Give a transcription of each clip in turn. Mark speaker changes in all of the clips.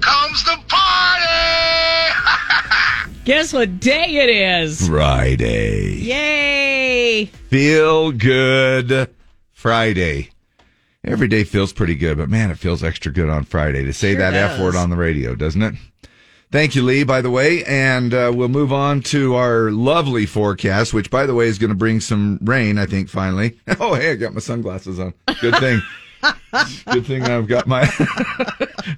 Speaker 1: comes the party!
Speaker 2: Guess what day it is?
Speaker 3: Friday.
Speaker 2: Yay!
Speaker 3: Feel good Friday. Every day feels pretty good, but man, it feels extra good on Friday to say
Speaker 2: Sure
Speaker 3: that
Speaker 2: does.
Speaker 3: F word on the radio, doesn't it? Thank you, Lee, by the way. And uh, we'll move on to our lovely forecast, which, by the way, is going to bring some rain, I think, finally. Oh, hey, I got my sunglasses on. Good thing. good thing I've got my.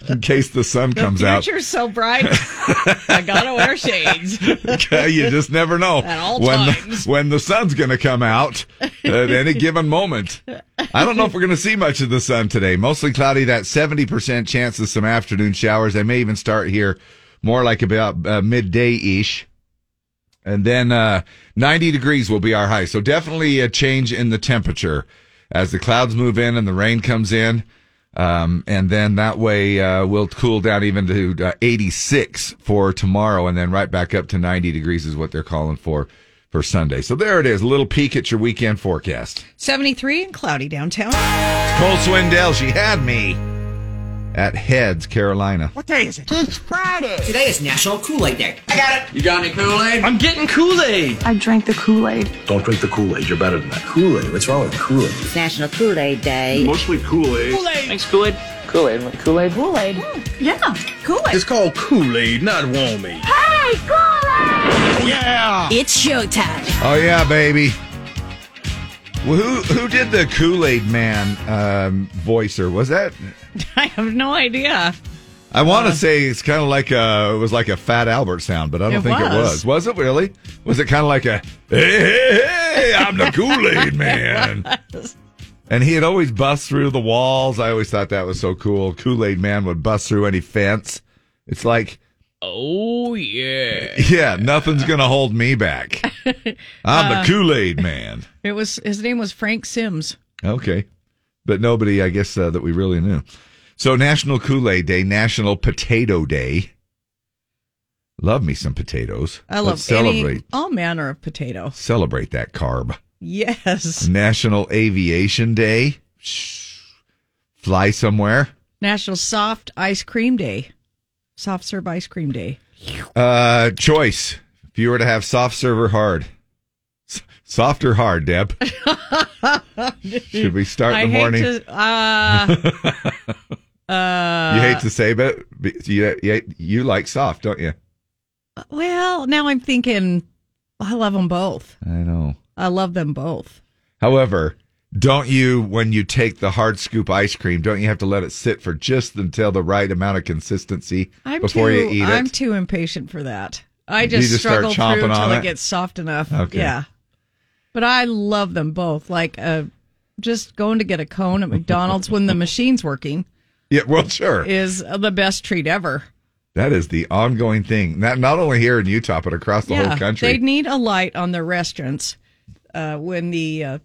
Speaker 3: in case the sun comes
Speaker 2: the
Speaker 3: out.
Speaker 2: future's so bright. I gotta wear shades.
Speaker 3: Okay, you just never know
Speaker 2: At all
Speaker 3: when
Speaker 2: times.
Speaker 3: The, when the sun's going to come out at any given moment. I don't know if we're going to see much of the sun today. Mostly cloudy. That seventy percent chance of some afternoon showers. They may even start here more like about uh, midday ish. And then uh, 90 degrees will be our high. So definitely a change in the temperature as the clouds move in and the rain comes in. Um, and then that way uh, we'll cool down even to uh, 86 for tomorrow and then right back up to 90 degrees is what they're calling for for Sunday. So there it is. A little peek at your weekend forecast.
Speaker 2: 73 and cloudy downtown.
Speaker 3: Cole Swindell, she had me at Heads, Carolina.
Speaker 4: What day is it? It's Friday.
Speaker 5: Today is National Kool Aid Day.
Speaker 4: I got it.
Speaker 6: You got any Kool Aid?
Speaker 4: I'm getting Kool-Aid.
Speaker 7: I drank the Kool-Aid.
Speaker 8: Don't drink the Kool Aid. You're better than that. Kool Aid. What's wrong with Kool Aid?
Speaker 9: It's National Kool Aid Day.
Speaker 8: Mostly Kool Aid.
Speaker 6: Thanks, Kool Aid. Kool Aid. Kool Aid.
Speaker 7: Kool-Aid. Yeah, Kool-Aid.
Speaker 8: It's called Kool Aid, not Warm Aid.
Speaker 7: Hey, Kool-Aid!
Speaker 3: Yeah.
Speaker 9: It's showtime.
Speaker 3: Oh yeah, baby. Well, who who did the Kool Aid Man um, voicer? Was that?
Speaker 2: I have no idea.
Speaker 3: I want to
Speaker 2: Uh-huh.
Speaker 3: say it's kind of like a it was like a Fat Albert sound, but I don't
Speaker 2: It
Speaker 3: think it was.
Speaker 2: was.
Speaker 3: Was it really? Was it kind of like a Hey, hey, hey I'm the Kool Aid Man. And he had always bust through the walls. I always thought that was so cool. Kool Aid Man would bust through any fence. It's like,
Speaker 2: Oh, yeah.
Speaker 3: yeah, nothing's gonna hold me back. I'm the Kool Aid Man.
Speaker 2: Uh, It was his name was Frank Sims.
Speaker 3: Okay. But nobody, I guess, uh, that we really knew. So National Kool Aid Day, National Potato Day. Love me some potatoes.
Speaker 2: I love
Speaker 3: Let's celebrate.
Speaker 2: any all manner of potato.
Speaker 3: Celebrate that carb.
Speaker 2: Yes.
Speaker 3: National Aviation Day. Shh. Fly somewhere.
Speaker 2: National Soft Ice Cream Day. Soft serve ice cream day.
Speaker 3: Uh, choice. If you were to have soft serve or hard, S- soft or hard, Deb. Should we start
Speaker 2: I
Speaker 3: in the morning?
Speaker 2: hate to uh,
Speaker 3: you hate to say, but but you, you, you like soft, don't you?
Speaker 2: well, now I'm thinking I love them both.
Speaker 3: I know.
Speaker 2: I love them both.
Speaker 3: However, don't you, when you take the hard scoop ice cream, don't you have to let it sit for just until the right amount of consistency
Speaker 2: I'm
Speaker 3: before
Speaker 2: too,
Speaker 3: you eat
Speaker 2: I'm
Speaker 3: it?
Speaker 2: too impatient for that. I
Speaker 3: You
Speaker 2: just,
Speaker 3: just start
Speaker 2: struggle
Speaker 3: chomping
Speaker 2: through
Speaker 3: on
Speaker 2: until
Speaker 3: it?
Speaker 2: it gets soft enough.
Speaker 3: Okay.
Speaker 2: Yeah. But I love them both. Like uh, just going to get a cone at McDonald's when the machine's working
Speaker 3: yeah, well, sure.
Speaker 2: is the best treat ever.
Speaker 3: that is the ongoing thing. Not, not only here in Utah, but across the
Speaker 2: yeah,
Speaker 3: whole country.
Speaker 2: they need a light on their restaurants uh, when the uh,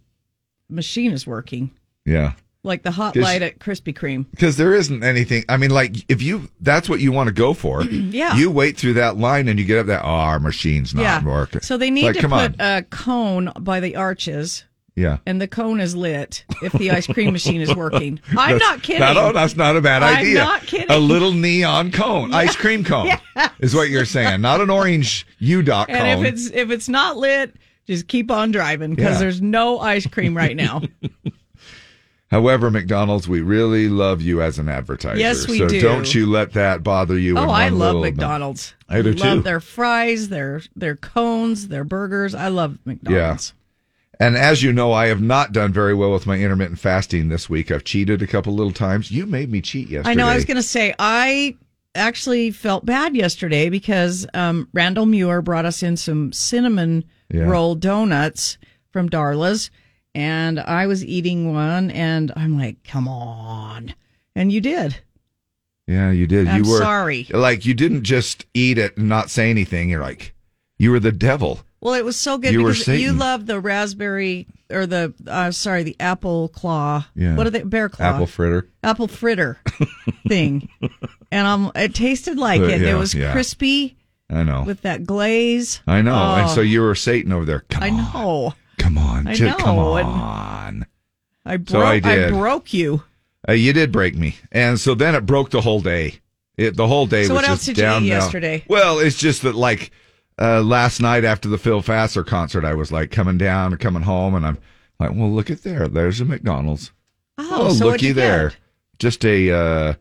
Speaker 2: machine is working,
Speaker 3: yeah.
Speaker 2: like the hot
Speaker 3: Just-
Speaker 2: light at Krispy Kreme.
Speaker 3: Because there isn't anything. I mean, like, if you, that's what you want to go for.
Speaker 2: Yeah.
Speaker 3: You wait through that line and you get up that, oh, our machine's not
Speaker 2: yeah,
Speaker 3: working.
Speaker 2: so they need
Speaker 3: like,
Speaker 2: to
Speaker 3: come on.
Speaker 2: put a cone by the arches
Speaker 3: yeah.
Speaker 2: and the cone is lit if the ice cream machine is working. I'm not kidding.
Speaker 3: No, that's not a bad
Speaker 2: I'm
Speaker 3: idea.
Speaker 2: not kidding.
Speaker 3: A little neon cone, ice cream cone, is what you're saying. Not an orange U dot cone.
Speaker 2: and if it's if it's not lit, just keep on driving because
Speaker 3: Yeah.
Speaker 2: there's no ice cream right now.
Speaker 3: However, McDonald's, we really love you as an advertiser.
Speaker 2: Yes, we
Speaker 3: so
Speaker 2: do.
Speaker 3: don't you let that bother you. in
Speaker 2: oh, I
Speaker 3: one
Speaker 2: love
Speaker 3: little-
Speaker 2: McDonald's.
Speaker 3: I do
Speaker 2: love
Speaker 3: too.
Speaker 2: their fries, their their cones, their burgers. I love McDonald's.
Speaker 3: And as you know, I have not done very well with my intermittent fasting this week. I've cheated a couple little times. You made me cheat yesterday.
Speaker 2: I know. I was going to say I actually felt bad yesterday because um, Randall Muir brought us in some cinnamon
Speaker 3: Yeah.
Speaker 2: roll donuts from Darla's, and I was eating one, and I'm like, "Come on!" And you did.
Speaker 3: Yeah, you did.
Speaker 2: I'm
Speaker 3: you were
Speaker 2: sorry.
Speaker 3: Like you didn't just eat it and not say anything. You're like, you were the devil.
Speaker 2: Well, it was so good
Speaker 3: You were
Speaker 2: because you
Speaker 3: Satan.
Speaker 2: love the raspberry or the uh, sorry, the apple claw.
Speaker 3: Yeah.
Speaker 2: What are they? Bear claw.
Speaker 3: Apple fritter.
Speaker 2: apple fritter thing, and um, it tasted like
Speaker 3: Uh,
Speaker 2: it.
Speaker 3: yeah,
Speaker 2: it was
Speaker 3: yeah.
Speaker 2: crispy
Speaker 3: I know.
Speaker 2: with that glaze.
Speaker 3: I know. and
Speaker 2: Oh,
Speaker 3: so you were Satan over there. Come
Speaker 2: I
Speaker 3: on.
Speaker 2: know.
Speaker 3: Come on.
Speaker 2: I
Speaker 3: just Come
Speaker 2: know, and-
Speaker 3: on.
Speaker 2: I
Speaker 3: So
Speaker 2: broke.
Speaker 3: I
Speaker 2: I,
Speaker 3: did.
Speaker 2: broke you.
Speaker 3: Uh, you did break me. And so then it broke the whole day. It, the whole day
Speaker 2: So
Speaker 3: was
Speaker 2: what else
Speaker 3: just
Speaker 2: did you eat
Speaker 3: downhill.
Speaker 2: yesterday?
Speaker 3: Well, it's just that like uh, last night after the Phil Fassler concert, I was like coming down and coming home, and I'm like, well, look at there, there's a McDonald's.
Speaker 2: Oh, so what'd
Speaker 3: looky
Speaker 2: you
Speaker 3: there,
Speaker 2: get?
Speaker 3: just a. Uh,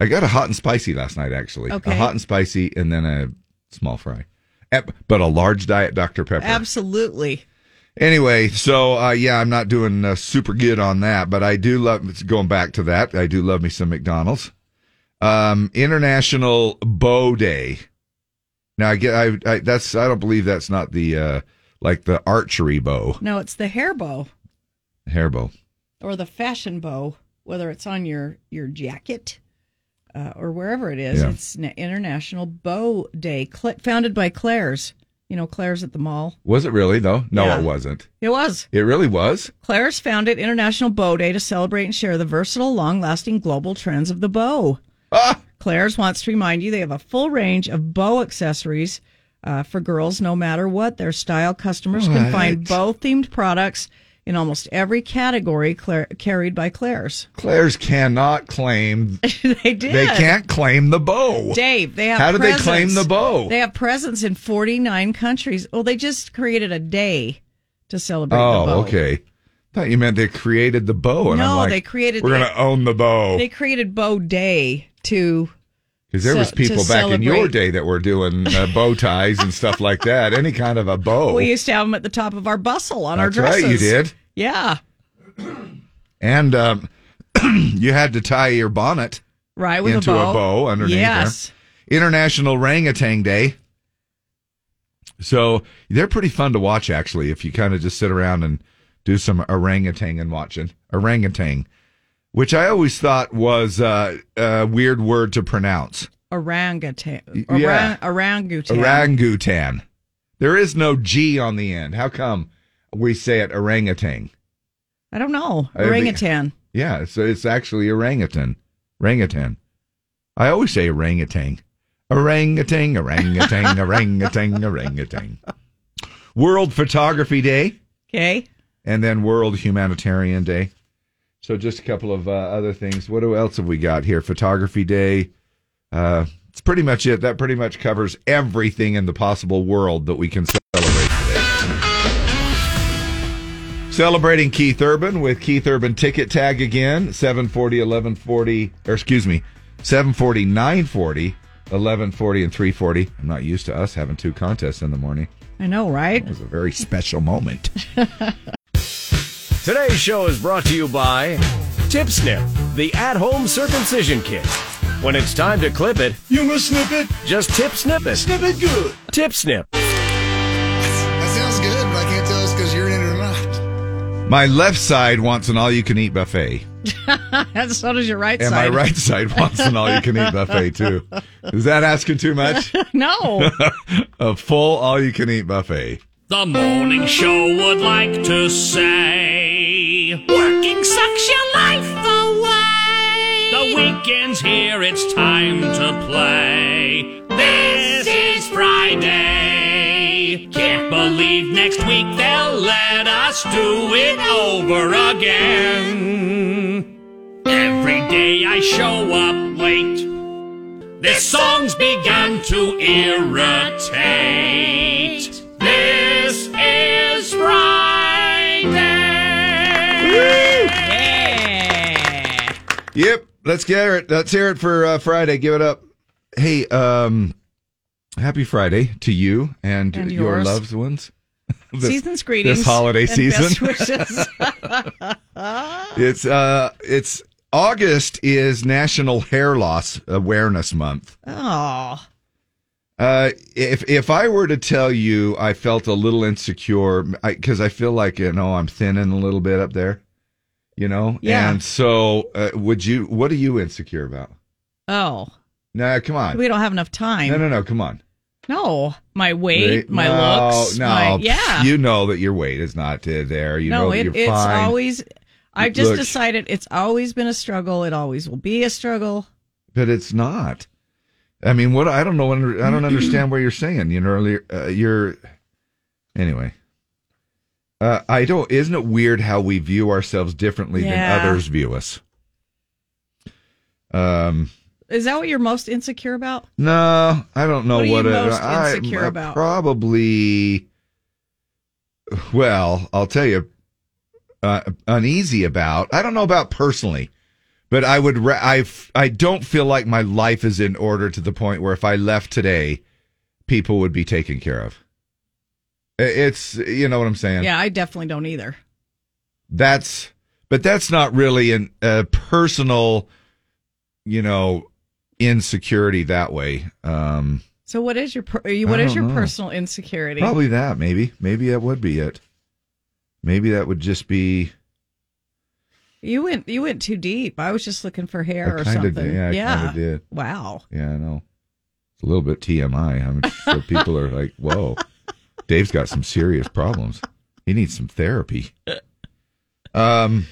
Speaker 3: I got a hot and spicy last night, actually.
Speaker 2: Okay.
Speaker 3: A hot and spicy, and then a small fry, Eh, but a large diet Dr Pepper.
Speaker 2: Absolutely.
Speaker 3: Anyway, so uh, yeah, I'm not doing uh, super good on that, but I do love going back to that. I do love me some McDonald's. Um, International Bow Day. Now I get I, I that's I don't believe that's not the uh, like the archery bow,
Speaker 2: No, it's the hair bow
Speaker 3: hair bow.
Speaker 2: or the fashion bow, whether it's on your your jacket uh, or wherever it is.
Speaker 3: Yeah.
Speaker 2: It's Na- International Bow Day, Cl- founded by Claire's. You know, Claire's at the mall.
Speaker 3: Was it really though? No,
Speaker 2: Yeah.
Speaker 3: it wasn't.
Speaker 2: It was.
Speaker 3: It really was.
Speaker 2: Claire's founded International Bow Day to celebrate and share the versatile, long lasting global trends of the bow.
Speaker 3: Ah!
Speaker 2: Claire's wants to remind you they have a full range of bow accessories uh, for girls, no matter what their style. Customers can find
Speaker 3: What?
Speaker 2: bow themed products in almost every category Claire, carried by Claire's.
Speaker 3: Claire's cannot claim.
Speaker 2: they did.
Speaker 3: They can't claim the bow.
Speaker 2: Dave, they have.
Speaker 3: How do they
Speaker 2: presence.
Speaker 3: claim the bow?
Speaker 2: They have presence in 49 countries. Well, they just created a day to celebrate the bow.
Speaker 3: Oh, okay. Thought you meant they created the bow, and I'm
Speaker 2: No,
Speaker 3: like,
Speaker 2: they created-
Speaker 3: We're gonna own the bow.
Speaker 2: They created Bow Day to
Speaker 3: Because there
Speaker 2: So-
Speaker 3: was people
Speaker 2: to
Speaker 3: back in your
Speaker 2: celebrate.
Speaker 3: day that were doing uh, bow ties and stuff like that. Any kind of a bow.
Speaker 2: We used to have them at the top of our bustle on our
Speaker 3: Oh. That's right,
Speaker 2: dresses.
Speaker 3: you did.
Speaker 2: Yeah,
Speaker 3: And um, you had to tie your bonnet
Speaker 2: right. With
Speaker 3: into
Speaker 2: a bow.
Speaker 3: underneath. there.
Speaker 2: Yes.
Speaker 3: International Orangutan Day. So they're pretty fun to watch, actually, if you kind of just sit around and do some orangutan and watching orangutan, which I always thought was uh, a weird word to pronounce.
Speaker 2: Orangutan.
Speaker 3: yeah.
Speaker 2: Orang- orangutan.
Speaker 3: Orangutan. There is no G on the end. How come we say it orangutan?
Speaker 2: I don't know.
Speaker 3: I mean-
Speaker 2: Orangutan.
Speaker 3: Yeah, so it's actually orangutan. Orangutan. I always say orangutan. Orangutan, orangutan, orangutan, orangutan. World Photography Day
Speaker 2: Okay.
Speaker 3: and then World Humanitarian Day. So just a couple of uh, other things. What else have we got here? Photography Day. Uh, it's pretty much it. That pretty much covers everything in the possible world that we can celebrate today. Celebrating Keith Urban with Keith Urban Ticket Tag again, 740, 1140, or excuse me, 740, 940, 1140, and 340. I'm not used to us having two contests in the morning.
Speaker 2: I know, right?
Speaker 3: It was a very special moment.
Speaker 1: Today's show is brought to you by Tip Snip, the at home circumcision kit. When it's time to clip it,
Speaker 8: You must snip it.
Speaker 1: just tip snip it.
Speaker 8: Snip it good.
Speaker 1: Tip Snip.
Speaker 10: That sounds good, but I can't tell us because you're in it or not.
Speaker 3: My left side wants an all you can eat buffet,
Speaker 2: And so does your right
Speaker 3: and
Speaker 2: side.
Speaker 3: my right side wants an all you can eat buffet too. Is that asking too much?
Speaker 2: No.
Speaker 3: A full all you can eat buffet.
Speaker 11: The morning show would like to say Working sucks your life away. The weekend's here, it's time to play. This is Friday. Can't believe next week they'll let us do it over again. Every day I show up late. This song's begun to irritate. This is Friday.
Speaker 3: Yep. Let's get it. Let's hear it for uh, Friday. Give it up. Hey, um, happy Friday to you and,
Speaker 2: And
Speaker 3: your
Speaker 2: yours.
Speaker 3: loved ones. This-
Speaker 2: Season's greetings.
Speaker 3: This holiday
Speaker 2: and Best
Speaker 3: season.
Speaker 2: wishes.
Speaker 3: It's uh, it's August is National Hair Loss Awareness Month.
Speaker 2: oh,
Speaker 3: Uh, if if I were to tell you I felt a little insecure because I, feel like you know I'm thinning a little bit up there, you know.
Speaker 2: Yeah.
Speaker 3: And so, uh, would you? What are you insecure about?
Speaker 2: oh.
Speaker 3: Nah, come on.
Speaker 2: We don't have enough time.
Speaker 3: No, no, no. Come on.
Speaker 2: No. my weight,
Speaker 3: Right?
Speaker 2: my
Speaker 3: no,
Speaker 2: looks,
Speaker 3: No,
Speaker 2: my
Speaker 3: pff,
Speaker 2: yeah.
Speaker 3: You know that your weight is not uh, there. You know
Speaker 2: no,
Speaker 3: that
Speaker 2: it,
Speaker 3: you're
Speaker 2: it's
Speaker 3: fine.
Speaker 2: always. I've just
Speaker 3: Look.
Speaker 2: decided it's always been a struggle. It always will be a struggle.
Speaker 3: but it's not. I mean, what? I don't know. I don't understand what you're saying. You know, earlier uh, you're. Anyway, uh, I don't. Isn't it weird how we view ourselves differently
Speaker 2: Yeah.
Speaker 3: than others view us? Um.
Speaker 2: Is that what you're most insecure about?
Speaker 3: No, I don't know
Speaker 2: What are
Speaker 3: what,
Speaker 2: you
Speaker 3: it-
Speaker 2: most
Speaker 3: I-
Speaker 2: insecure
Speaker 3: I
Speaker 2: about?
Speaker 3: Probably. Well, I'll tell you. Uh, uneasy about. I don't know about personally, but I would. Ra- I f- I don't feel like my life is in order to the point where if I left today, people would be taken care of. I- It's you know what I'm saying.
Speaker 2: yeah, I definitely don't either.
Speaker 3: that's but that's not really an, a personal you know insecurity that way um
Speaker 2: So what is your per- are you-
Speaker 3: I
Speaker 2: what is
Speaker 3: don't
Speaker 2: your
Speaker 3: know.
Speaker 2: personal insecurity?
Speaker 3: probably that maybe maybe that would be it maybe that would just be
Speaker 2: You went you went too deep. I was just looking for hair
Speaker 3: I
Speaker 2: or
Speaker 3: kind
Speaker 2: something.
Speaker 3: of did yeah, I kind of did
Speaker 2: Wow.
Speaker 3: yeah i know it's a little bit tmi i'm sure people are like whoa dave's got some serious problems he needs some therapy um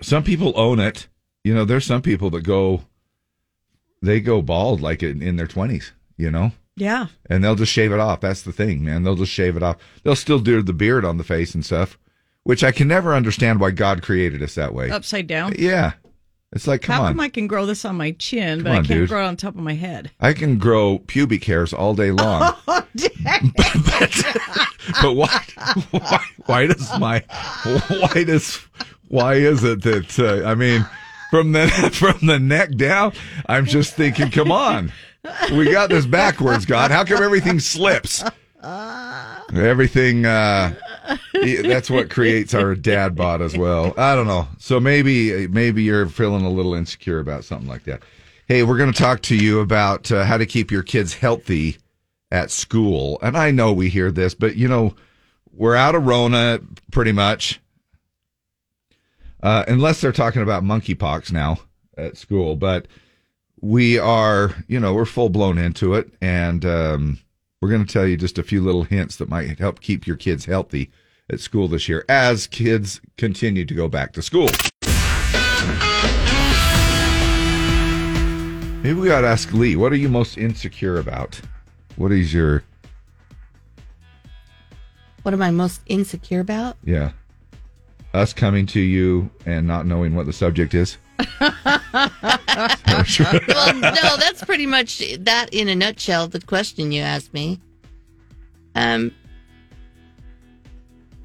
Speaker 3: some people own it you know there's some people that go they go bald like in, in their 20s you know
Speaker 2: Yeah.
Speaker 3: and they'll just shave it off. That's the thing, man. They'll just shave it off. They'll still do the beard on the face and stuff, which I can never understand why God created us that way.
Speaker 2: Upside down.
Speaker 3: Yeah, it's like come
Speaker 2: How
Speaker 3: on.
Speaker 2: come I can grow this on my chin, but
Speaker 3: Come
Speaker 2: I
Speaker 3: on,
Speaker 2: can't
Speaker 3: dude.
Speaker 2: grow it on top of my head?
Speaker 3: I can grow pubic hairs all day long,
Speaker 2: Oh, dang.
Speaker 3: but why? Why? Why does my? Why does? Why is it that? Uh, I mean, from the from the neck down, I'm just thinking, come on, we got this backwards, God. How come everything slips? Everything. Uh, yeah, that's what creates our dad bod as well. I don't know. So maybe maybe you're feeling a little insecure about something like that. Hey, we're going to talk to you about uh, how to keep your kids healthy at school. And I know we hear this, but you know, we're out of Rona pretty much. Uh, unless they're talking about monkeypox now at school, but we are, you know, we're full blown into it, and um, we're going to tell you just a few little hints that might help keep your kids healthy at school this year as kids continue to go back to school. Maybe we ought to ask Lee, what are you most insecure about? What is your,
Speaker 12: What am I most insecure about?
Speaker 3: yeah, us coming to you and not knowing what the subject is?
Speaker 12: well, no, that's pretty much that in a nutshell. The question you asked me. Um,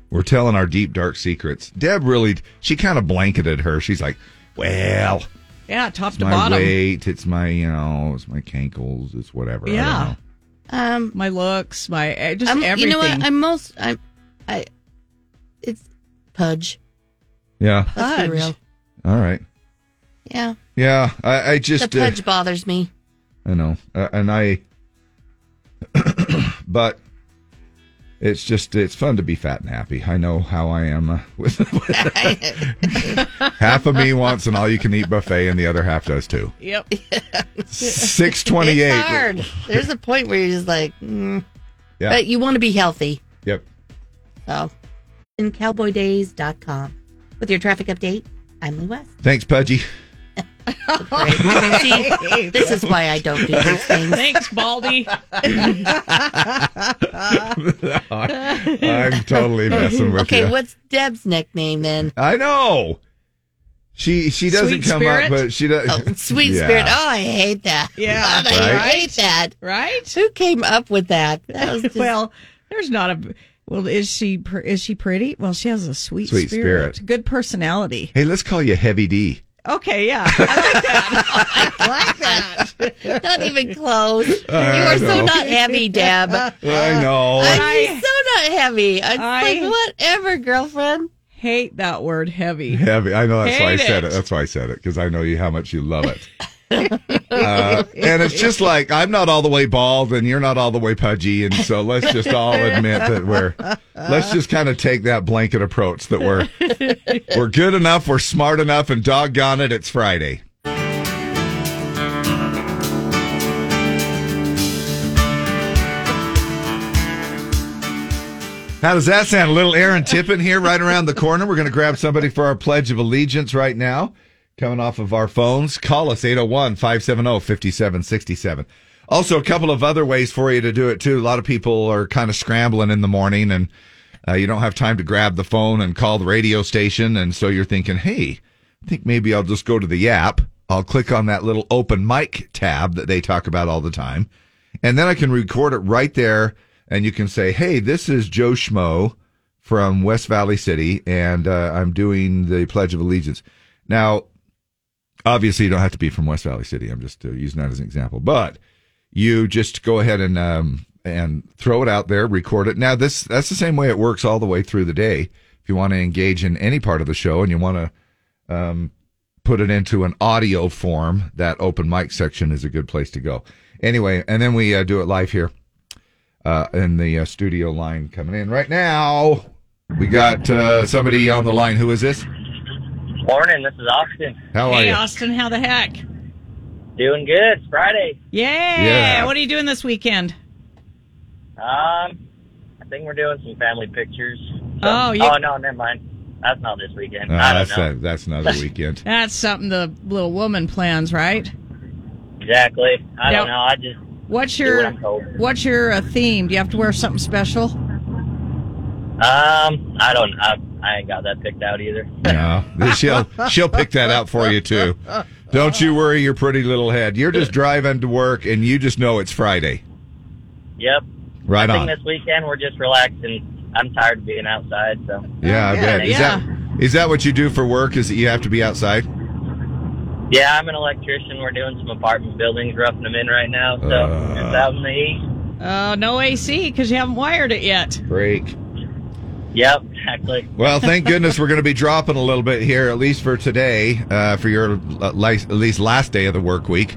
Speaker 3: We're telling our deep, dark secrets. Deb really, she kind of blanketed her. She's like, well,
Speaker 2: yeah, top
Speaker 3: it's
Speaker 2: to
Speaker 3: my
Speaker 2: bottom.
Speaker 3: weight, it's my, you know, it's my cankles, it's whatever. I don't
Speaker 2: Yeah.
Speaker 3: know.
Speaker 12: Um,
Speaker 2: my looks, my eh, just
Speaker 12: I'm-
Speaker 2: everything.
Speaker 12: You know what? I'm most. I'm. I. It's pudge.
Speaker 3: Yeah.
Speaker 12: Let's be real.
Speaker 3: All right.
Speaker 12: Yeah.
Speaker 3: Yeah. I, I just,
Speaker 12: the
Speaker 3: uh,
Speaker 12: pudge bothers me.
Speaker 3: I know. Uh, and I, but it's just, it's fun to be fat and happy. I know how I am uh, with, half of me wants an all you can eat buffet and the other half does too.
Speaker 2: Yep.
Speaker 3: Six twenty-eight.
Speaker 12: It's hard. There's a point where you're just like, mm.
Speaker 3: Yeah.
Speaker 12: but you want to be healthy.
Speaker 3: Yep.
Speaker 12: So, in cowboydays.com with your traffic update, I'm Lee West.
Speaker 3: Thanks, Pudgy.
Speaker 12: See, this is why I don't do these things.
Speaker 2: Thanks, Baldy.
Speaker 3: I'm totally messing with
Speaker 12: okay,
Speaker 3: you.
Speaker 12: what's Deb's nickname then?
Speaker 3: I know. She she doesn't
Speaker 12: Sweet
Speaker 3: come
Speaker 12: spirit?
Speaker 3: up, but she does.
Speaker 12: Oh, Sweet spirit. Oh, I hate that.
Speaker 2: Yeah.
Speaker 12: God, I
Speaker 3: Right?
Speaker 12: hate that.
Speaker 2: Right?
Speaker 12: Who came up with that? That was just,
Speaker 2: well, there's not a. Well, is she pr- is she pretty? Well, she has a sweet,
Speaker 3: Sweet spirit.
Speaker 2: good personality.
Speaker 3: Hey, let's call you Heavy D.
Speaker 2: Okay, yeah, I like that. I like that.
Speaker 12: not even close.
Speaker 3: I
Speaker 12: you are
Speaker 3: know.
Speaker 12: so not heavy, Deb. Uh,
Speaker 3: I know.
Speaker 12: I'm so not heavy. I'm like,
Speaker 2: I-
Speaker 12: whatever, girlfriend.
Speaker 2: Hate that word heavy.
Speaker 3: Heavy. I know that's why I
Speaker 2: Hate
Speaker 3: said
Speaker 2: it.
Speaker 3: it. That's why I said it because I know you how much you love it. Uh, and it's just like I'm not all the way bald, and you're not all the way pudgy, and so let's just all admit that we're. Let's just kind of take that blanket approach that we're we're good enough, we're smart enough, and doggone it, it's Friday. How does that sound? A little Aaron Tippin here right around the corner. We're going to grab somebody for our Pledge of Allegiance right now. Coming off of our phones, call us 801 570 5767. Also, a couple of other ways for you to do it too. A lot of people are kind of scrambling in the morning and uh, you don't have time to grab the phone and call the radio station. And so you're thinking, hey, I think maybe I'll just go to the app I'll click on that little open mic tab that they talk about all the time. And then I can record it right there. And you can say, hey, this is Joe Schmo from West Valley City, and uh, I'm doing the Pledge of Allegiance. Now, obviously, you don't have to be from West Valley City. I'm just uh, using that as an example. But you just go ahead and um, and throw it out there, record it. Now this that's the same way it works all the way through the day. If you want to engage in any part of the show and you want to um, put it into an audio form, that open mic section is a good place to go. Anyway, and then we uh, do it live here uh, in the uh, studio line coming in right now. We got uh, somebody on the line. Who is this?
Speaker 13: Morning, this is Austin.
Speaker 3: How are
Speaker 2: hey,
Speaker 3: you?
Speaker 2: Austin, how the heck?
Speaker 13: Doing good. It's Friday.
Speaker 2: Yeah.
Speaker 3: Yeah.
Speaker 2: What are you doing this weekend?
Speaker 13: Um, I think we're doing some family pictures.
Speaker 2: Oh, you-
Speaker 13: oh no, never mind. That's not this weekend.
Speaker 3: Ah,
Speaker 13: I don't
Speaker 3: that's
Speaker 13: know.
Speaker 3: a- that's another weekend.
Speaker 2: That's something the little woman plans, right?
Speaker 13: Exactly. I
Speaker 2: Yep.
Speaker 13: don't know. I just
Speaker 2: What's
Speaker 13: Do
Speaker 2: your
Speaker 13: what I'm told.
Speaker 2: What's your uh, theme? Do you have to wear something special?
Speaker 13: um, I don't. I, I ain't got that picked out either.
Speaker 3: No, she'll she'll pick that out for you too. Don't you worry your pretty little head. You're just driving to work and you just know it's Friday.
Speaker 13: Yep.
Speaker 3: Right
Speaker 13: I
Speaker 3: on.
Speaker 13: think this weekend we're just relaxing. I'm tired of being outside, so
Speaker 3: Yeah, I bet. Is
Speaker 13: yeah.
Speaker 3: that is that what you do for work? Is that you have to be outside?
Speaker 13: yeah, I'm an electrician. We're doing some apartment buildings, roughing them in right now. So
Speaker 3: Uh.
Speaker 13: it's out in the heat.
Speaker 2: Uh, no AC because you haven't wired it yet.
Speaker 3: Break.
Speaker 13: Yep, exactly.
Speaker 3: Well, thank goodness we're going to be dropping a little bit here, at least for today, uh, for your uh, li- at least last day of the work week.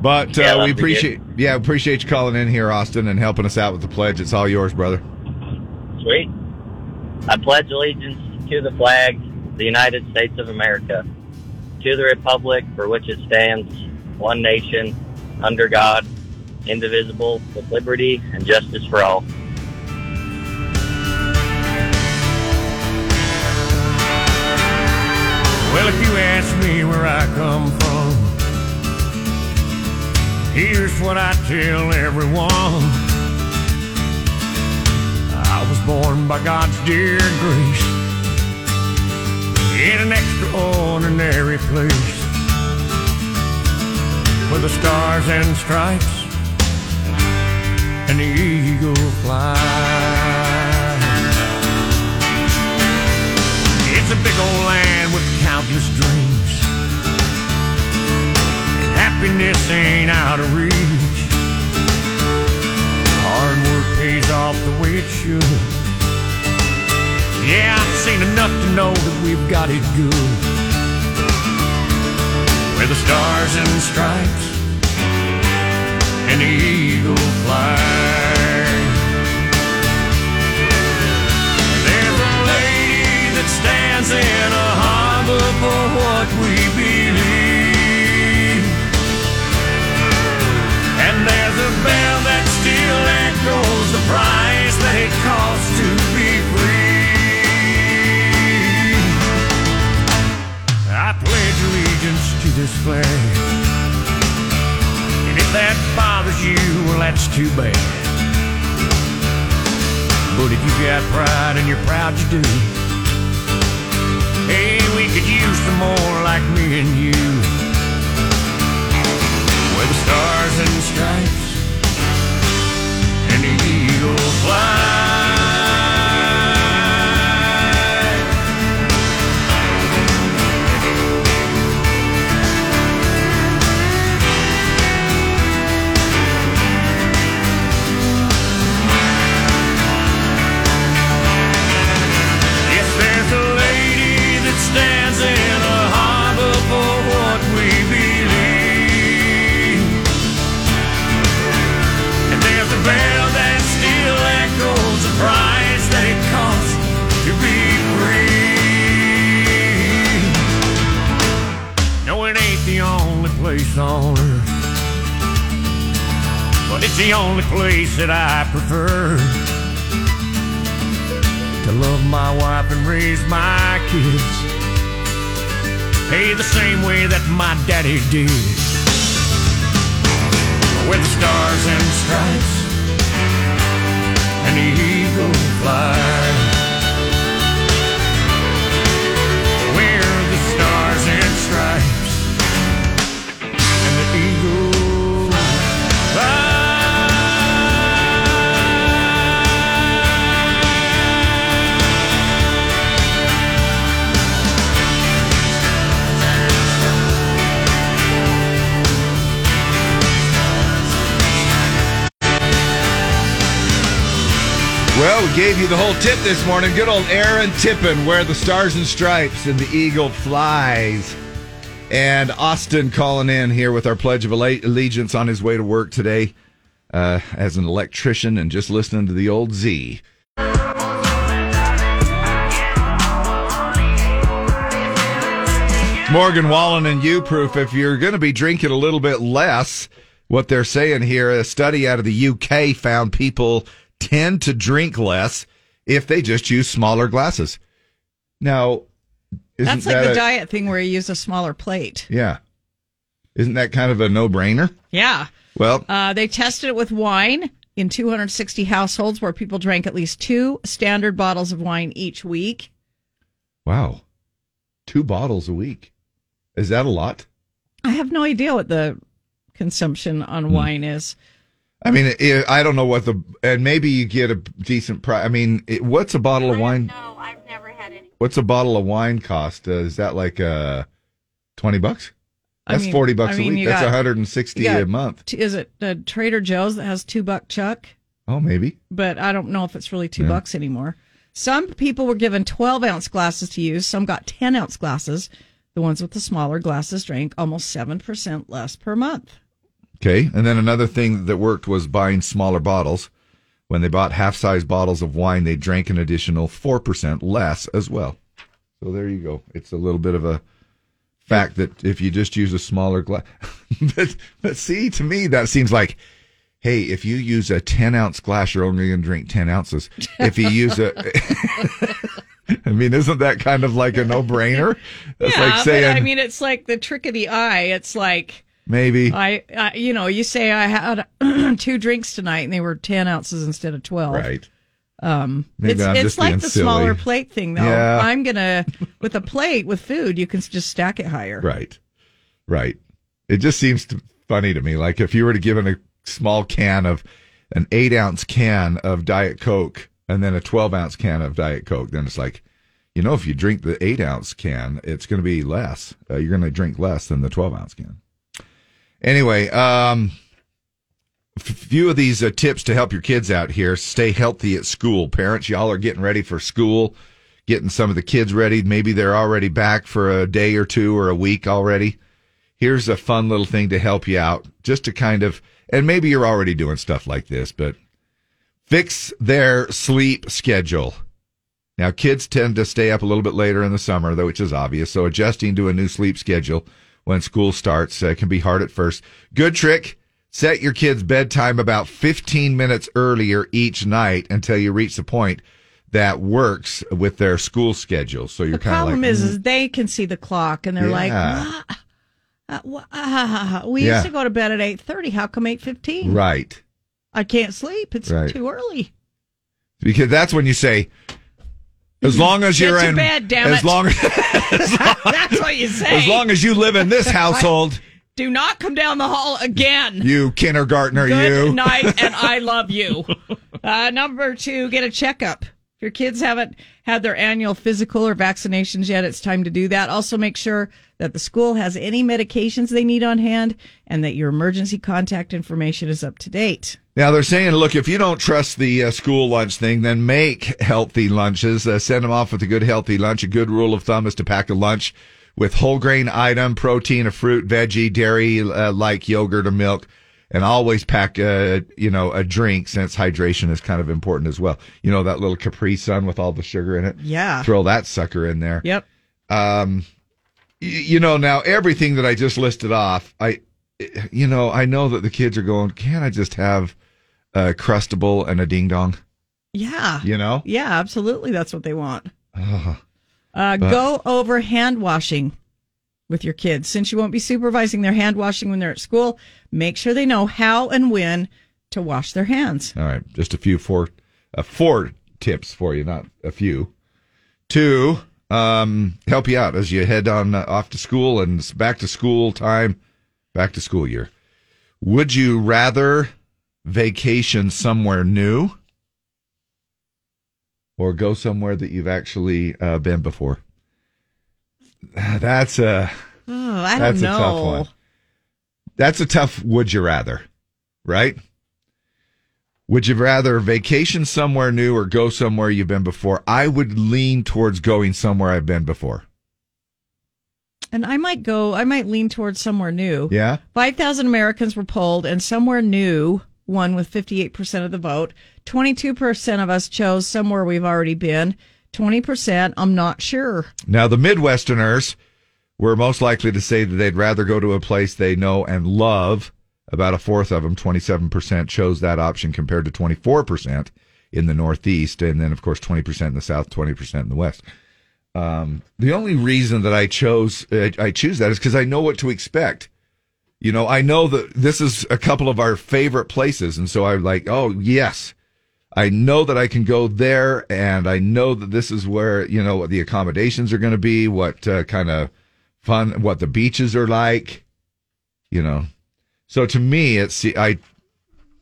Speaker 3: But uh,
Speaker 13: Yeah, that'd be
Speaker 3: we
Speaker 13: good.
Speaker 3: appreciate yeah appreciate you calling in here, Austin, and helping us out with the pledge. It's all yours, brother.
Speaker 13: Sweet. I pledge allegiance to the flag, the United States of America, to the republic for which it stands, one nation, under God, indivisible, with liberty and justice for all.
Speaker 11: Well, if you ask me where I come from, here's what I tell everyone. I was born by God's dear grace in an extraordinary place where the stars and stripes and the eagle flies. It's a big old land with countless dreams. And happiness ain't out of reach. Hard work pays off the way it should. Yeah, I've seen enough to know that we've got it good. Where the stars and stripes and the eagle flies. There's a lady that stands in a harbor for what we believe. And there's a bell that still echoes the price that it costs to be free. I pledge allegiance to this flag. And if that bothers you, well, that's too bad. But if you got pride and you're proud you do, hey, we could use some more like me and you. Where the stars and stripes and the eagle fly. Yes, there's a lady that stands in a harbor for what we believe. And there's a bell that still echoes the price that it costs to be free. No, it ain't the only place on earth, but it's the only place that I prefer to love my wife and raise my kids. Hey, the same way that my daddy did. With the stars and stripes and the eagle flies. Where the stars and stripes
Speaker 3: Well, we gave you the whole tip this morning. Good old Aaron Tippin, where the stars and stripes and the eagle flies. And Austin calling in here with our Pledge of Alle- Allegiance on his way to work today uh, as an electrician and just listening to the old Z. Morgan Wallen and you proof if you're going to be drinking a little bit less, what they're saying here, a study out of the UK found people tend to drink less if they just use smaller glasses. Now, isn't
Speaker 2: That's like the
Speaker 3: that a-
Speaker 2: diet thing where you use a smaller plate.
Speaker 3: Yeah. Isn't that kind of a no-brainer?
Speaker 2: Yeah.
Speaker 3: Well,
Speaker 2: Uh, they tested it with wine in 260 households where people drank at least two standard bottles of wine each week.
Speaker 3: wow. 2 bottles a week. Is that a lot?
Speaker 2: I have no idea what the consumption on
Speaker 3: Hmm.
Speaker 2: wine is.
Speaker 3: I mean, i I don't know what the and maybe you get a decent price. I mean, it, what's a bottle of wine? No, I've never had any. What's a bottle of wine cost? Uh, is that like uh, twenty bucks?
Speaker 2: I
Speaker 3: That's
Speaker 2: mean-
Speaker 3: forty bucks
Speaker 2: I mean,
Speaker 3: a week.
Speaker 2: you
Speaker 3: That's
Speaker 2: got-
Speaker 3: one hundred and sixty
Speaker 2: You got-
Speaker 3: a month.
Speaker 2: t- Is it uh, Trader Joe's that has two buck chuck?
Speaker 3: Oh, maybe.
Speaker 2: But I don't know if it's really two
Speaker 3: Yeah.
Speaker 2: bucks anymore. Some people were given 12 ounce glasses to use. Some got 10 ounce glasses. The ones with the smaller glasses drank almost 7% less per month.
Speaker 3: Okay. And then another thing that worked was buying smaller bottles. When they bought half-size bottles of wine, they drank an additional four percent less as well. So there you go. It's a little bit of a fact that if you just use a smaller glass, but, but see, to me, that seems like, hey, if you use a 10 ounce glass, you're only going to drink 10 ounces. If you use a, I mean, isn't that kind of like a no brainer? That's
Speaker 2: yeah,
Speaker 3: like saying,
Speaker 2: but I mean, it's like the trick of the eye. It's like
Speaker 3: maybe.
Speaker 2: I, I you know, you say I had two drinks tonight, and they were ten ounces instead of twelve.
Speaker 3: Right.
Speaker 2: Um,
Speaker 3: Maybe
Speaker 2: it's
Speaker 3: I'm
Speaker 2: it's
Speaker 3: just
Speaker 2: like
Speaker 3: being
Speaker 2: the smaller
Speaker 3: silly.
Speaker 2: plate thing, though.
Speaker 3: Yeah.
Speaker 2: I'm gonna with a plate with food, you can just stack it higher.
Speaker 3: Right. Right. It just seems to, funny to me. Like if you were to give a small can of an eight ounce can of Diet Coke and then a 12 ounce can of Diet Coke, then it's like, you know, if you drink the eight ounce can, it's going to be less. Uh, you're going to drink less than the 12 ounce can. Anyway, um, f- few of these uh, tips to help your kids out here. Stay healthy at school. Parents, y'all are getting ready for school, getting some of the kids ready. Maybe they're already back for a day or two or a week already. Here's a fun little thing to help you out, just to kind of, and maybe you're already doing stuff like this, but fix their sleep schedule. Now, kids tend to stay up a little bit later in the summer, though, which is obvious. So, adjusting to a new sleep schedule when school starts uh, can be hard at first. Good trick set your kids' bedtime about 15 minutes earlier each night until you reach the point that works with their school schedule. So, you're
Speaker 2: The
Speaker 3: kind of like.
Speaker 2: problem is,
Speaker 3: "Mm,
Speaker 2: is they can see the clock, and they're like,
Speaker 3: Yeah.
Speaker 2: "Ah, ah, wha- ah, ah, ah." we
Speaker 3: Yeah.
Speaker 2: used to go to bed at eight thirty. How come eight fifteen?
Speaker 3: right.
Speaker 2: I can't sleep. It's
Speaker 3: Right.
Speaker 2: too early.
Speaker 3: because that's when you say, as long as
Speaker 2: Get
Speaker 3: you're
Speaker 2: to
Speaker 3: in
Speaker 2: bed, damn
Speaker 3: as
Speaker 2: it.
Speaker 3: long as,
Speaker 2: That's what you say.
Speaker 3: long as you live in this household,
Speaker 2: Do not come down the hall again.
Speaker 3: you kindergartner,
Speaker 2: Good
Speaker 3: you
Speaker 2: night, and I love you. Uh, number two, get a checkup. If your kids haven't had their annual physical or vaccinations yet, it's time to do that. Also, make sure that the school has any medications they need on hand and that your emergency contact information is up to date.
Speaker 3: Now they're saying, look, if you don't trust the uh, school lunch thing, then make healthy lunches. Uh, send them off with a good healthy lunch. A good rule of thumb is to pack a lunch with whole grain item, protein, a fruit, veggie, dairy uh, like yogurt or milk, and always pack a you know a drink since hydration is kind of important as well. You know that little Capri Sun with all the sugar in it.
Speaker 2: Yeah.
Speaker 3: throw that sucker in there.
Speaker 2: Yep.
Speaker 3: Um, y- you know now everything that I just listed off, I, you know, I know that the kids are going. Can I just have a crustable and a ding dong?
Speaker 2: Yeah.
Speaker 3: You know. Ah.
Speaker 2: Ah. Yeah, absolutely. That's what they want.
Speaker 3: Ugh.
Speaker 2: Uh,
Speaker 3: But-
Speaker 2: go over hand washing with your kids. Since you won't be supervising their hand washing when they're at school, make sure they know how and when to wash their hands.
Speaker 3: All right, just a few four, uh, four tips for you, not a few. To um, help you out as you head on uh, off to school and it's back to school time, back to school year. Would you rather vacation somewhere new, or go somewhere that you've actually uh, been before? That's a
Speaker 2: Oh, I
Speaker 3: that's
Speaker 2: don't know.
Speaker 3: a tough one. That's a tough would you rather, right? Would you rather vacation somewhere new or go somewhere you've been before? I would lean towards going somewhere I've been before.
Speaker 2: And I might go, I might lean towards somewhere new.
Speaker 3: Yeah.
Speaker 2: 5,000 Americans were polled, and somewhere new won with 58% of the vote. 22% of us chose somewhere we've already been. 20%, I'm not sure.
Speaker 3: Now, the Midwesterners were most likely to say that they'd rather go to a place they know and love. About a fourth of them, 27%, chose that option compared to 24% in the Northeast. And then, of course, 20% in the South, 20% in the West. Um, the only reason that I chose, I, I choose that is because I know what to expect. You know, I know that this is a couple of our favorite places. And so I'm like, oh, yes, I know that I can go there, and I know that this is where you know what the accommodations are going to be, what uh, kind of fun, what the beaches are like, you know. So to me, it's I,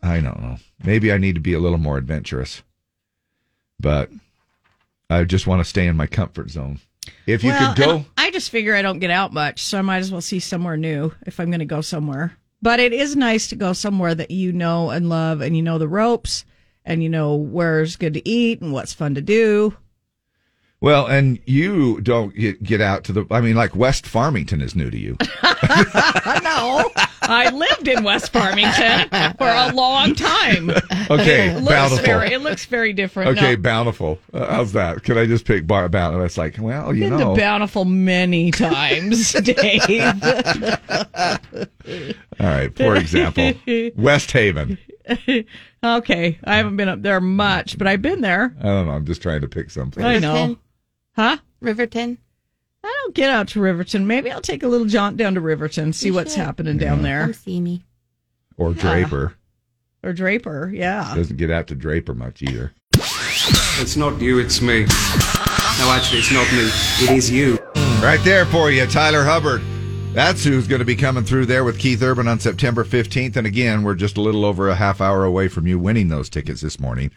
Speaker 3: I don't know. Maybe I need to be a little more adventurous, but I just want to stay in my comfort zone. If you
Speaker 2: Well,
Speaker 3: could go,
Speaker 2: and I just figure I don't get out much, so I might as well see somewhere new if I'm going to go somewhere. But it is nice to go somewhere that you know and love, and you know the ropes, and you know where's good to eat and what's fun to do.
Speaker 3: well, and you don't get, get out to the. I mean, like West Farmington is new to you.
Speaker 2: no, I lived in West Farmington for a long time.
Speaker 3: Okay,
Speaker 2: it looks
Speaker 3: bountiful.
Speaker 2: very, it looks very different.
Speaker 3: Okay,
Speaker 2: no.
Speaker 3: bountiful. Uh, how's that? Can I just pick bar bountiful? It's like, well, you
Speaker 2: Been
Speaker 3: know,
Speaker 2: to Bountiful many times, Dave.
Speaker 3: All right, for example, West Haven.
Speaker 2: okay, I haven't been up there much, but I've been there.
Speaker 3: I don't know. I'm just trying to pick something.
Speaker 2: I know. Huh? Riverton. I don't get out to Riverton. Maybe I'll take a little jaunt down to Riverton, see what's happening down there. Come see me.
Speaker 3: Or Draper
Speaker 2: Or Draper, yeah.
Speaker 3: doesn't get out to Draper much either.
Speaker 14: It's not you, it's me. No, actually, it's not me. It is you.
Speaker 3: Right there for you, Tyler Hubbard. That's who's going to be coming through there with Keith Urban on September 15th. And again, we're just a little over a half hour away from you winning those tickets this morning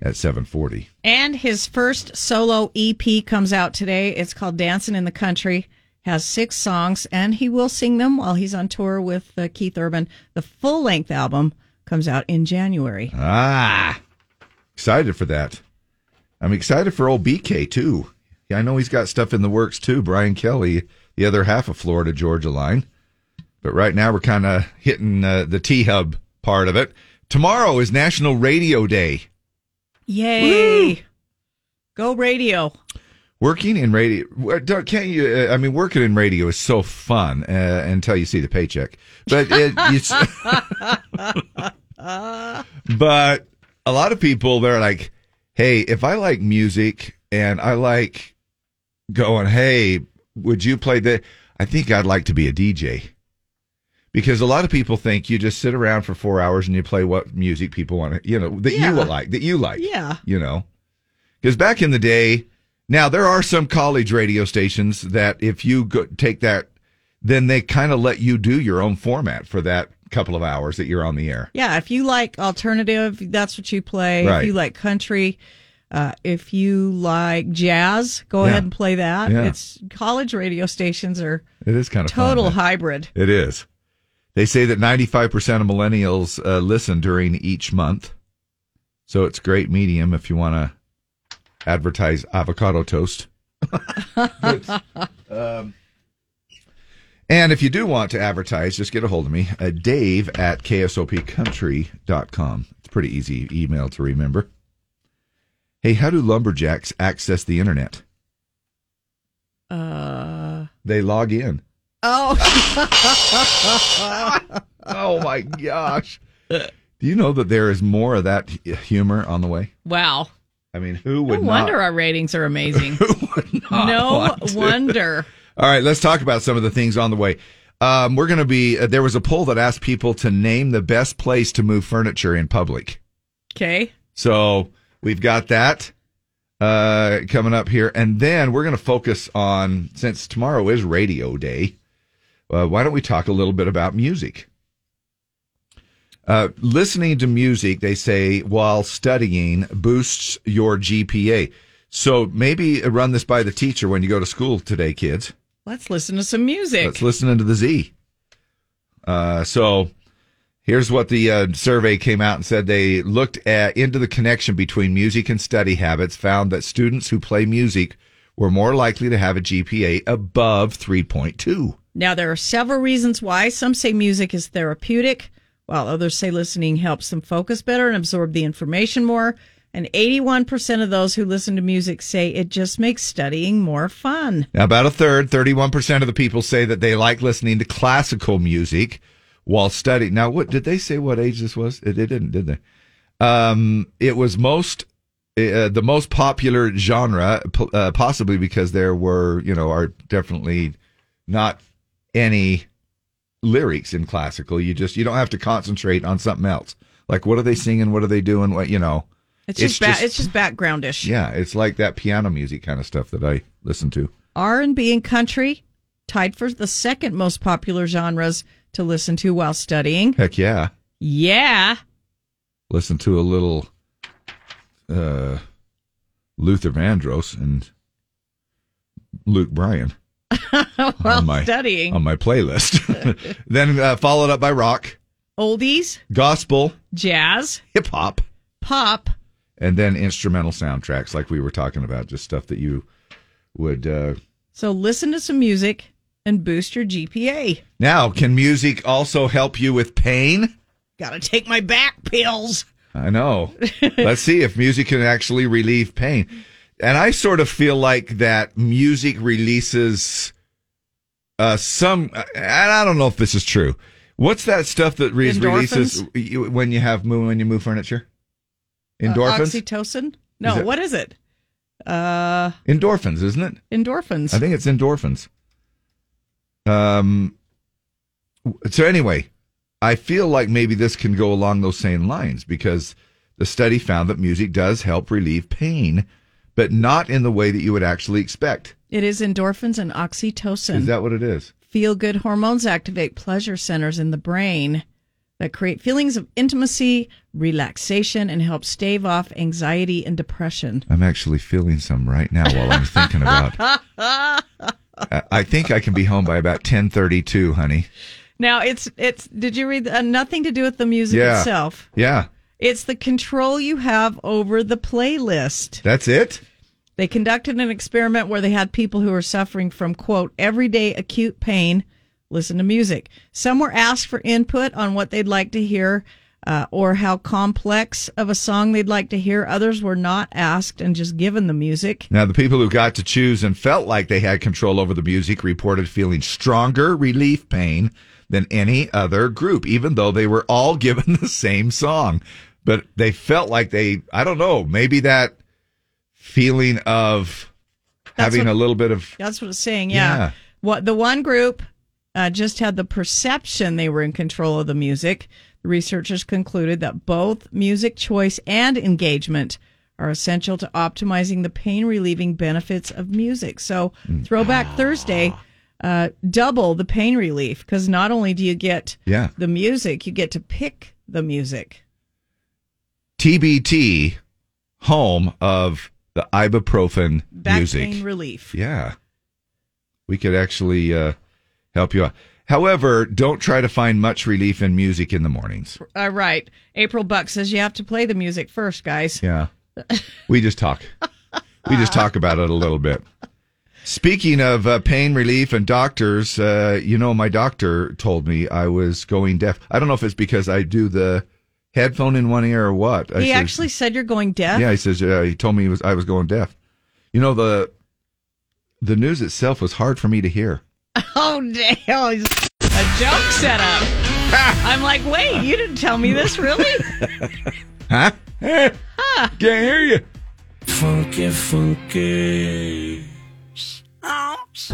Speaker 3: at 7:40.
Speaker 2: And his first solo EP comes out today. It's called Dancing in the Country. Has six songs, and he will sing them while he's on tour with uh, Keith Urban. The full length album comes out in January.
Speaker 3: Ah, excited for that. I'm excited for old BK too. Yeah, I know he's got stuff in the works too. Brian Kelly, the other half of Florida Georgia line. But right now we're kind of hitting uh, the T Hub part of it. Tomorrow is National Radio Day.
Speaker 2: Yay! Go radio.
Speaker 3: Working in radio, well, don't- can't you? uh, I mean, working in radio is so fun uh, until you see the paycheck. But it, it's, but a lot of people they're like, "Hey, if I like music and I like going, hey, would you play the? I think I'd like to be a DJ." Because a lot of people think you just sit around for four hours and you play what music people want to, you know, that you would like, that you like
Speaker 2: Yeah.
Speaker 3: you know because back in the day now there are some college radio stations that if you go, take that then they kind of let you do your own format for that couple of hours that you're on the air
Speaker 2: Yeah, if you like alternative, that's what you play.
Speaker 3: Right.
Speaker 2: If you like country, uh, if you like jazz, go
Speaker 3: Yeah.
Speaker 2: ahead and play that.
Speaker 3: Yeah.
Speaker 2: It's college radio stations are
Speaker 3: it is kind of
Speaker 2: total hybrid.
Speaker 3: it is they say that 95% of millennials uh, listen during each month so it's a great medium if you want to advertise avocado toast um, And if you do want to advertise, just get a hold of me, uh, dave at ksopcountry.com. It's a pretty easy email to remember. Hey, how do lumberjacks access the internet?
Speaker 2: Uh,
Speaker 3: They log in.
Speaker 2: oh.
Speaker 3: oh my gosh. Do you know that there is more of that hu- humor on the way?
Speaker 2: Wow.
Speaker 3: I mean, who
Speaker 2: No
Speaker 3: would not?
Speaker 2: wonder our ratings are amazing. no
Speaker 3: want to?
Speaker 2: wonder.
Speaker 3: All right, let's talk about some of the things on the way. Um, we're going to be, uh, there was a poll that asked people to name the best place to move furniture in public.
Speaker 2: Okay.
Speaker 3: So we've got that uh, coming up here. And then we're going to focus on, since tomorrow is radio day, uh, why don't we talk a little bit about music? Uh, listening to music, they say, while studying boosts your GPA. So maybe run this by the teacher when you go to school today, kids.
Speaker 2: Let's listen to some music.
Speaker 3: Let's listen into the Z. Uh, so Here's what the uh, survey came out and said they looked at, into the connection between music and study habits, found that students who play music were more likely to have a GPA above 3.2.
Speaker 2: Now, there are several reasons why. Some say music is therapeutic, while others say listening helps them focus better and absorb the information more. And 81% of those who listen to music say it just makes studying more fun.
Speaker 3: Now, about a third, 31% of the people say that they like listening to classical music while studying. Now, what did they say what age this was? Eh, They didn't, did they? Um, it was most, uh, the most popular genre, po- uh, possibly because there were, you know, are definitely not any lyrics in classical. You just, you don't have to concentrate on something else. Like, what are they singing? What are they doing? What, you know?
Speaker 2: It's, just, ba- it's just backgroundish.
Speaker 3: Yeah, it's like that piano music kind of stuff that I listen to.
Speaker 2: R&B and country tied for the second most popular genres to listen to while studying.
Speaker 3: Heck yeah.
Speaker 2: Yeah.
Speaker 3: Listen to a little uh Luther Vandross and Luke Bryan
Speaker 2: while studying.
Speaker 3: on Oh my playlist. then uh, followed up by rock,
Speaker 2: Oldies,
Speaker 3: gospel,
Speaker 2: jazz,
Speaker 3: hip hop,
Speaker 2: pop.
Speaker 3: and then instrumental soundtracks like we were talking about, just stuff that you would uh
Speaker 2: So listen to some music and boost your GPA.
Speaker 3: Now, can music also help you with pain?
Speaker 2: Got to take my back pills.
Speaker 3: I know. Let's see if music can actually relieve pain. And I sort of feel like that music releases uh, some, and I don't know if this is true. What's that stuff that re- releases you- when you have move when you move furniture?
Speaker 2: Uh,
Speaker 3: Endorphins.
Speaker 2: oxytocin? No,
Speaker 3: Is it-
Speaker 2: what is it? Uh
Speaker 3: endorphins, isn't it?
Speaker 2: endorphins.
Speaker 3: I think it's endorphins. Um. So anyway, I feel like maybe this can go along those same lines because the study found that music does help relieve pain, but not in the way that you would actually expect.
Speaker 2: it is endorphins and oxytocin.
Speaker 3: Is that what it is?
Speaker 2: Feel good hormones activate pleasure centers in the brain that create feelings of intimacy, relaxation, and help stave off anxiety and depression.
Speaker 3: I'm actually feeling some right now while I'm thinking about. I, I think I can be home by about ten thirty-two, honey.
Speaker 2: now it's it's. Did you read uh, nothing to do with the music
Speaker 3: yeah.
Speaker 2: itself?
Speaker 3: Yeah,
Speaker 2: It's the control you have over the playlist.
Speaker 3: that's it.
Speaker 2: They conducted an experiment where they had people who were suffering from, quote, everyday acute pain listen to music. Some were asked for input on what they'd like to hear uh, or how complex of a song they'd like to hear. Others were not asked and just given the music.
Speaker 3: Now, the people who got to choose and felt like they had control over the music reported feeling stronger relief pain than any other group, even though they were all given the same song. But they felt like they, I don't know, maybe that feeling of having
Speaker 2: what-
Speaker 3: a little bit of,
Speaker 2: That's what it's saying. Yeah.
Speaker 3: Yeah.
Speaker 2: What the one group uh, just had the perception they were in control of the music. The researchers concluded that both music choice and engagement are essential to optimizing the pain relieving benefits of music. So,
Speaker 3: Mm. Ah.
Speaker 2: Throwback Thursday, uh, double the pain relief because not only do you get
Speaker 3: yeah.
Speaker 2: the music, you get to pick the music.
Speaker 3: TBT, home of the ibuprofen
Speaker 2: Back
Speaker 3: music.
Speaker 2: pain relief.
Speaker 3: Yeah. We could actually uh, help you out. However, don't try to find much relief in music in the mornings.
Speaker 2: All right. April Buck says you have to play the music first, guys.
Speaker 3: Yeah. We just talk. We just talk about it a little bit. Speaking of uh, pain relief and doctors, uh, you know, my doctor told me I was going deaf. I don't know if it's because I do the headphone in one ear or what. I
Speaker 2: he
Speaker 3: said-
Speaker 2: actually said you're going deaf.
Speaker 3: Yeah, he says uh, he told me he was I was going deaf. You know the the news itself was hard for me to hear.
Speaker 2: Oh, damn. He's a joke set up. I'm like, wait, you didn't tell me this, really?
Speaker 3: Huh? Can't hear you.
Speaker 15: Funky, funky.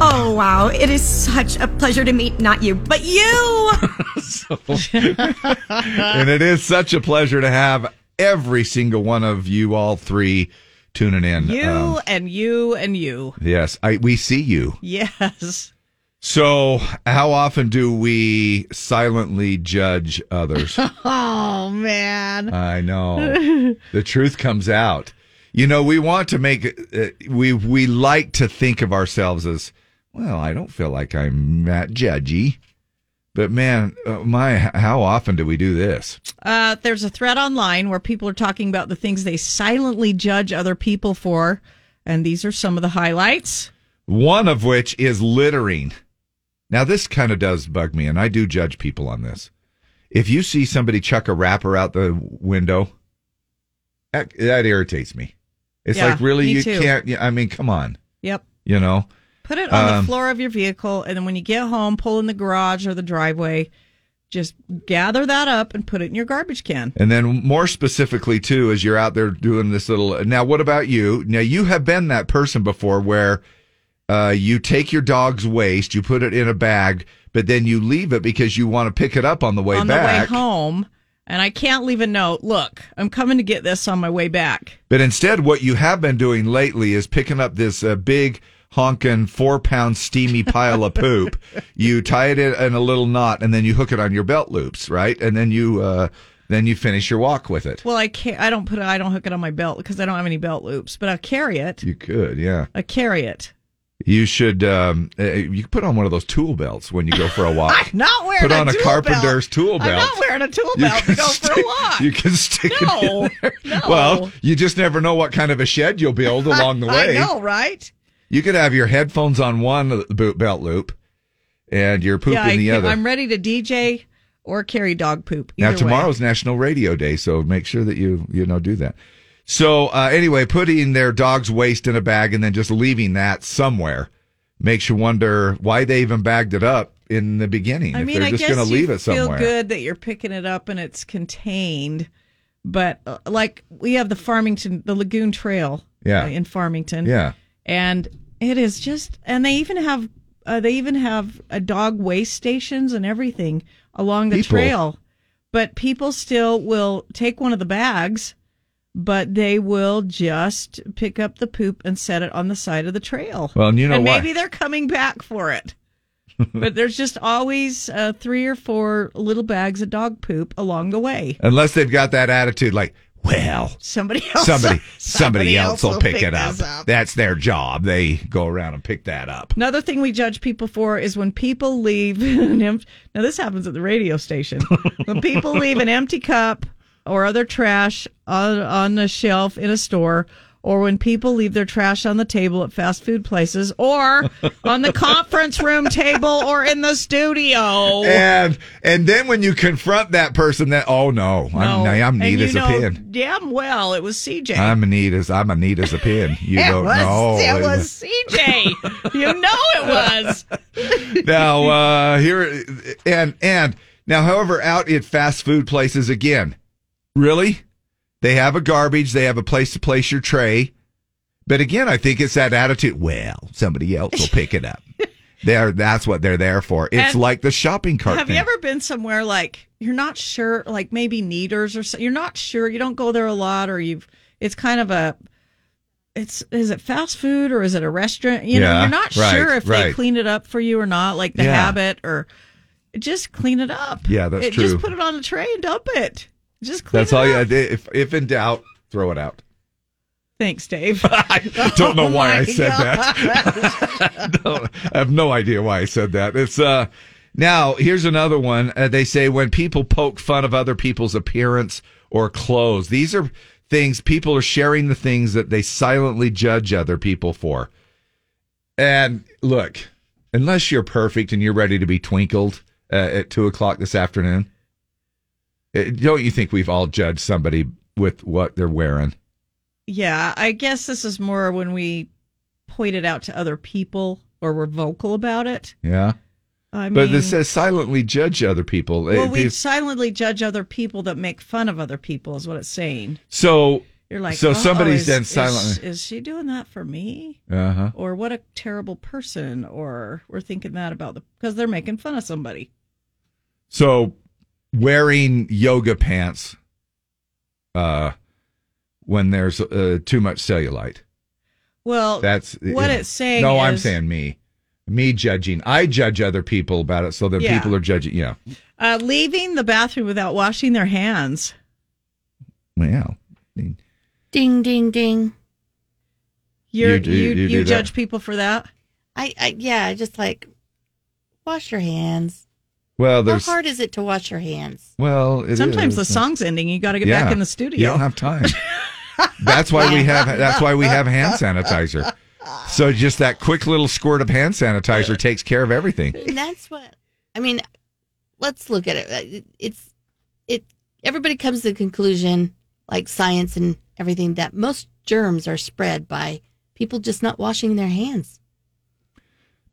Speaker 16: Oh, wow. It is such a pleasure to meet not you, but you!
Speaker 3: and it is such a pleasure to have every single one of you all three tuning in.
Speaker 2: You
Speaker 3: Um,
Speaker 2: and you and you.
Speaker 3: yes, I we see you.
Speaker 2: Yes.
Speaker 3: So, how often do we silently judge others?
Speaker 2: Oh, man.
Speaker 3: I know. the truth comes out. You know, we want to make uh, we we like to think of ourselves as well. I don't feel like I'm that judgy, But man, uh, my, how often do we do this?
Speaker 2: Uh, there's a thread online where people are talking about the things they silently judge other people for, and these are some of the highlights.
Speaker 3: One of which is littering. Now, this kind of does bug me, and I do judge people on this. If you see somebody chuck a wrapper out the window, that, that irritates me. It's
Speaker 2: Yeah,
Speaker 3: like, really,
Speaker 2: me
Speaker 3: you
Speaker 2: too.
Speaker 3: can't, I mean, come on,
Speaker 2: Yep.
Speaker 3: you know?
Speaker 2: Put it on
Speaker 3: Um,
Speaker 2: the floor of your vehicle, and then when you get home, pull in the garage or the driveway. Just gather that up and put it in your garbage can.
Speaker 3: And then more specifically too, as you're out there doing this little, now what about you? Now you have been that person before where, uh, you take your dog's waste, you put it in a bag, but then you leave it because you want to pick it up on the way
Speaker 2: on
Speaker 3: back.
Speaker 2: the way home, and I can't leave a note. Look, I'm coming to get this on my way back.
Speaker 3: But instead, what you have been doing lately is picking up this uh, big honkin' four pound steamy pile of poop. You tie it in, in a little knot and then you hook it on your belt loops, right? And then you, uh, then you finish your walk with it.
Speaker 2: Well, I can't. I don't put. it- I don't hook it on my belt because I don't have any belt loops. But I carry it.
Speaker 3: You could, yeah.
Speaker 2: I carry it.
Speaker 3: You should, um, uh, you could put on one of those tool belts when you go for a walk.
Speaker 2: Not wearing
Speaker 3: put
Speaker 2: a
Speaker 3: on a
Speaker 2: tool
Speaker 3: carpenter's
Speaker 2: belt.
Speaker 3: tool belt.
Speaker 2: I'm not wearing a tool
Speaker 3: You
Speaker 2: belt to
Speaker 3: can
Speaker 2: go for a
Speaker 3: stick-
Speaker 2: walk.
Speaker 3: You can stick it in
Speaker 2: No,
Speaker 3: there.
Speaker 2: no.
Speaker 3: Well, you just never know what kind of a shed you'll build along the way.
Speaker 2: I know, right?
Speaker 3: You could have your headphones on one boot belt loop and your poop
Speaker 2: yeah, I,
Speaker 3: in the
Speaker 2: ca-
Speaker 3: other.
Speaker 2: I'm ready to DJ or carry dog poop. Either
Speaker 3: now tomorrow's National Radio Day, so make sure that you you know do that. So uh, anyway, putting their dog's waste in a bag and then just leaving that somewhere makes you wonder why they even bagged it up in the beginning.
Speaker 2: way. I
Speaker 3: if
Speaker 2: mean,
Speaker 3: they're
Speaker 2: I
Speaker 3: just
Speaker 2: guess
Speaker 3: going to
Speaker 2: you
Speaker 3: leave it
Speaker 2: feel
Speaker 3: somewhere.
Speaker 2: good that you're picking it up and it's contained. But uh, like we have the Farmington, the Lagoon Trail,
Speaker 3: Yeah.
Speaker 2: uh, in Farmington,
Speaker 3: Yeah.
Speaker 2: and it is just and they even have uh, they even have a dog waste stations and everything along the
Speaker 3: People.
Speaker 2: trail but people still will take one of the bags but they will just pick up the poop and set it on the side of the trail
Speaker 3: Well, and you know
Speaker 2: and
Speaker 3: why.
Speaker 2: maybe they're coming back for it but there's just always uh, three or four little bags of dog poop along the way
Speaker 3: Unless they've got that attitude, like, well,
Speaker 2: somebody else
Speaker 3: somebody somebody else will pick, it
Speaker 2: this
Speaker 3: up. That's their job. They go around and pick that up.
Speaker 2: Another thing we judge people for is when people leave an empty. Now this happens at the radio station. when people leave an empty cup or other trash on, on a shelf in a store, or when people leave their trash on the table at fast food places, or on the conference room table, or in the studio.
Speaker 3: And and then when you confront that person, that oh no, I'm,
Speaker 2: No.
Speaker 3: I'm neat
Speaker 2: And you
Speaker 3: as a
Speaker 2: know
Speaker 3: pin.
Speaker 2: Damn well, it was CJ.
Speaker 3: I'm neat as I'm a neat as a pin. You
Speaker 2: it
Speaker 3: don't
Speaker 2: was,
Speaker 3: know.
Speaker 2: It was CJ. you know it was.
Speaker 3: now uh, here and and now, however, out at fast food places again. Really, they have a garbage. They have a place to place your tray. But again, I think it's that attitude. Well, somebody else will pick it up. There, that's what they're there for. It's
Speaker 2: And
Speaker 3: like the shopping cart.
Speaker 2: Have
Speaker 3: thing.
Speaker 2: you ever been somewhere like you're not sure, like maybe Neaters or so, you're not sure, you don't go there a lot, or you've it's kind of a it's is it fast food or is it a restaurant? You know,
Speaker 17: Yeah,
Speaker 2: you're not
Speaker 17: right,
Speaker 2: sure if they
Speaker 17: right.
Speaker 2: clean it up for you or not, like the
Speaker 17: Yeah.
Speaker 2: habit or just clean it up.
Speaker 3: Yeah, that's
Speaker 2: It-
Speaker 3: true.
Speaker 2: Just put it on a tray and dump it. Just clean
Speaker 3: That's
Speaker 2: it
Speaker 3: all.
Speaker 2: up.
Speaker 3: You, if if in doubt, throw it out.
Speaker 2: Thanks, Dave.
Speaker 3: I don't
Speaker 2: Oh
Speaker 3: know why I said that. No, I have no idea why I said that. It's uh now here's another one. Uh, they say when people poke fun of other people's appearance or clothes, these are things people are sharing the things that they silently judge other people for. And look, unless you're perfect and you're ready to be twinkled uh, at two o'clock this afternoon, uh, don't you think we've all judged somebody with what they're wearing?
Speaker 2: Yeah, I guess this is more when we point it out to other people or we're vocal about it.
Speaker 3: Yeah.
Speaker 2: I
Speaker 3: but
Speaker 2: mean-
Speaker 3: this says silently judge other people.
Speaker 2: Well,
Speaker 3: It-
Speaker 2: we
Speaker 3: it-
Speaker 2: silently judge other people that make fun of other people, is what it's saying.
Speaker 3: so
Speaker 2: You're like,
Speaker 3: so
Speaker 2: "Oh,
Speaker 3: somebody's
Speaker 2: is-
Speaker 3: then
Speaker 2: is-
Speaker 3: silently.
Speaker 2: Is, she doing that for me?
Speaker 3: Uh-huh.
Speaker 2: Or what a terrible person? Or we're thinking that about the because they're making fun of somebody.
Speaker 3: so wearing yoga pants uh, when there's uh, too much cellulite.
Speaker 2: Well,
Speaker 3: That's
Speaker 2: what
Speaker 3: yeah.
Speaker 2: it's saying.
Speaker 3: No, I'm
Speaker 2: is-
Speaker 3: saying me, me judging. I judge other people about it, so then
Speaker 2: Yeah.
Speaker 3: people are judging. Yeah.
Speaker 2: uh, leaving the bathroom without washing their hands.
Speaker 3: Well,
Speaker 12: Ding, ding, ding.
Speaker 2: You're, you
Speaker 3: You
Speaker 2: you,
Speaker 3: do- you do that.
Speaker 2: judge people for that.
Speaker 12: I, I yeah, I just like wash your hands.
Speaker 3: Well,
Speaker 12: How
Speaker 3: there's
Speaker 12: hard is it to wash your hands?
Speaker 3: well. it
Speaker 2: Sometimes
Speaker 3: is.
Speaker 2: the song's ending, you got to get back
Speaker 3: Yeah.
Speaker 2: in the
Speaker 3: You
Speaker 2: studio.
Speaker 3: don't have time. That's why we have. That's why we have hand sanitizer. So just that quick little squirt of hand sanitizer takes care of everything.
Speaker 12: And that's what I mean. Let's look at it. It's it. Everybody comes to the conclusion, like science and everything, that most germs are spread by people just not washing their hands.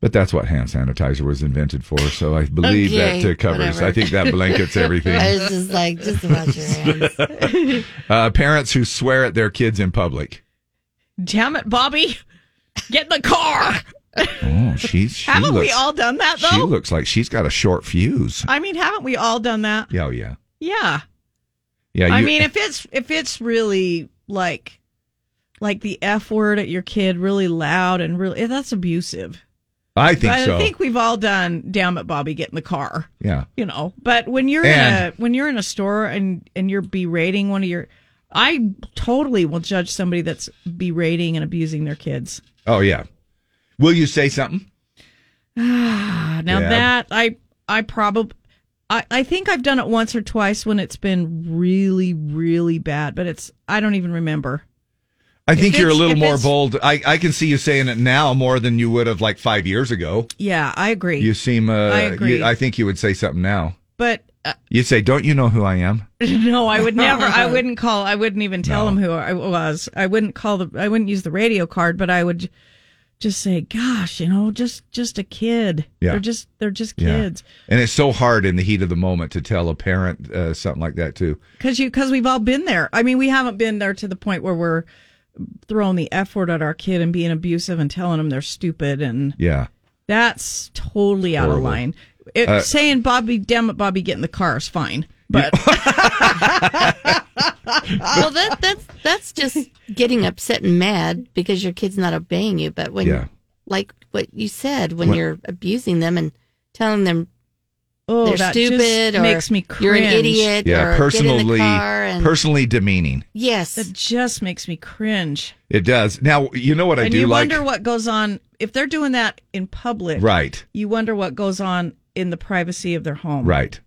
Speaker 3: But that's what hand sanitizer was invented for. So I believe that
Speaker 12: Okay,
Speaker 3: uh, covers.
Speaker 12: whatever.
Speaker 3: I think that blankets everything.
Speaker 12: I was just like, just wash your hands.
Speaker 3: uh, parents who swear at their kids in public.
Speaker 2: Damn it, Bobby. Get in the car.
Speaker 3: Oh, she's. She
Speaker 2: haven't we
Speaker 3: looks-
Speaker 2: all done that,
Speaker 3: She
Speaker 2: though?
Speaker 3: looks like she's got a short fuse.
Speaker 2: I mean, haven't we all done that?
Speaker 3: Yeah, oh, yeah,
Speaker 2: Yeah.
Speaker 3: yeah.
Speaker 2: I
Speaker 3: you-
Speaker 2: mean, if it's if it's really like like the F word at your kid really loud and really eh, that's abusive.
Speaker 3: I think so.
Speaker 2: I think we've all done damn it Bobby get in the car.
Speaker 3: yeah.
Speaker 2: You know, but when you're in
Speaker 3: And-
Speaker 2: a when you're in a store and and you're berating one of your I totally will judge somebody that's berating and abusing their kids.
Speaker 3: Oh, yeah. Will you say something?
Speaker 2: Ah, now
Speaker 3: Yeah.
Speaker 2: that I I probably I, I think I've done it once or twice when it's been really really bad, but it's I don't even remember.
Speaker 3: I
Speaker 2: If
Speaker 3: think you're a
Speaker 2: it's-
Speaker 3: little
Speaker 2: if
Speaker 3: more
Speaker 2: it's-
Speaker 3: bold. I, I can see you saying it now more than you would have like five years ago.
Speaker 2: Yeah, I agree.
Speaker 3: You seem. Uh,
Speaker 2: I agree.
Speaker 3: You, I think you would say something now.
Speaker 2: but uh,
Speaker 3: You'd say, "Don't you know who I am?"
Speaker 2: no, I would never. I wouldn't call. I wouldn't even tell them who I was. I wouldn't call the. I wouldn't use the radio card, but I would just say, "Gosh, you know, just just a kid.
Speaker 3: Yeah.
Speaker 2: They're just they're just
Speaker 3: Yeah.
Speaker 2: kids."
Speaker 3: And it's so hard in the heat of the moment to tell a parent uh, something like that too.
Speaker 2: Because you because we've all been there. I mean, we haven't been there to the point where we're throwing the f word at our kid and being abusive and telling them they're stupid and
Speaker 3: Yeah.
Speaker 2: that's totally out of
Speaker 3: Horrible.
Speaker 2: line. It,
Speaker 3: Uh,
Speaker 2: saying Bobby, damn it, Bobby, get in the car is fine.
Speaker 12: well, that that's that's just getting upset and mad because your kid's not obeying you. But when,
Speaker 3: Yeah.
Speaker 12: like what you said, when
Speaker 3: When-
Speaker 12: you're abusing them and telling them
Speaker 2: Oh,
Speaker 12: they're
Speaker 2: that
Speaker 12: stupid
Speaker 2: just
Speaker 12: or
Speaker 2: makes me
Speaker 12: you're an
Speaker 2: cringe.
Speaker 12: idiot,
Speaker 3: Yeah.
Speaker 12: or get in the
Speaker 3: Personally,
Speaker 12: car and
Speaker 3: personally demeaning.
Speaker 12: yes,
Speaker 2: that just makes me cringe.
Speaker 3: It does. Now you know what I
Speaker 2: and
Speaker 3: do
Speaker 2: you
Speaker 3: like.
Speaker 2: wonder what goes on if they're doing that in public.
Speaker 3: Right.
Speaker 2: You wonder what goes on in the privacy of their home.
Speaker 3: Right.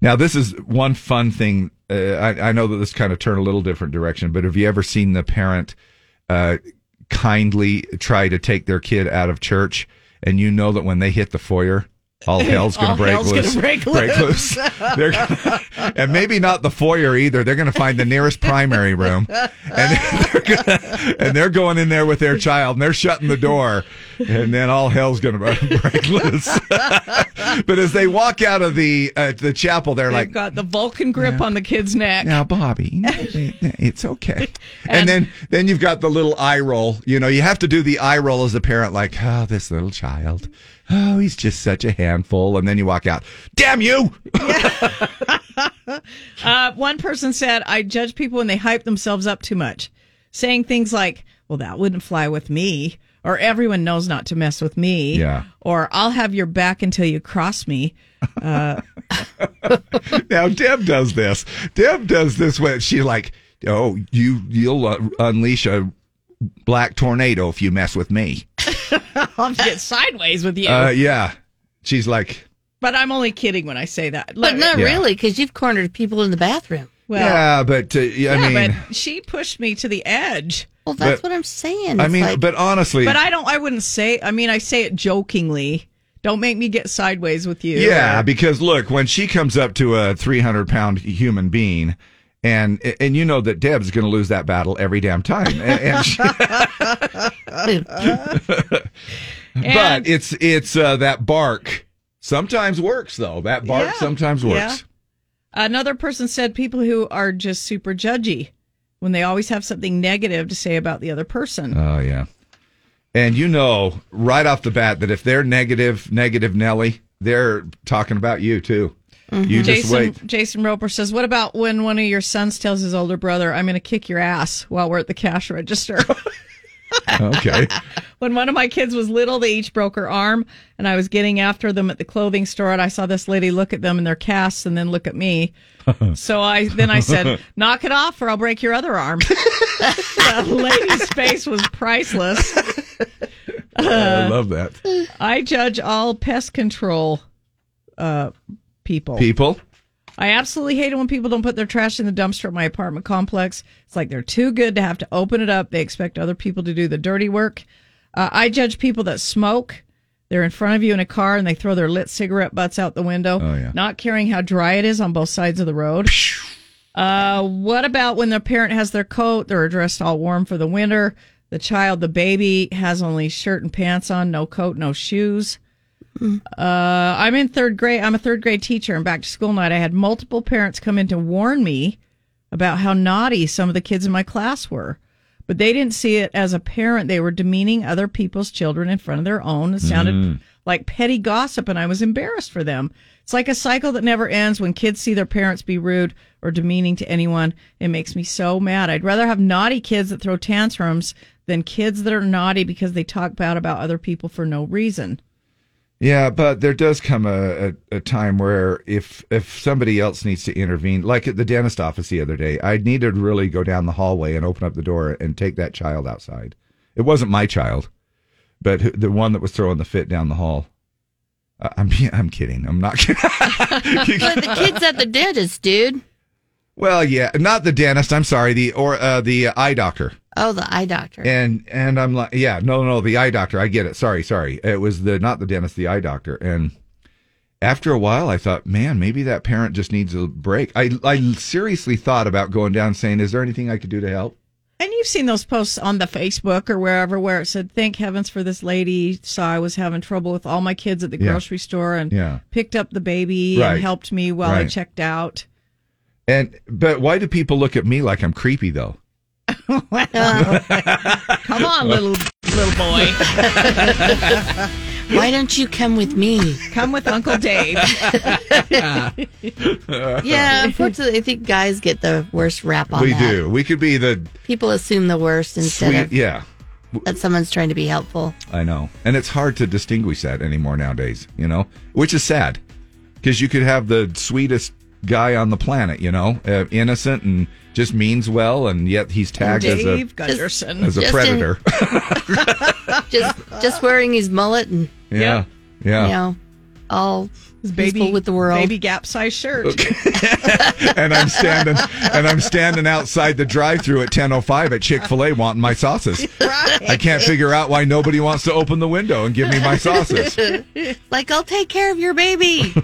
Speaker 3: Now, this is one fun thing. Uh, I, I know that this kind of turned a little different direction, but have you ever seen the parent uh, kindly try to take their kid out of church? And you know that when they hit the foyer, all hell's going
Speaker 2: All
Speaker 3: to break
Speaker 2: hell's gonna
Speaker 3: loose.
Speaker 2: break loose.
Speaker 3: They're gonna- and maybe not the foyer either. They're going to find the nearest primary room, and they're, gonna, and they're going in there with their child, and they're shutting the door, and then all hell's going to break loose. but as they walk out of the uh, the chapel, they're
Speaker 2: They've
Speaker 3: like,
Speaker 2: got the Vulcan grip on the kid's neck.
Speaker 3: "Now, Bobby, it's okay." and, then then you've got the little eye roll. You know, you have to do the eye roll as a parent, like, "Oh, this little child, oh, he's just such a handful." And then you walk out, "Damn you!"
Speaker 2: Uh, one person said, I judge people when they hype themselves up too much, saying things like, well, that wouldn't fly with me, or everyone knows not to mess with me,
Speaker 3: Yeah.
Speaker 2: or I'll have your back until you cross me. Uh,
Speaker 3: now Deb does this. Deb does this when she like, "Oh, you you'll uh, unleash a black tornado if you mess with me."
Speaker 2: I'll get sideways with you.
Speaker 3: Uh, yeah, she's like,
Speaker 2: But I'm only kidding when I say that.
Speaker 12: but not
Speaker 3: Yeah.
Speaker 12: really because you've cornered people in the bathroom.
Speaker 2: Well,
Speaker 3: "Yeah, but uh, I mean."
Speaker 2: but she pushed me to the edge.
Speaker 12: Well,
Speaker 3: that's But-
Speaker 2: what I'm saying.
Speaker 3: I mean, but honestly,
Speaker 2: but I don't. I wouldn't say. I mean, I say it jokingly. Don't make me get sideways with you.
Speaker 3: yeah, because look, when she comes up to a 300 pound human being, and and you know that Deb's going to lose that battle every damn time, and, and she- but it's it's uh, that bark sometimes works though. That bark
Speaker 2: Yeah,
Speaker 3: sometimes works.
Speaker 2: yeah. Another person said people who are just super judgy when they always have something negative to say about the other person.
Speaker 3: Oh yeah, and you know right off the bat that if they're negative, negative Nelly, they're talking about you too. You just
Speaker 2: Jason,
Speaker 3: wait.
Speaker 2: Jason Roper says, "What about when one of your sons tells his older brother, "I'm going to kick your ass" while we're at the cash register?"
Speaker 3: Okay.
Speaker 2: When one of my kids was little, they each broke her arm, and I was getting after them at the clothing store, and I saw this lady look at them in their casts and then look at me. So I then I said, "Knock it off, or I'll break your other arm." the lady's face was priceless.
Speaker 3: I love that.
Speaker 2: I judge all pest control uh, people.
Speaker 3: People?
Speaker 2: I absolutely hate it when people don't put their trash in the dumpster at my apartment complex. It's like they're too good to have to open it up. They expect other people to do the dirty work. Uh, I judge people that smoke. They're in front of you in a car and they throw their lit cigarette butts out the window,
Speaker 3: Oh, yeah.
Speaker 2: not caring how dry it is on both sides of the road. Uh, what about when the parent has their coat? They're dressed all warm for the winter. The child, the baby, has only shirt and pants on, no coat, no shoes. Uh, I'm in third grade. I'm a third grade teacher, and back to school night, I had multiple parents come in to warn me about how naughty some of the kids in my class were. But they didn't see it as a parent. They were demeaning other people's children in front of their own. It sounded
Speaker 17: Mm.
Speaker 2: like petty gossip, and I was embarrassed for them. It's like a cycle that never ends when kids see their parents be rude or demeaning to anyone. It makes me so mad. I'd rather have naughty kids that throw tantrums than kids that are naughty because they talk bad about other people for no reason.
Speaker 3: Yeah, but there does come a, a, a time where if if somebody else needs to intervene, like at the dentist office the other day, I needed to really go down the hallway and open up the door and take that child outside. It wasn't my child, but who- the one that was throwing the fit down the hall. I- I'm I'm kidding. I'm not kidding.
Speaker 12: but the kids at the dentist, dude.
Speaker 3: Well, yeah, not the dentist. I'm sorry. The or uh, the eye doctor.
Speaker 12: Oh, the eye doctor.
Speaker 3: And and I'm like, yeah, no, no, the eye doctor. I get it. Sorry, sorry. It was the not the dentist, the eye doctor. And after a while, I thought, man, maybe that parent just needs a break. I I seriously thought about going down, and saying, is there anything I could do to help?
Speaker 2: And you've seen those posts on the Facebook or wherever where it said, "Thank heavens for this lady." So I was having trouble with all my kids at the
Speaker 3: Yeah.
Speaker 2: grocery store and
Speaker 3: Yeah.
Speaker 2: picked up the baby
Speaker 3: Right.
Speaker 2: and helped me while I
Speaker 3: Right.
Speaker 2: checked out.
Speaker 3: And but why do people look at me like I'm creepy though?
Speaker 2: Come on, little little boy.
Speaker 12: Why don't you come with me?
Speaker 2: Come with Uncle Dave.
Speaker 12: yeah, unfortunately, I think guys get the worst rap on
Speaker 3: we
Speaker 12: that.
Speaker 3: do. We could be the
Speaker 12: People assume the worst instead
Speaker 3: sweet.
Speaker 12: of
Speaker 3: Yeah,
Speaker 12: that someone's trying to be helpful.
Speaker 3: I know. And it's hard to distinguish that anymore nowadays, you know, which is sad because you could have the sweetest guy on the planet, you know, uh, innocent and just means well, and yet he's tagged as a,
Speaker 2: Dave Gunderson.
Speaker 3: as a
Speaker 12: Just
Speaker 3: predator.
Speaker 12: just just wearing his mullet and
Speaker 3: yeah. Yeah.
Speaker 12: you know all his
Speaker 2: baby-
Speaker 12: with the world.
Speaker 2: baby gap size shirt.
Speaker 3: and I'm standing and I'm standing outside the drive-through at 10:05 at Chick-fil-A wanting my sauces. I can't figure out why nobody wants to open the window and give me my sauces.
Speaker 12: like I'll take care of your baby.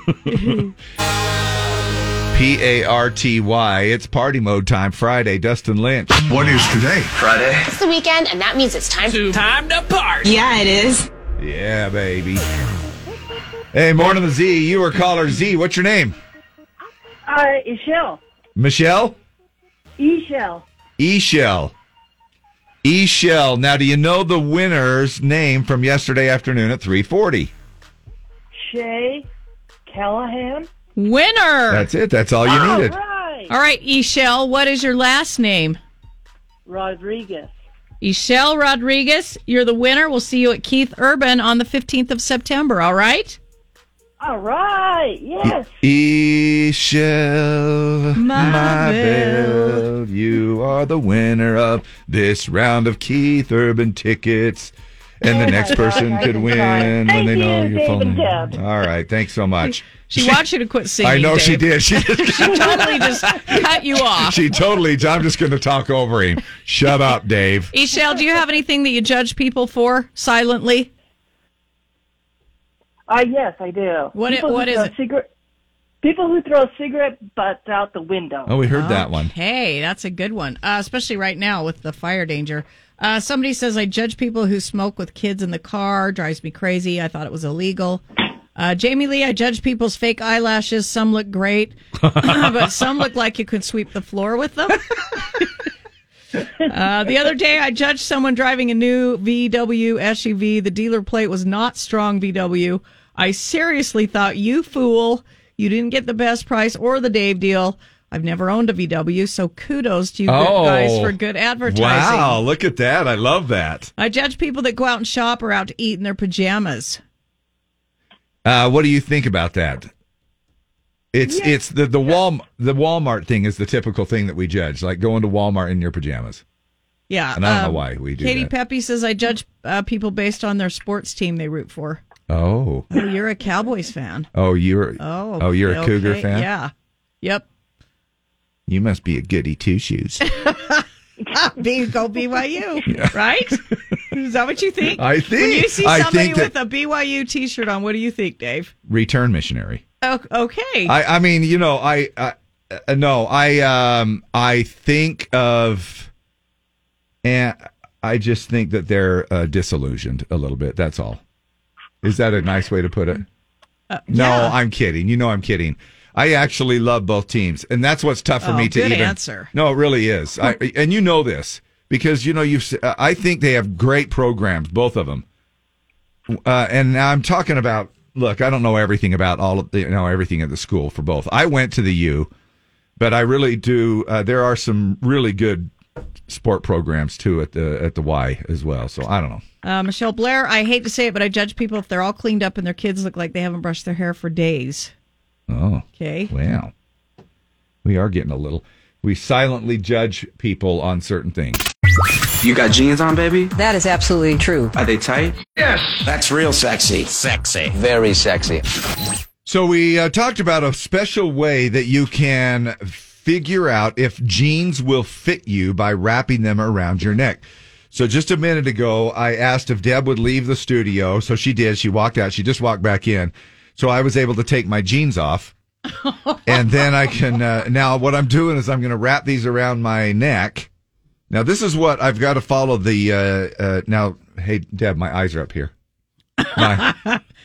Speaker 3: P A R T Y. It's party mode time Friday. Dustin Lynch. What is today? Friday.
Speaker 9: It's the weekend, and that means it's time to time to party.
Speaker 16: Yeah, it is.
Speaker 3: Yeah, baby. Hey, morning the Z. You are caller Z. What's your name?
Speaker 18: Uh, Ishel.
Speaker 3: Michelle?
Speaker 18: Ishel.
Speaker 3: E Shell. E Shell. Now, do you know the winner's name from yesterday afternoon at 340?
Speaker 18: Shay. Callahan.
Speaker 2: Winner.
Speaker 3: That's it. That's all you needed.
Speaker 2: All right, Ishel, what is your last name?
Speaker 18: Rodriguez.
Speaker 2: Ishel Rodriguez, you're the winner. We'll see you at Keith Urban on the 15th of September, all right?
Speaker 18: All right. Yes.
Speaker 3: E Shell,
Speaker 18: My
Speaker 3: my,
Speaker 18: bell.
Speaker 3: bell, you are the winner of this round of Keith Urban tickets. And the next person could win when
Speaker 2: Thank
Speaker 3: they know
Speaker 2: you,
Speaker 3: your phone
Speaker 2: David
Speaker 3: name.
Speaker 2: Deb.
Speaker 3: All right. Thanks so much.
Speaker 2: She wants you to quit singing.
Speaker 3: I know she did.
Speaker 2: Dave.
Speaker 3: She did.
Speaker 2: She totally just cut you off.
Speaker 3: she totally. I'm just going to talk over him. Shut up, Dave.
Speaker 2: Ishel, do you have anything that you judge people for silently?
Speaker 18: Uh, yes, I do.
Speaker 2: What it-
Speaker 18: People who
Speaker 2: what is
Speaker 18: throw
Speaker 2: it?
Speaker 18: Cigarette, people who throw cigarette butts out the window.
Speaker 3: Oh, we heard that one.
Speaker 2: Hey, that's a good one, uh, especially right now with the fire danger. Uh, somebody says, I judge people who smoke with kids in the car. Drives me crazy. I thought it was illegal. Uh, Jamie Lee, I judge people's fake eyelashes. Some look great, but some look like you could sweep the floor with them. Uh, the other day, I judged someone driving a new VW SUV. The dealer plate was not strong VW. I seriously thought, you fool, you didn't get the best price or the Dave deal. I've never owned a VW, so kudos to you good guys for good advertising.
Speaker 3: Oh. Wow, look at that. I love that.
Speaker 2: I judge people that go out and shop or out to eat in their pajamas.
Speaker 3: Uh, what do you think about that? It's it's the the Wal the Walmart thing is the typical thing that we judge, like going to Walmart in your pajamas.
Speaker 2: Yeah, um,
Speaker 3: And I don't know why we do
Speaker 2: Katie
Speaker 3: that.
Speaker 2: Pepe says I judge uh, people based on their sports team they root for.
Speaker 3: Oh.
Speaker 2: Oh, you're a Cowboys fan.
Speaker 3: Oh, you're.
Speaker 2: Oh.
Speaker 3: Oh, you're a
Speaker 2: okay,
Speaker 3: Cougar fan.
Speaker 2: Yeah. Yep.
Speaker 3: You must be a goody two shoes.
Speaker 2: B- Ah, go BYU, right? Is that what you think?
Speaker 3: I think-
Speaker 2: When you see
Speaker 3: I
Speaker 2: somebody
Speaker 3: think that-
Speaker 2: with a BYU T-shirt on, what do you think, Dave?
Speaker 3: Return missionary.
Speaker 2: O- Okay.
Speaker 3: I, I mean, you know, I, I uh, no, I, um, I think of, and I just think that they're uh, disillusioned a little bit. That's all. Is that a nice way to put it?
Speaker 2: Uh,
Speaker 3: no, I'm kidding. You know, I'm kidding. I actually love both teams, and that's what's tough for
Speaker 2: Oh,
Speaker 3: me to
Speaker 2: good
Speaker 3: even.
Speaker 2: answer.
Speaker 3: No, it really is. I, and you know this because you know you've. s- uh, I think they have great programs, both of them. Uh, and I'm talking about. Look, I don't know everything about all of the, you know everything at the school for both. I went to the U, but I really do. Uh, there are some really good sport programs too at the at the Y as well. So I don't know.
Speaker 2: Uh, Michelle Blair, I hate to say it, but I judge people if they're all cleaned up and their kids look like they haven't brushed their hair for days.
Speaker 3: Oh.
Speaker 2: Okay.
Speaker 3: Wow. We are getting a little. We silently judge people on certain things.
Speaker 6: You got jeans on, baby?
Speaker 17: That is absolutely true.
Speaker 6: Are they tight? Yes. That's real sexy. Sexy. Very sexy.
Speaker 3: So we uh, talked about a special way that you can figure out if jeans will fit you by wrapping them around your neck. So just a minute ago, I asked if Deb would leave the studio. So she did. She walked out. She just walked back in. So I was able to take my jeans off. and then I can, uh, now what I'm doing is I'm going to wrap these around my neck. Now this is what I've got to follow the, uh, uh, now, hey, Deb, my eyes are up here. My-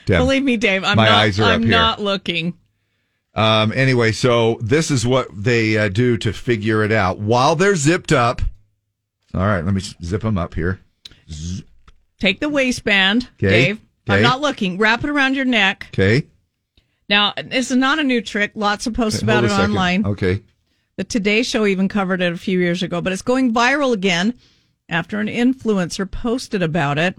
Speaker 3: Deb.
Speaker 2: Believe me, Dave, I'm
Speaker 3: My
Speaker 2: not.
Speaker 3: eyes are up
Speaker 2: I'm
Speaker 3: here.
Speaker 2: not looking.
Speaker 3: Um, anyway, so this is what they uh, do to figure it out while they're zipped up. All right, let me s- zip them up here. Z-
Speaker 2: Take the waistband,
Speaker 3: 'Kay.
Speaker 2: Dave. I'm
Speaker 3: 'Kay.
Speaker 2: not looking. Wrap it around your neck.
Speaker 3: Okay,
Speaker 2: Now, this is not a new trick. Lots of posts about
Speaker 3: Hold a
Speaker 2: it
Speaker 3: second.
Speaker 2: online.
Speaker 3: Okay,
Speaker 2: The Today Show even covered it a few years ago, but it's going viral again after an influencer posted about it.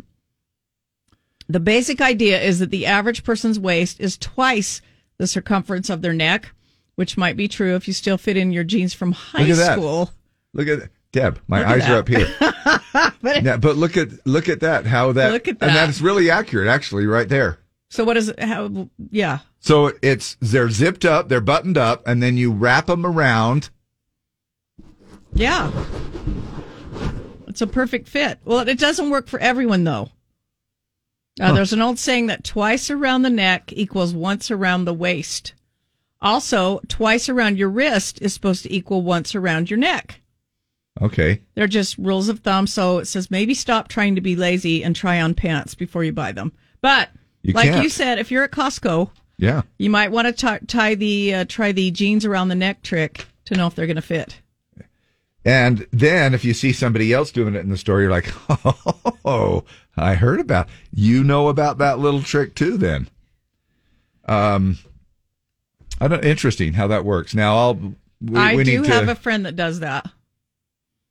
Speaker 2: The basic idea is that the average person's waist is twice the circumference of their neck, which might be true if you still fit in your jeans from high
Speaker 3: look at that.
Speaker 2: school.
Speaker 3: Look at that. Deb. My
Speaker 2: Look at
Speaker 3: eyes
Speaker 2: that.
Speaker 3: are up here.
Speaker 2: But-
Speaker 3: Yeah, but look at look at that. How that.
Speaker 2: Look at
Speaker 3: And
Speaker 2: that.
Speaker 3: that's really accurate, actually, right there.
Speaker 2: So what is it? How? Yeah.
Speaker 3: So it's they're zipped up, they're buttoned up, and then you wrap them around.
Speaker 2: Yeah. It's a perfect fit. Well, it doesn't work for everyone, though. Uh,
Speaker 19: Huh.
Speaker 2: There's an old saying that twice around the neck equals once around the waist. Also, twice around your wrist is supposed to equal once around your neck.
Speaker 3: Okay.
Speaker 2: They're just rules of thumb. So it says maybe stop trying to be lazy and try on pants before you buy them. But
Speaker 3: You
Speaker 2: like you
Speaker 3: can't.
Speaker 2: said, if you're at Costco,
Speaker 3: Yeah.
Speaker 2: you might want to t- tie the uh, try the jeans around the neck trick to know if they're going to fit.
Speaker 3: And then if you see somebody else doing it in the store, you're like, oh, I heard about. You know about that little trick too. Then, um, I don't. Interesting how that works. Now I'll. We,
Speaker 2: I
Speaker 3: we
Speaker 2: do
Speaker 3: need
Speaker 2: have
Speaker 3: to,
Speaker 2: a friend that does that.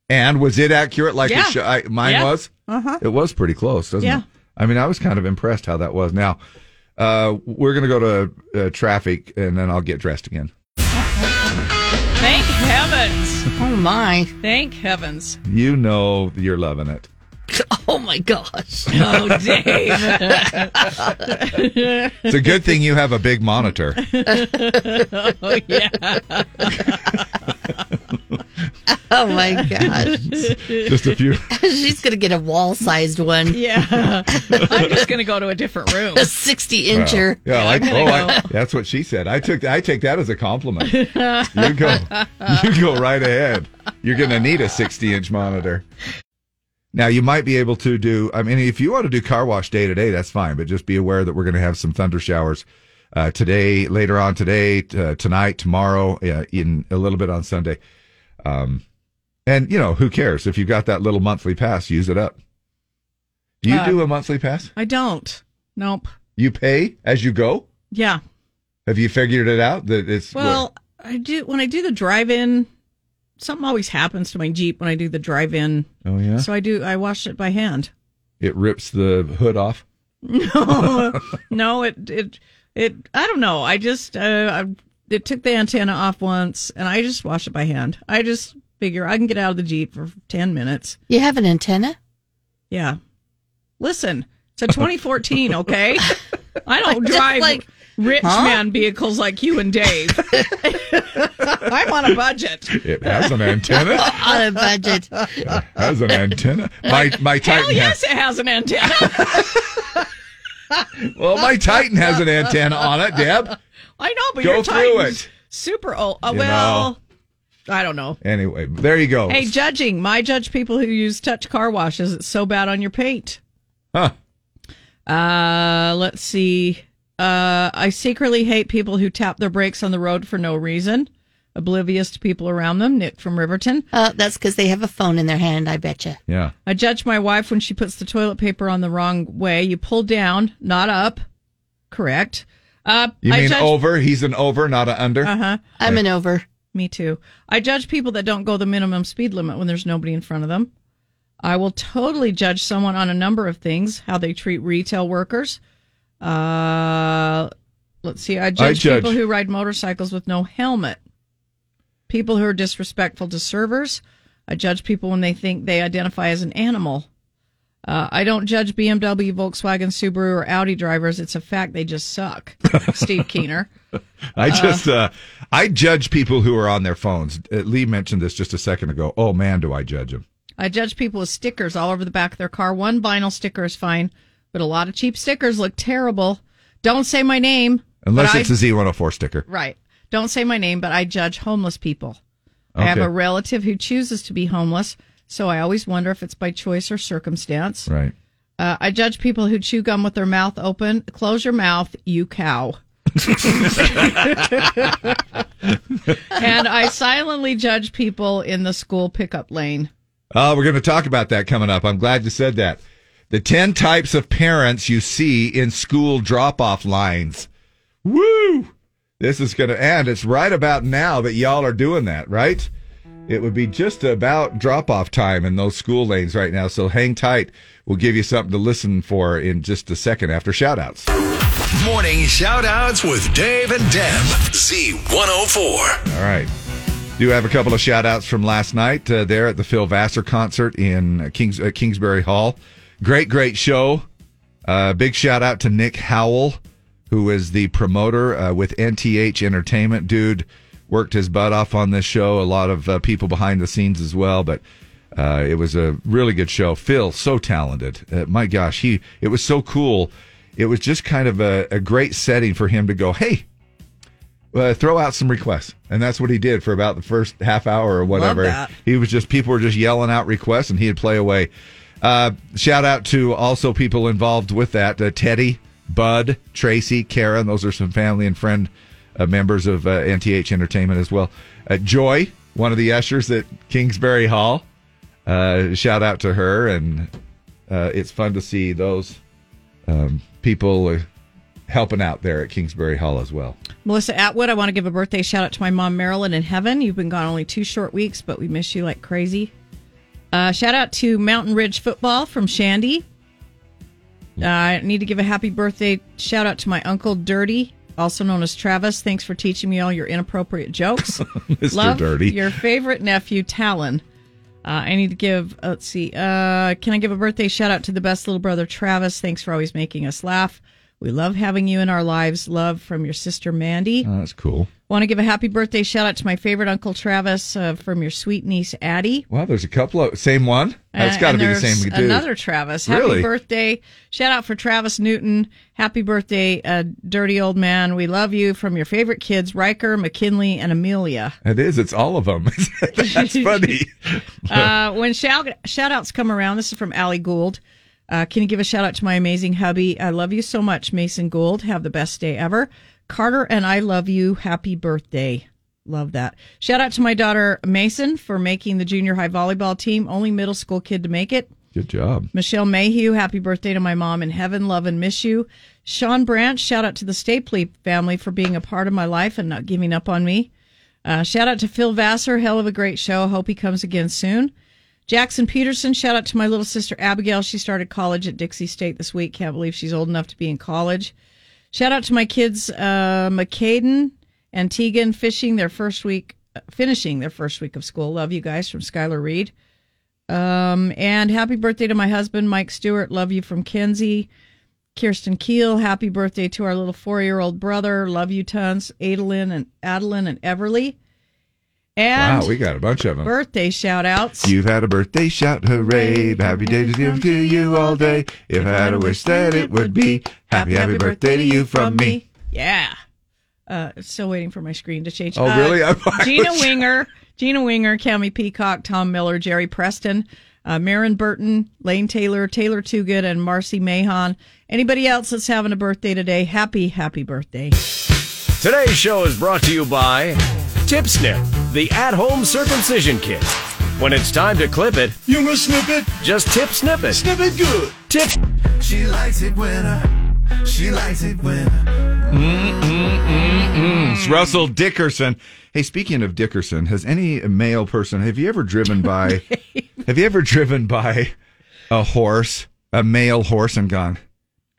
Speaker 3: And was it accurate? Like
Speaker 2: Yeah.
Speaker 3: it sho- I, mine
Speaker 2: Yeah.
Speaker 3: was.
Speaker 2: Uh-huh.
Speaker 3: It was pretty close, doesn't
Speaker 2: Yeah.
Speaker 3: it? I mean, I was kind of impressed how that was. Now, uh, we're gonna go to uh, traffic, and then I'll get dressed again.
Speaker 2: Thank heavens. Oh my. Thank heavens.
Speaker 3: You know, you're loving it.
Speaker 12: Oh my gosh.
Speaker 2: Oh, Dave.
Speaker 3: It's a good thing you have a big monitor.
Speaker 2: oh, yeah.
Speaker 12: Oh my gosh.
Speaker 3: Just a few.
Speaker 12: She's going to get a wall sized one.
Speaker 2: Yeah. I'm just going to go to a different room.
Speaker 12: A 60 incher.
Speaker 3: Well, yeah, I,
Speaker 12: I'm
Speaker 3: oh,
Speaker 12: gonna
Speaker 3: I, that's what she said. I took I take that as a compliment. You go, you go right ahead. You're going to need a 60 inch monitor. Now you might be able to do. I mean, if you want to do car wash day today, that's fine. But just be aware that we're going to have some thunder showers uh, today, later on today, t- uh, tonight, tomorrow, uh, in a little bit on Sunday. Um, and you know who cares if you've got that little monthly pass? Use it up. Do you
Speaker 2: Uh,
Speaker 3: do a monthly pass?
Speaker 2: I don't. Nope.
Speaker 3: You pay as you go.
Speaker 2: Yeah.
Speaker 3: Have you figured it out that it's
Speaker 2: Well, I do when I do the drive-in something always happens to my Jeep when I do the drive-in.
Speaker 3: Oh yeah,
Speaker 2: So I do I wash it by hand.
Speaker 3: it rips the hood off.
Speaker 2: No. no, it it it I don't know. I just uh I, it took the antenna off once and I just wash it by hand. I just figure I can get out of the Jeep for 10 minutes.
Speaker 12: You have an antenna?
Speaker 2: Yeah. Listen, it's a 2014, okay? I don't
Speaker 12: Just
Speaker 2: drive
Speaker 12: like-
Speaker 2: rich
Speaker 12: Huh?
Speaker 2: man vehicles like you and Dave. I'm on a budget.
Speaker 3: It has an antenna.
Speaker 12: on a budget.
Speaker 3: Has an antenna. My my Titan.
Speaker 2: Hell yes, it has an antenna.
Speaker 3: has, well, my Titan has an antenna on it, Deb.
Speaker 2: I know, but
Speaker 3: Go
Speaker 2: your
Speaker 3: through
Speaker 2: Titan's
Speaker 3: it.
Speaker 2: super old. Uh,
Speaker 3: You
Speaker 2: well, I don't know.
Speaker 3: Anyway, there you go.
Speaker 2: Hey, judging. My judge people who use touch car washes. It's so bad on your paint.
Speaker 3: Huh.
Speaker 2: Uh, let's see. Uh, I secretly hate people who tap their brakes on the road for no reason. Oblivious to people around them. Nick from Riverton.
Speaker 12: Uh, that's because they have a phone in their hand. I bet you.
Speaker 3: Yeah.
Speaker 2: I judge my wife when she puts the toilet paper on the wrong way. You pull down, not up. Correct. Uh,
Speaker 3: You
Speaker 2: I
Speaker 3: mean
Speaker 2: judge-
Speaker 3: over? He's an over, not an under.
Speaker 2: Uh huh.
Speaker 3: I'm an
Speaker 12: over.
Speaker 2: Me too. I judge people that don't go the minimum speed limit when there's nobody in front of them. I will totally judge someone on a number of things, how they treat retail workers. Uh, let's see. I judge,
Speaker 3: judge-
Speaker 2: people who ride motorcycles with no helmet. People who are disrespectful to servers. I judge people when they think they identify as an animal. Uh, I don't judge BMW, Volkswagen, Subaru, or Audi drivers. It's a fact they just suck. Steve Keener.
Speaker 3: I
Speaker 2: Uh-huh.
Speaker 3: just uh, I judge people who are on their phones. Uh, Lee mentioned this just a second ago. Oh man, do I judge them?
Speaker 2: I judge people with stickers all over the back of their car. One vinyl sticker is fine, but a lot of cheap stickers look terrible. Don't say my name.
Speaker 3: Unless
Speaker 2: but
Speaker 3: it's
Speaker 2: I,
Speaker 3: a Z104 sticker.
Speaker 2: Right. Don't say my name, but I judge homeless people. I have
Speaker 3: Okay.
Speaker 2: a relative who chooses to be homeless, so I always wonder if it's by choice or circumstance.
Speaker 3: Right.
Speaker 2: Uh, I judge people who chew gum with their mouth open. Close your mouth, you cow. and I silently judge people in the school pickup lane.
Speaker 3: Uh, we're going to talk about that coming up. I'm glad you said that. The 10 types of parents you see in school drop off lines. Woo! This is going to end. It's right about now that y'all are doing that, right? It would be just about drop off time in those school lanes right now. So hang tight. We'll give you something to listen for in just a second after shout outs.
Speaker 17: Morning shoutouts with Dave and Deb. Z104.
Speaker 3: All right. Do have a couple of shout outs from last night uh, there at the Phil Vassar concert in uh, Kings uh, Kingsbury Hall. Great, great show. Uh, big shout out to Nick Howell, who is the promoter uh, with NTH Entertainment. Dude worked his butt off on this show. A lot of uh, people behind the scenes as well, but uh, it was a really good show. Phil, so talented. Uh, my gosh, he it was so cool. It was just kind of a, a great setting for him to go, hey, uh, throw out some requests, and that's what he did for about the first half hour or whatever.
Speaker 19: that.
Speaker 3: He was just people were just yelling out requests, and he'd play away. Uh, shout out to also people involved with that: uh, Teddy, Bud, Tracy, Karen. Those are some family and friend uh, members of uh, NTH Entertainment as well. Uh, Joy, one of the ushers at Kingsbury Hall. Uh, shout out to her, and uh, it's fun to see those um, people uh, helping out there at Kingsbury Hall as well.
Speaker 2: Melissa Atwood, I want to give a birthday shout out to my mom, Marilyn, in heaven. You've been gone only two short weeks, but we miss you like crazy. Uh, shout out to Mountain Ridge Football from Shandy. Uh, I need to give a happy birthday shout out to my uncle, Dirty, also known as Travis. Thanks for teaching me all your inappropriate jokes.
Speaker 3: Mr.
Speaker 2: Love
Speaker 3: Dirty.
Speaker 2: Your favorite nephew, Talon. Uh, I need to give, uh, let's see, uh, can I give a birthday shout out to the best little brother, Travis? Thanks for always making us laugh. We love having you in our lives. Love from your sister, Mandy.
Speaker 3: Oh, that's cool.
Speaker 2: Want to give a happy birthday shout out to my favorite Uncle Travis uh, from your sweet niece, Addie.
Speaker 3: Wow, there's a couple of same one. That's
Speaker 2: Uh,
Speaker 3: got to
Speaker 2: and
Speaker 3: be the
Speaker 2: there's
Speaker 3: same dude.
Speaker 2: Another Travis. Happy
Speaker 3: Really?
Speaker 2: birthday. Shout out for Travis Newton. Happy birthday, uh, dirty old man. We love you from your favorite kids, Riker, McKinley, and Amelia.
Speaker 3: It is. It's all of them. That's funny.
Speaker 2: Uh, when shout, shout outs come around, this is from Allie Gould. Uh, can you give a shout out to my amazing hubby? I love you so much, Mason Gould. Have the best day ever. Carter and I love you. Happy birthday. Love that. Shout out to my daughter, Mason, for making the junior high volleyball team. Only middle school kid to make it.
Speaker 3: Good job.
Speaker 2: Michelle Mayhew, happy birthday to my mom in heaven. Love and miss you. Sean Branch, shout out to the Stapley family for being a part of my life and not giving up on me. Uh, shout out to Phil Vassar, hell of a great show. Hope he comes again soon. Jackson Peterson, shout out to my little sister Abigail. She started college at Dixie State this week. Can't believe she's old enough to be in college. Shout out to my kids, uh, McCaden and Tegan, fishing their first week, finishing their first week of school. Love you guys from Skylar Reed. Um, and happy birthday to my husband, Mike Stewart. Love you from Kenzie. Kirsten Keel, happy birthday to our little four year old brother. Love you tons. Adeline and Adeline and Everly. And
Speaker 3: wow, we got a bunch of them.
Speaker 2: birthday shout outs.
Speaker 3: You've had a birthday shout, hooray! Happy day to you, to you all day. If I had a wish that it would be happy, happy birthday to you from me.
Speaker 2: Yeah. Uh, still waiting for my screen to change.
Speaker 3: Oh,
Speaker 2: Uh,
Speaker 3: really? I- I
Speaker 2: Gina
Speaker 3: was-
Speaker 2: Winger, Gina Winger, Cami Peacock, Tom Miller, Jerry Preston, uh, Marin Burton, Lane Taylor, Taylor Toogood, and Marcy Mahon. Anybody else that's having a birthday today, happy, happy birthday.
Speaker 1: Today's show is brought to you by Tip Snip, the at home circumcision kit. When it's time to clip it, you must snip it. Just tip snip it. Snip it good. Tip.
Speaker 17: She likes it when I. She likes it when.
Speaker 3: Mm, It's Russell Dickerson. Hey, speaking of Dickerson, has any male person have you ever driven by? have you ever driven by a horse, a male horse, and gone,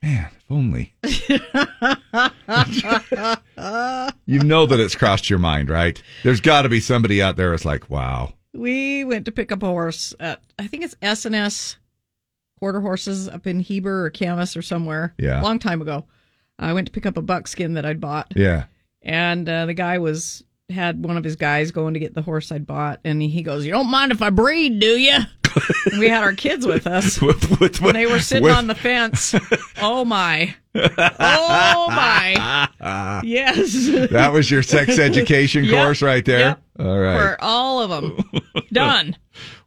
Speaker 3: man, if only you know that it's crossed your mind, right? There's got to be somebody out there that's like, wow,
Speaker 2: we went to pick up a horse at, I think it's S&S quarter horses up in Heber or Camas or somewhere.
Speaker 3: Yeah.
Speaker 2: long time ago. I went to pick up a buckskin that I'd bought.
Speaker 3: yeah,
Speaker 2: and uh, the guy was had one of his guys going to get the horse I'd bought, and he goes, "You don't mind if I breed, do you?" And we had our kids with us, and they were sitting
Speaker 3: with-
Speaker 2: on the fence. Oh my! Oh my! Yes.
Speaker 3: that was your sex education
Speaker 2: Yep,
Speaker 3: course right there.
Speaker 2: yep.
Speaker 3: All right,
Speaker 2: For all of them, done.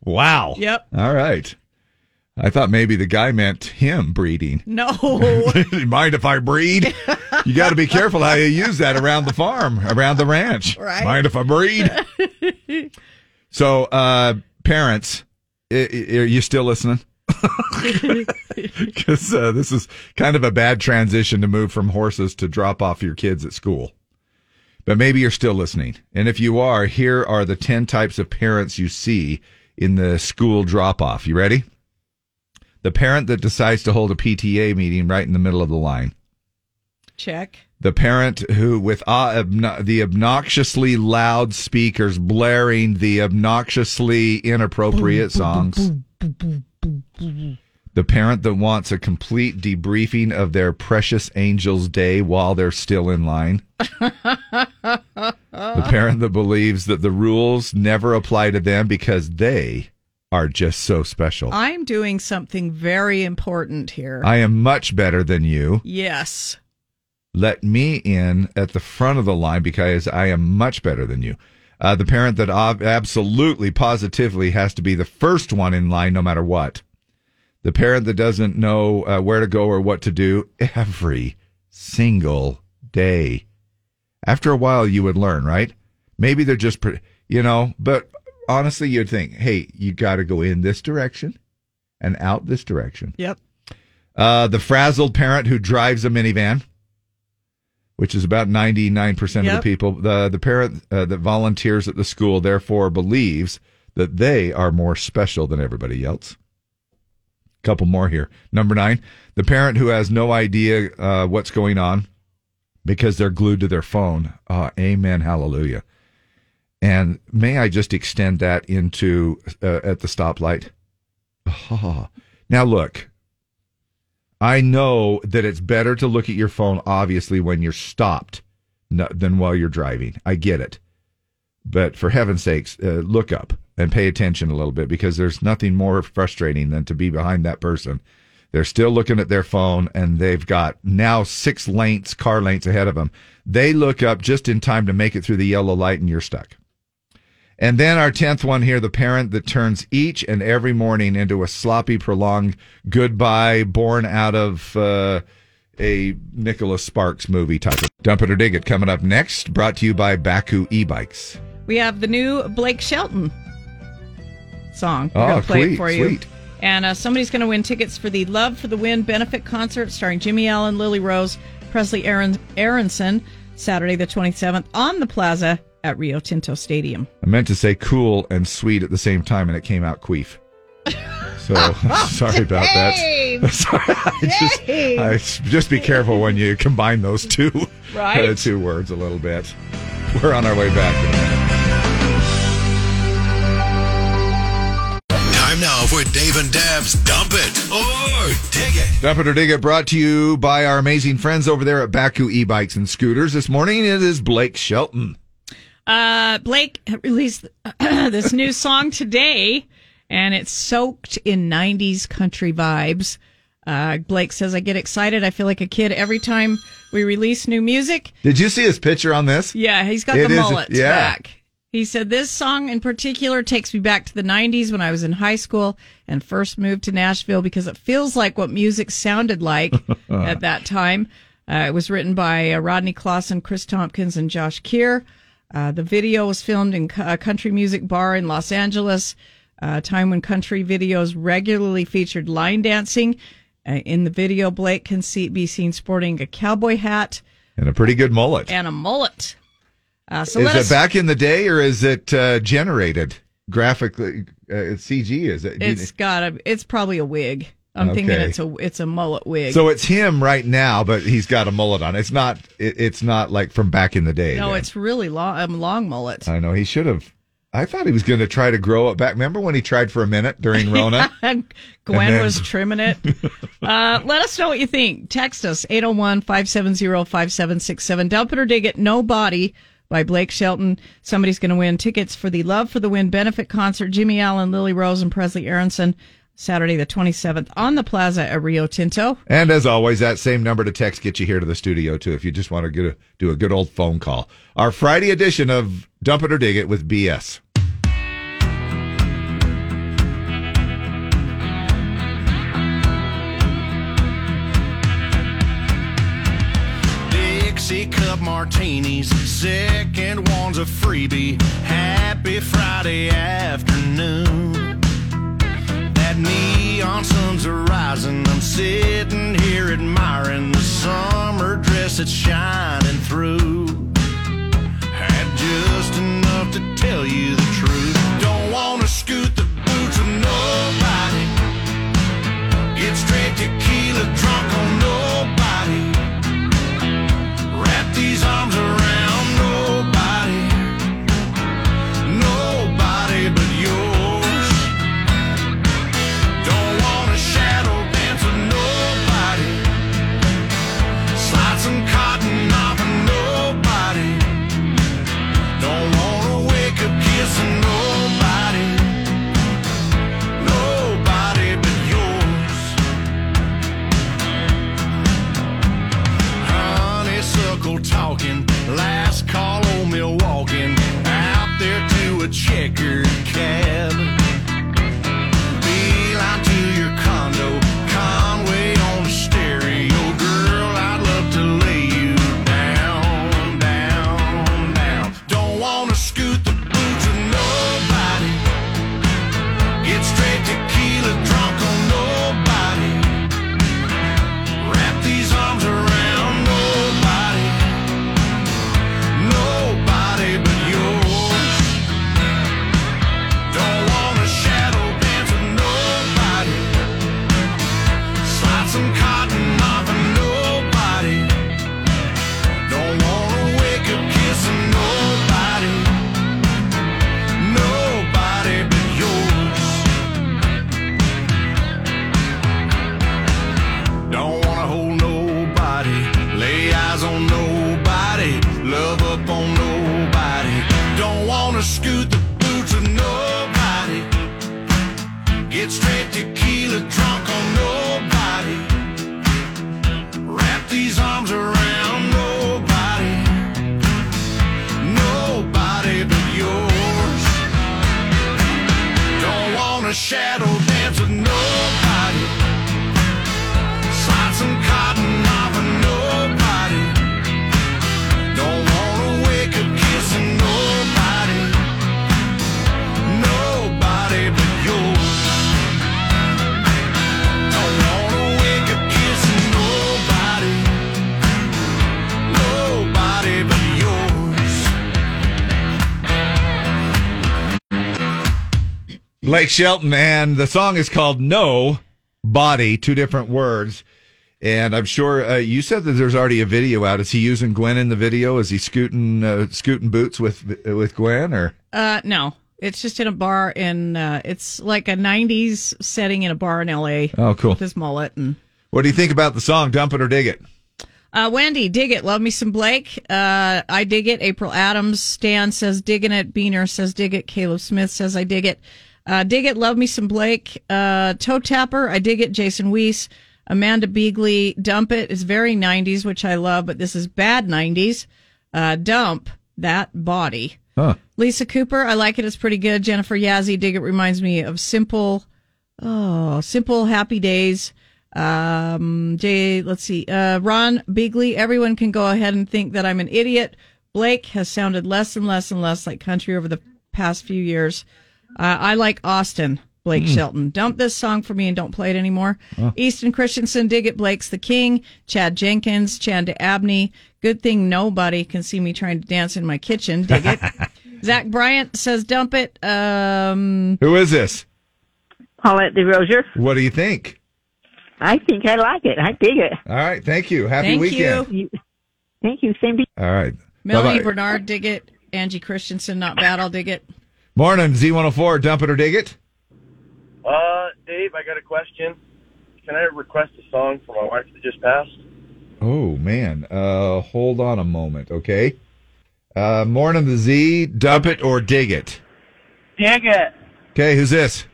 Speaker 3: wow.
Speaker 2: Yep.
Speaker 3: All right. I thought maybe the guy meant him breeding.
Speaker 2: No.
Speaker 3: Mind if I breed? You got to be careful how you use that around the farm, around the ranch.
Speaker 2: Right.
Speaker 3: Mind if I breed? so, uh, parents, i- i- are you still listening? Because uh, this is kind of a bad transition to move from horses to drop off your kids at school. But maybe you're still listening. And if you are, here are the 10 types of parents you see in the school drop off. You ready? The parent that decides to hold a PTA meeting right in the middle of the line.
Speaker 2: Check.
Speaker 3: The parent who, with uh, obno- the obnoxiously loud speakers blaring the obnoxiously inappropriate songs. The parent that wants a complete debriefing of their precious angel's day while they're still in line. The parent that believes that the rules never apply to them because they are just so special.
Speaker 2: I'm doing something very important here.
Speaker 3: I am much better than you.
Speaker 2: yes.
Speaker 3: Let me in at the front of the line because I am much better than you. Uh, the parent that ob- absolutely, positively has to be the first one in line no matter what. The parent that doesn't know uh, where to go or what to do every single day. After a while, you would learn, right? Maybe they're just, pre- you know, but honestly, you'd think, hey, you got to go in this direction and out this direction.
Speaker 2: Yep.
Speaker 3: Uh, the frazzled parent who drives a minivan, which is about 99% of
Speaker 2: Yep.
Speaker 3: the people. The, the parent uh, that volunteers at the school, therefore, believes that they are more special than everybody else. Couple more here. Number nine, the parent who has no idea uh, what's going on because they're glued to their phone. Ah, amen. Hallelujah. And may I just extend that into uh, at the stoplight? Ah. Now, look, I know that it's better to look at your phone, obviously, when you're stopped no- than while you're driving. I get it. But for heaven's sakes, uh, look up and pay attention a little bit because there's nothing more frustrating than to be behind that person. They're still looking at their phone and they've got now six lengths, car lengths ahead of them. They look up just in time to make it through the yellow light and you're stuck. And then our 10th one here the parent that turns each and every morning into a sloppy, prolonged goodbye born out of uh, a Nicholas Sparks movie type of dump it or dig it. Coming up next, brought to you by Baku e bikes.
Speaker 2: We have the new Blake Shelton song. We're
Speaker 3: Oh,
Speaker 2: gonna play
Speaker 3: sweet,
Speaker 2: it for you.
Speaker 3: sweet.
Speaker 2: And uh, somebody's going to win tickets for the Love for the Win benefit concert starring Jimmy Allen, Lily Rose, Presley Aaron- Aronson, Saturday the 27th on the plaza at Rio Tinto Stadium.
Speaker 3: I meant to say cool and sweet at the same time, and it came out queef. So sorry about that.
Speaker 2: Dave!
Speaker 3: Sorry, I just, I s- just be careful when you combine those two
Speaker 2: Right.
Speaker 3: uh, two words a little bit. We're on our way back.
Speaker 17: Time now
Speaker 19: yourself with Dave and Dab's Dump It or Dig It.
Speaker 3: Dump it or dig it brought to you by our amazing friends over there at Baku e-bikes and scooters. This morning it is Blake Shelton.
Speaker 2: Uh, Blake released this new song today, and it's soaked in 90s country vibes. Uh, Blake says, I get excited. I feel like a kid every time we release new music.
Speaker 3: Did you see his picture on this?
Speaker 2: Yeah, he's got
Speaker 3: It
Speaker 2: the
Speaker 3: is-
Speaker 2: mullet
Speaker 3: yeah.
Speaker 2: back. He said, This song in particular takes me back to the 90s when I was in high school and first moved to Nashville because it feels like what music sounded like at that time. Uh, it was written by uh, Rodney Clausen, Chris Tompkins, and Josh Keir. Uh, the video was filmed in co- a country music bar in Los Angeles, uh, a time when country videos regularly featured line dancing. Uh, in the video, Blake can see, be seen sporting a cowboy hat
Speaker 3: And a pretty good mullet.
Speaker 2: and a mullet. Uh, so
Speaker 3: is
Speaker 2: let
Speaker 3: it
Speaker 2: us,
Speaker 3: back in the day or is it uh, generated graphically? Uh, it's CG, is it?
Speaker 2: It's got a. It's probably a wig. I'm thinking
Speaker 3: Okay.
Speaker 2: it's a it's a mullet wig.
Speaker 3: so it's him right now, but he's got a mullet on. It's not. It, it's not like from back in the day.
Speaker 2: no,
Speaker 3: then.
Speaker 2: it's really long. Um, long mullet.
Speaker 3: I know he should have. I thought he was going to try to grow it back. Remember when he tried for a minute during Rona?
Speaker 2: And Gwen
Speaker 3: And then-
Speaker 2: was trimming it. uh, let us know what you think. Text us 801 570 5767. Dump it or dig it. No body by Blake Shelton. Somebody's going to win tickets for the Love for the Win benefit concert. Jimmy Allen, Lily Rose, and Presley Aronson. Saturday the 27th on the plaza at Rio Tinto.
Speaker 3: And as always, that same number to text gets you here to the studio too. If you just want to get a, do a good old phone call, our Friday edition of Dump It or Dig It with BS.
Speaker 17: Dixie cup martinis, second one's a freebie. Happy Friday afternoon. That neon sun's arising. I'm sitting here admiring the summer dress that's shining through. Had just enough to tell you the truth. Don't wanna scoot the boots of nobody. Get straight tequila drunk on nobody. Wrap these arms around nobody, nobody but yours. Don't wanna shadow dance with nobody. Slide some cotton off of nobody. Don't wanna wake up kissing nobody, nobody but yours. honeysuckle talking. Last call on Milwaukee. Out there to a checkered cab. Beeline to your condo. Conway on the stereo. Girl, I'd love to lay you down, down, down. Don't wanna scoot the boots of nobody. Get straight tequila drunk on nobody. Wrap these arms around nobody, nobody but yours. Don't wanna shadow dance with nobody. Slide some cotton off of nobody. Don't wanna wake up kissing nobody, nobody but yours. Don't wanna hold nobody, lay eyes on nobody, love up on nobody. Don't wanna scoot the boots of nobody. Get straight tequila drunk on nobody. Wrap these arms around nobody, nobody but yours. Don't wanna shadow dance with nobody. Slide some cotton off of nobody. Don't wanna wake up kissing nobody. Nobody but yours. Don't wanna wake up kissing nobody. Nobody but yours.
Speaker 3: Blake Shelton, and the song is called No Body, two different words. And I'm sure uh, you said that there's already a video out. Is he using Gwen in the video? Is he scooting uh, scooting boots with with Gwen or
Speaker 2: Uh, no, It's just in a bar in. Uh, it's like a '90s setting in a bar in L.A.
Speaker 3: Oh, cool.
Speaker 2: With his mullet and
Speaker 3: What do you think about the song "Dump It or Dig It"?
Speaker 2: Uh, Wendy, dig it. Love me some Blake. Uh, I dig it. April Adams. Stan says digging it. Beener says dig it. Caleb Smith says I dig it. Uh, dig it. Love me some Blake. Uh, Toe Tapper. I dig it. Jason Weiss. Amanda Beagley. Dump it. It's very 90s, which I love, but this is bad 90s. Uh, dump that body.
Speaker 3: Huh.
Speaker 2: Lisa Cooper, I like it. It's pretty good. Jennifer Yazzie, dig it. Reminds me of simple, oh, simple happy days. Um, Jay, let's see. Uh, Ron Bigley, everyone can go ahead and think that I'm an idiot. Blake has sounded less and less and less like country over the past few years. Uh, I like Austin. Blake
Speaker 20: Mm.
Speaker 2: Shelton, dump this song for me and don't play it anymore.
Speaker 20: Oh.
Speaker 2: Easton Christensen, dig it. Blake's the king. Chad Jenkins, Chad Abney. Good thing nobody can see me trying to dance in my kitchen. Dig it. Zach Bryant says, dump it. Um,
Speaker 3: Who is this?
Speaker 21: Paulette DeRozier.
Speaker 3: What do you think?
Speaker 21: I think I like it. I dig it.
Speaker 3: All right, thank you. Happy
Speaker 2: Thank
Speaker 3: weekend.
Speaker 2: you.
Speaker 21: Thank you, Cindy.
Speaker 3: All right.
Speaker 2: Melanie
Speaker 3: Bye-bye.
Speaker 2: Bernard, dig it. Angie Christensen, not bad. I'll dig it.
Speaker 3: Morning, Z104. Dump it or dig it.
Speaker 22: Uh, Dave, I got a question. Can I request a song for my wife that just passed?
Speaker 3: Oh man. Uh, hold on a moment, okay? Uh, morning, the Z. Dump it or dig it.
Speaker 23: Dig it.
Speaker 3: Okay, who's this?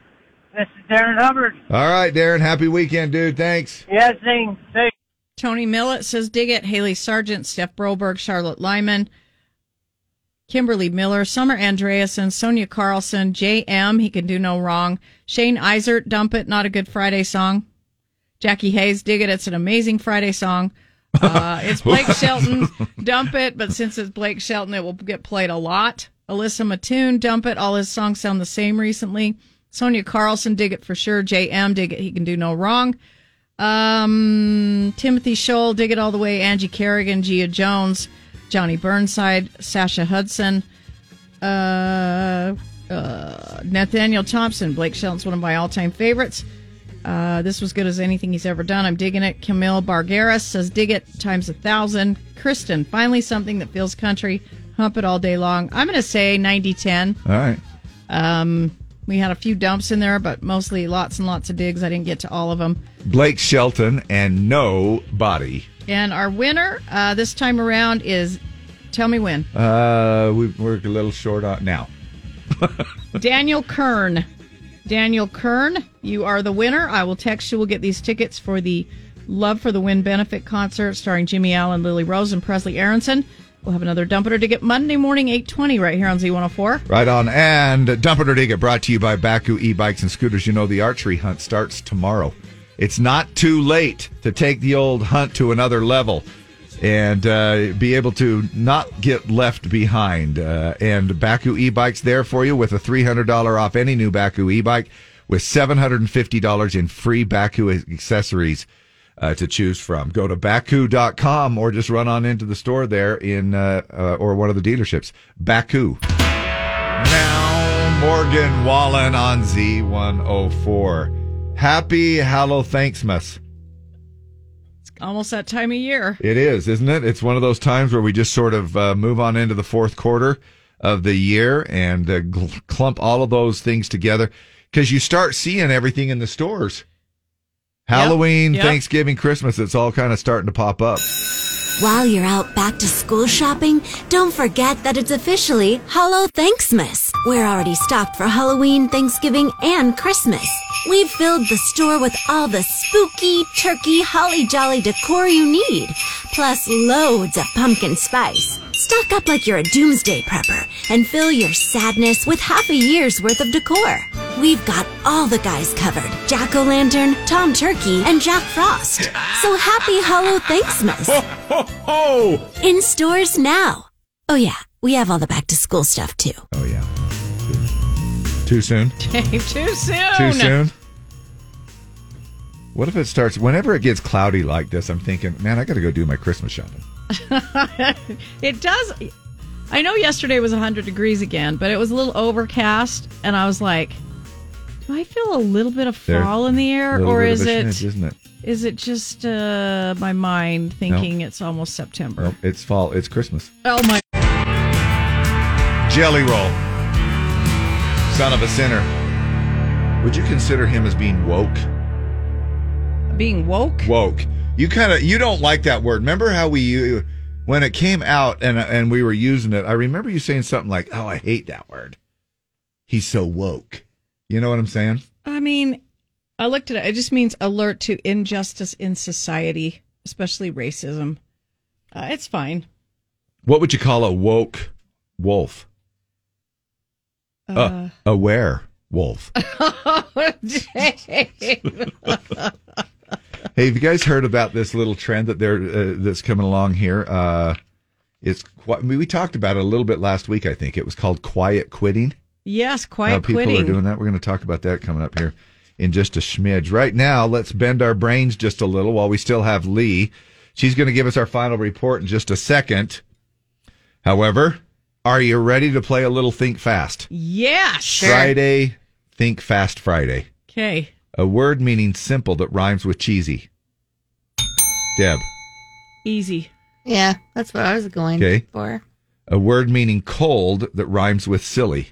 Speaker 23: This is Darren Hubbard.
Speaker 3: All right, Darren. Happy weekend, dude. Thanks.
Speaker 23: Yes, thing.
Speaker 2: Tony Millett says, dig it. Haley Sargent, Steph Broberg, Charlotte Lyman, Kimberly Miller, Summer Andreasen, Sonia Carlson, J.M., he can do no wrong. Shane Isert, dump it. Not a good Friday song. Jackie Hayes, dig it. It's an amazing Friday song. Uh, it's Blake Shelton, dump it. But since it's Blake Shelton, it will get played a lot. Alyssa Mattoon, dump it. All his songs sound the same recently. Sonia Carlson, dig it for sure. J.M., dig it. He can do no wrong. Um, Timothy Scholl, dig it all the way. Angie Kerrigan, Gia Jones, Johnny Burnside, Sasha Hudson, uh, uh, Nathaniel Thompson. Blake Shelton's one of my all time favorites. Uh, this was good as anything he's ever done. I'm digging it. Camille Bargaris says, dig it times a thousand. Kristen, finally something that feels country. Hump it all day long. I'm going to say 90 10.
Speaker 3: All right.
Speaker 2: Um, we had a few dumps in there, but mostly lots and lots of digs. I didn't get to all of them.
Speaker 3: Blake Shelton and no body.
Speaker 2: And our winner uh, this time around is tell me when
Speaker 3: Uh, we, we're a little short on now.
Speaker 2: Daniel Kern. Daniel Kern, you are the winner. I will text you. We'll get these tickets for the Love for the Win benefit concert starring Jimmy Allen, Lily Rose, and Presley Aronson. We'll have another dump it or dig it Monday morning, 820, right here on Z104.
Speaker 3: Right on. And Dump It or Dig It brought to you by Baku e bikes and scooters. You know, the archery hunt starts tomorrow. It's not too late to take the old hunt to another level and uh, be able to not get left behind. Uh, and Baku e bikes there for you with a $300 off any new Baku e bike with $750 in free Baku accessories uh, to choose from. Go to baku.com or just run on into the store there in uh, uh, or one of the dealerships. Baku. Now, Morgan Wallen on Z104. Happy Hallow Thanksmas.
Speaker 2: It's almost that time of year.
Speaker 3: It is, isn't it? It's one of those times where we just sort of uh, move on into the fourth quarter of the year and uh, gl- clump all of those things together because you start seeing everything in the stores. Halloween,
Speaker 24: yep.
Speaker 3: Thanksgiving, Christmas, it's all kind of starting to pop up.
Speaker 24: While you're out back to school shopping, don't forget that it's officially Hollow Thanksmas. We're already stocked for Halloween, Thanksgiving, and Christmas. We've filled the store with all the spooky, turkey, holly jolly decor you need, plus loads of pumpkin spice. Stock up like you're a doomsday prepper and fill your sadness with half a year's worth of decor. We've got all the guys covered Jack O' Lantern, Tom Turkey, and Jack Frost. So happy Hollow Thanksmas! In stores now. Oh, yeah, we have all the back to school stuff too.
Speaker 3: Oh, yeah. Too soon?
Speaker 2: Dave, too soon.
Speaker 3: Too soon? What if it starts, whenever it gets cloudy like this, I'm thinking, man, I got to go do my Christmas shopping.
Speaker 2: it does. I know yesterday was 100 degrees again, but it was a little overcast, and I was like, do I feel a little bit of
Speaker 3: There-
Speaker 2: fall in the air,
Speaker 3: Little
Speaker 2: or
Speaker 3: bit of
Speaker 2: is
Speaker 3: a
Speaker 2: it
Speaker 3: schnitz, isn't it?
Speaker 2: is it just uh, my mind thinking it's almost September?
Speaker 3: Nope, it's fall. It's Christmas.
Speaker 2: Oh my!
Speaker 3: Jelly roll. son of a sinner. Would you consider him as being woke?
Speaker 2: Being woke?
Speaker 3: Woke. You kind of you don't like that word. Remember how we you, when it came out and and we were using it. I remember you saying something like, "Oh, I hate that word. He's so woke." You know what I'm saying?
Speaker 2: I mean, I looked at it. It just means alert to injustice in society, especially racism. Uh, it's fine.
Speaker 3: What would you call a woke wolf?
Speaker 2: Uh,
Speaker 3: Uh, aware wolf.
Speaker 2: oh, Dave.
Speaker 3: hey, have you guys heard about this little trend that they're uh, that's coming along here? Uh, it's qui- I mean, we talked about it a little bit last week. I think it was called quiet quitting.
Speaker 2: yes,
Speaker 3: how
Speaker 2: quiet
Speaker 3: people
Speaker 2: quitting.
Speaker 3: are doing that. We're going to talk about that coming up here in just a smidge. Right now, let's bend our brains just a little while we still have Lee. She's going to give us our final report in just a second. However, are you ready to play a little Think Fast?
Speaker 2: yeah, sure.
Speaker 3: Friday, Think Fast Friday.
Speaker 2: Okay.
Speaker 3: A word meaning simple that rhymes with cheesy. Deb.
Speaker 2: Easy.
Speaker 12: Yeah, that's what I was going
Speaker 3: Okay.
Speaker 12: for.
Speaker 3: A word meaning cold that rhymes with silly.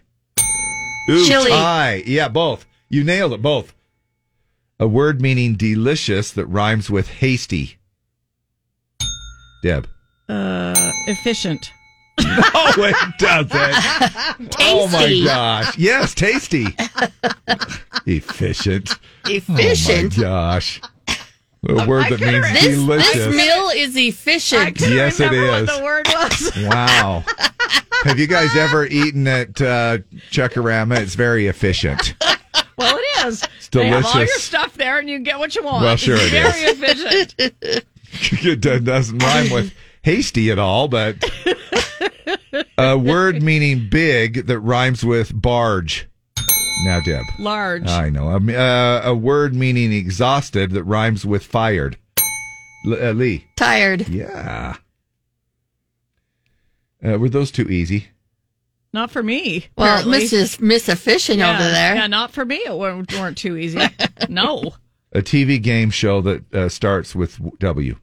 Speaker 3: Ooh,
Speaker 12: Chili.
Speaker 3: tie. Yeah, both. You nailed it, both. A word meaning delicious that rhymes with hasty. Deb.
Speaker 2: Uh, efficient.
Speaker 3: no, Oh, it doesn't.
Speaker 2: Tasty.
Speaker 3: Oh my gosh. Yes, tasty. Efficient.
Speaker 12: Efficient.
Speaker 3: Oh my gosh. A word that means
Speaker 12: this,
Speaker 3: delicious.
Speaker 12: this meal is efficient.
Speaker 3: couldn't Yes, it remember what is. the
Speaker 12: word was.
Speaker 3: Wow. Have you guys ever eaten at uh, Chuckarama? It's very efficient.
Speaker 2: Well, it is. It's They have all your
Speaker 3: delicious.
Speaker 2: stuff there, and you get what you want.
Speaker 3: Well, sure
Speaker 2: it's
Speaker 3: it
Speaker 2: very efficient.
Speaker 3: it do- doesn't rhyme with hasty at all, but a word meaning big that rhymes with barge. Now, Deb.
Speaker 2: Large.
Speaker 3: I know. Um, uh, a word meaning exhausted that rhymes with fired. L- uh, Lee.
Speaker 12: Tired.
Speaker 3: Yeah. Uh, were those too easy?
Speaker 2: Not for me.
Speaker 12: Well,
Speaker 2: apparently.
Speaker 12: Mrs. Miss Efficient
Speaker 2: Yeah,
Speaker 12: over there.
Speaker 2: Yeah, not for me. It weren't, weren't too easy. no.
Speaker 3: A TV game show that uh, starts with W.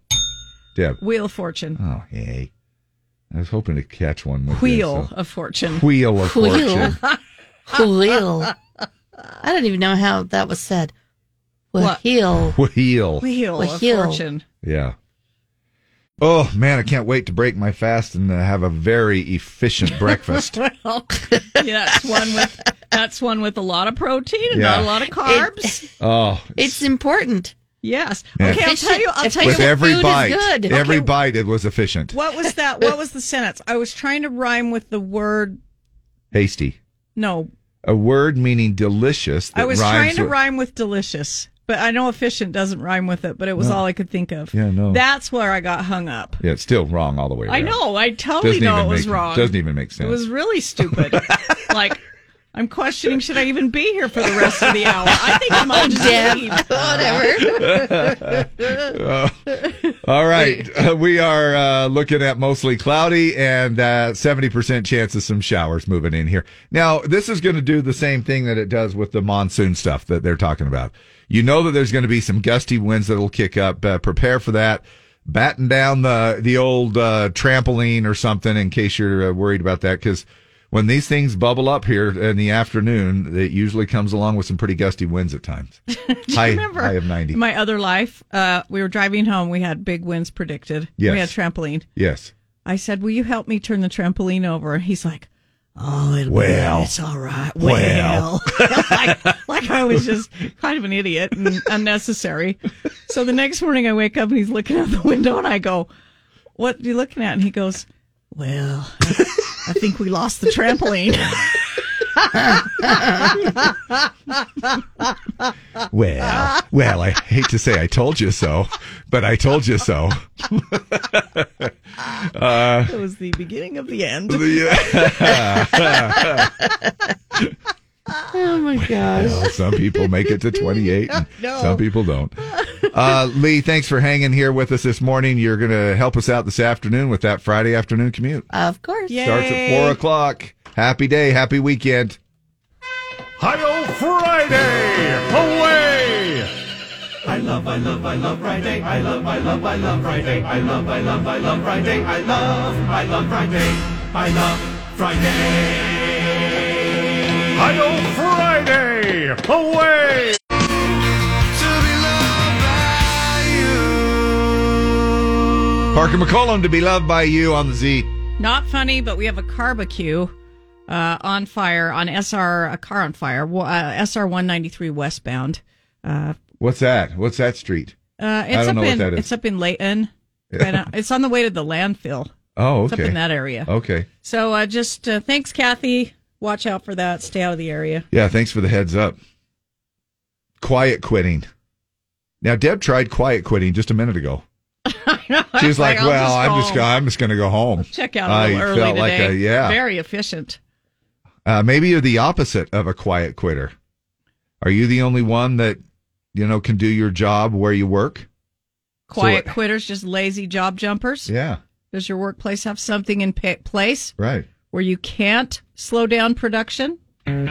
Speaker 3: Deb.
Speaker 2: Wheel of Fortune.
Speaker 3: Oh, hey. I was hoping to catch one with
Speaker 2: Wheel
Speaker 3: This, so.
Speaker 2: of Fortune.
Speaker 3: Wheel of
Speaker 12: Wheel.
Speaker 3: Fortune.
Speaker 12: Wheel. I don't even know how that was said. Wheel.
Speaker 3: Wheel.
Speaker 2: Wheel of
Speaker 12: Wheel.
Speaker 2: Fortune.
Speaker 3: Yeah. Oh man, I can't wait to break my fast and uh, have a very efficient breakfast.
Speaker 2: well, yeah, that's one with that's one with a lot of protein and not
Speaker 3: Yeah.
Speaker 2: a lot of carbs.
Speaker 3: Oh,
Speaker 12: it's important.
Speaker 2: Yes.
Speaker 3: Yeah.
Speaker 2: Okay, I'll tell you. I'll tell you.
Speaker 3: with every bite, every
Speaker 2: Okay,
Speaker 3: bite it was efficient,
Speaker 2: What was that? What was the sentence? I was trying to rhyme with the word.
Speaker 3: hasty.
Speaker 2: No,
Speaker 3: A word meaning delicious. That
Speaker 2: I was
Speaker 3: rhymes
Speaker 2: trying to
Speaker 3: with-
Speaker 2: rhyme with delicious, but I know efficient doesn't rhyme with it. But it was
Speaker 3: No.
Speaker 2: all I could think of.
Speaker 3: Yeah, no.
Speaker 2: That's where I got hung up.
Speaker 3: Yeah, it's still wrong all the way.
Speaker 2: I
Speaker 3: around.
Speaker 2: know. I totally
Speaker 3: Doesn't
Speaker 2: know
Speaker 3: even
Speaker 2: it was
Speaker 3: make-
Speaker 2: wrong.
Speaker 3: Doesn't even make
Speaker 2: It
Speaker 3: sense.
Speaker 2: was really stupid. like, I'm questioning should I even be here for the rest of the hour? I think I might just
Speaker 12: Deb,
Speaker 2: leave.
Speaker 3: Oh. all right, Uh, we are uh, looking at mostly cloudy and uh, seventy percent chance of some showers moving in here. Now, this is going to do the same thing that it does with the monsoon stuff that they're talking about. You know that there's going to be some gusty winds that'll kick up. Uh, prepare for that. Batten down the the old uh, trampoline or something in case you're uh, worried about that because. When these things bubble up here in the afternoon, it usually comes along with some pretty gusty winds at times. high,
Speaker 2: remember
Speaker 3: high of 90.
Speaker 2: In my other life, uh, we were driving home. We had big winds predicted.
Speaker 3: Yes.
Speaker 2: We had trampoline.
Speaker 3: Yes.
Speaker 2: I said, "Will you help me turn the trampoline over?" And he's like, "Oh, it'll
Speaker 3: Well.
Speaker 2: be, it's all right."
Speaker 3: Well.
Speaker 2: Well, like, like I was just kind of an idiot and unnecessary. So the next morning, I wake up and he's looking out the window, and I go, "What are you looking at?" And he goes, "Well, I think we lost the trampoline."
Speaker 3: Well, well, I hate to say I told you so, but I told you so. uh,
Speaker 2: it was the beginning of the end.
Speaker 3: uh,
Speaker 12: oh my gosh.
Speaker 3: well, some people make it to 28, and
Speaker 12: No.
Speaker 3: some people don't. Uh, Lee, thanks for hanging here with us this morning. You're going to help us out this afternoon with that Friday afternoon commute.
Speaker 12: Of course.
Speaker 3: Starts at 4 o'clock. Happy day, happy weekend.
Speaker 17: Hi-yo Friday! Away! I love, I love, I love Friday. I love, I love, I love Friday. I love, I love, I love Friday. I love, I love Friday. I love Friday.
Speaker 1: Ohio Friday! Away!
Speaker 3: Parker McCollum to be loved by you on the Z.
Speaker 2: Not funny, but we have a barbecue uh, on fire on SR, a car on fire, wa- uh, SR 193 westbound. Uh,
Speaker 3: What's that? What's that street?
Speaker 2: uh, it's
Speaker 3: I don't
Speaker 2: up
Speaker 3: know
Speaker 2: in,
Speaker 3: what that is.
Speaker 2: It's up in Layton. Right on- it's on the way to the landfill.
Speaker 3: oh,
Speaker 2: It's
Speaker 3: okay.
Speaker 2: up in that area.
Speaker 3: Okay.
Speaker 2: So uh, just uh, thanks, Kathy. Watch out for that. Stay out of the area.
Speaker 3: Yeah, thanks for the heads up. Quiet quitting. Now Deb tried quiet quitting just a minute ago. She was like,
Speaker 2: I'll
Speaker 3: "Well,
Speaker 2: just
Speaker 3: I'm
Speaker 2: go
Speaker 3: just go- I'm just going to go home."
Speaker 2: Check out a little
Speaker 3: I
Speaker 2: early
Speaker 3: felt
Speaker 2: today.
Speaker 3: like a- yeah.
Speaker 2: Very efficient.
Speaker 3: Uh, maybe you're the opposite of a quiet quitter. Are you the only one that you know can do your job where you work?
Speaker 2: Quiet quitters, just lazy job jumpers.
Speaker 3: Yeah,
Speaker 2: Does your workplace have something in pa- place
Speaker 3: right.
Speaker 2: where you can't slow down production?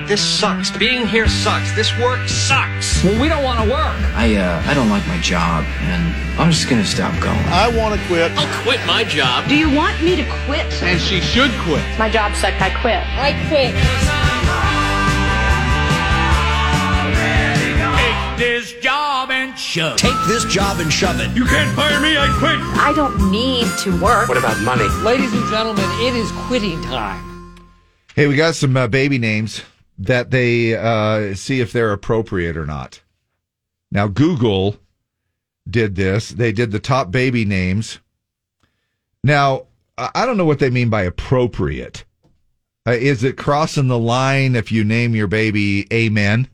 Speaker 4: This sucks. Being here sucks. This work sucks. Well, we don't want to work.
Speaker 5: I uh, I don't like my job, and I'm just gonna stop going.
Speaker 4: I want to quit. I'll quit my job.
Speaker 7: Do you want me to quit?
Speaker 4: And she should quit.
Speaker 7: My job sucked. I quit. I quit.
Speaker 11: Take this job and shove.
Speaker 6: Take this job and shove it. You can't fire me, I quit.
Speaker 7: I don't need to work.
Speaker 6: What about money?
Speaker 4: Ladies and gentlemen, it is quitting time.
Speaker 3: Hey, we got some uh, baby names that they uh, see if they're appropriate or not. Now, Google did this. They did the top baby names. Now, I I don't know what they mean by appropriate. Uh, is it crossing the line if you name your baby Amen?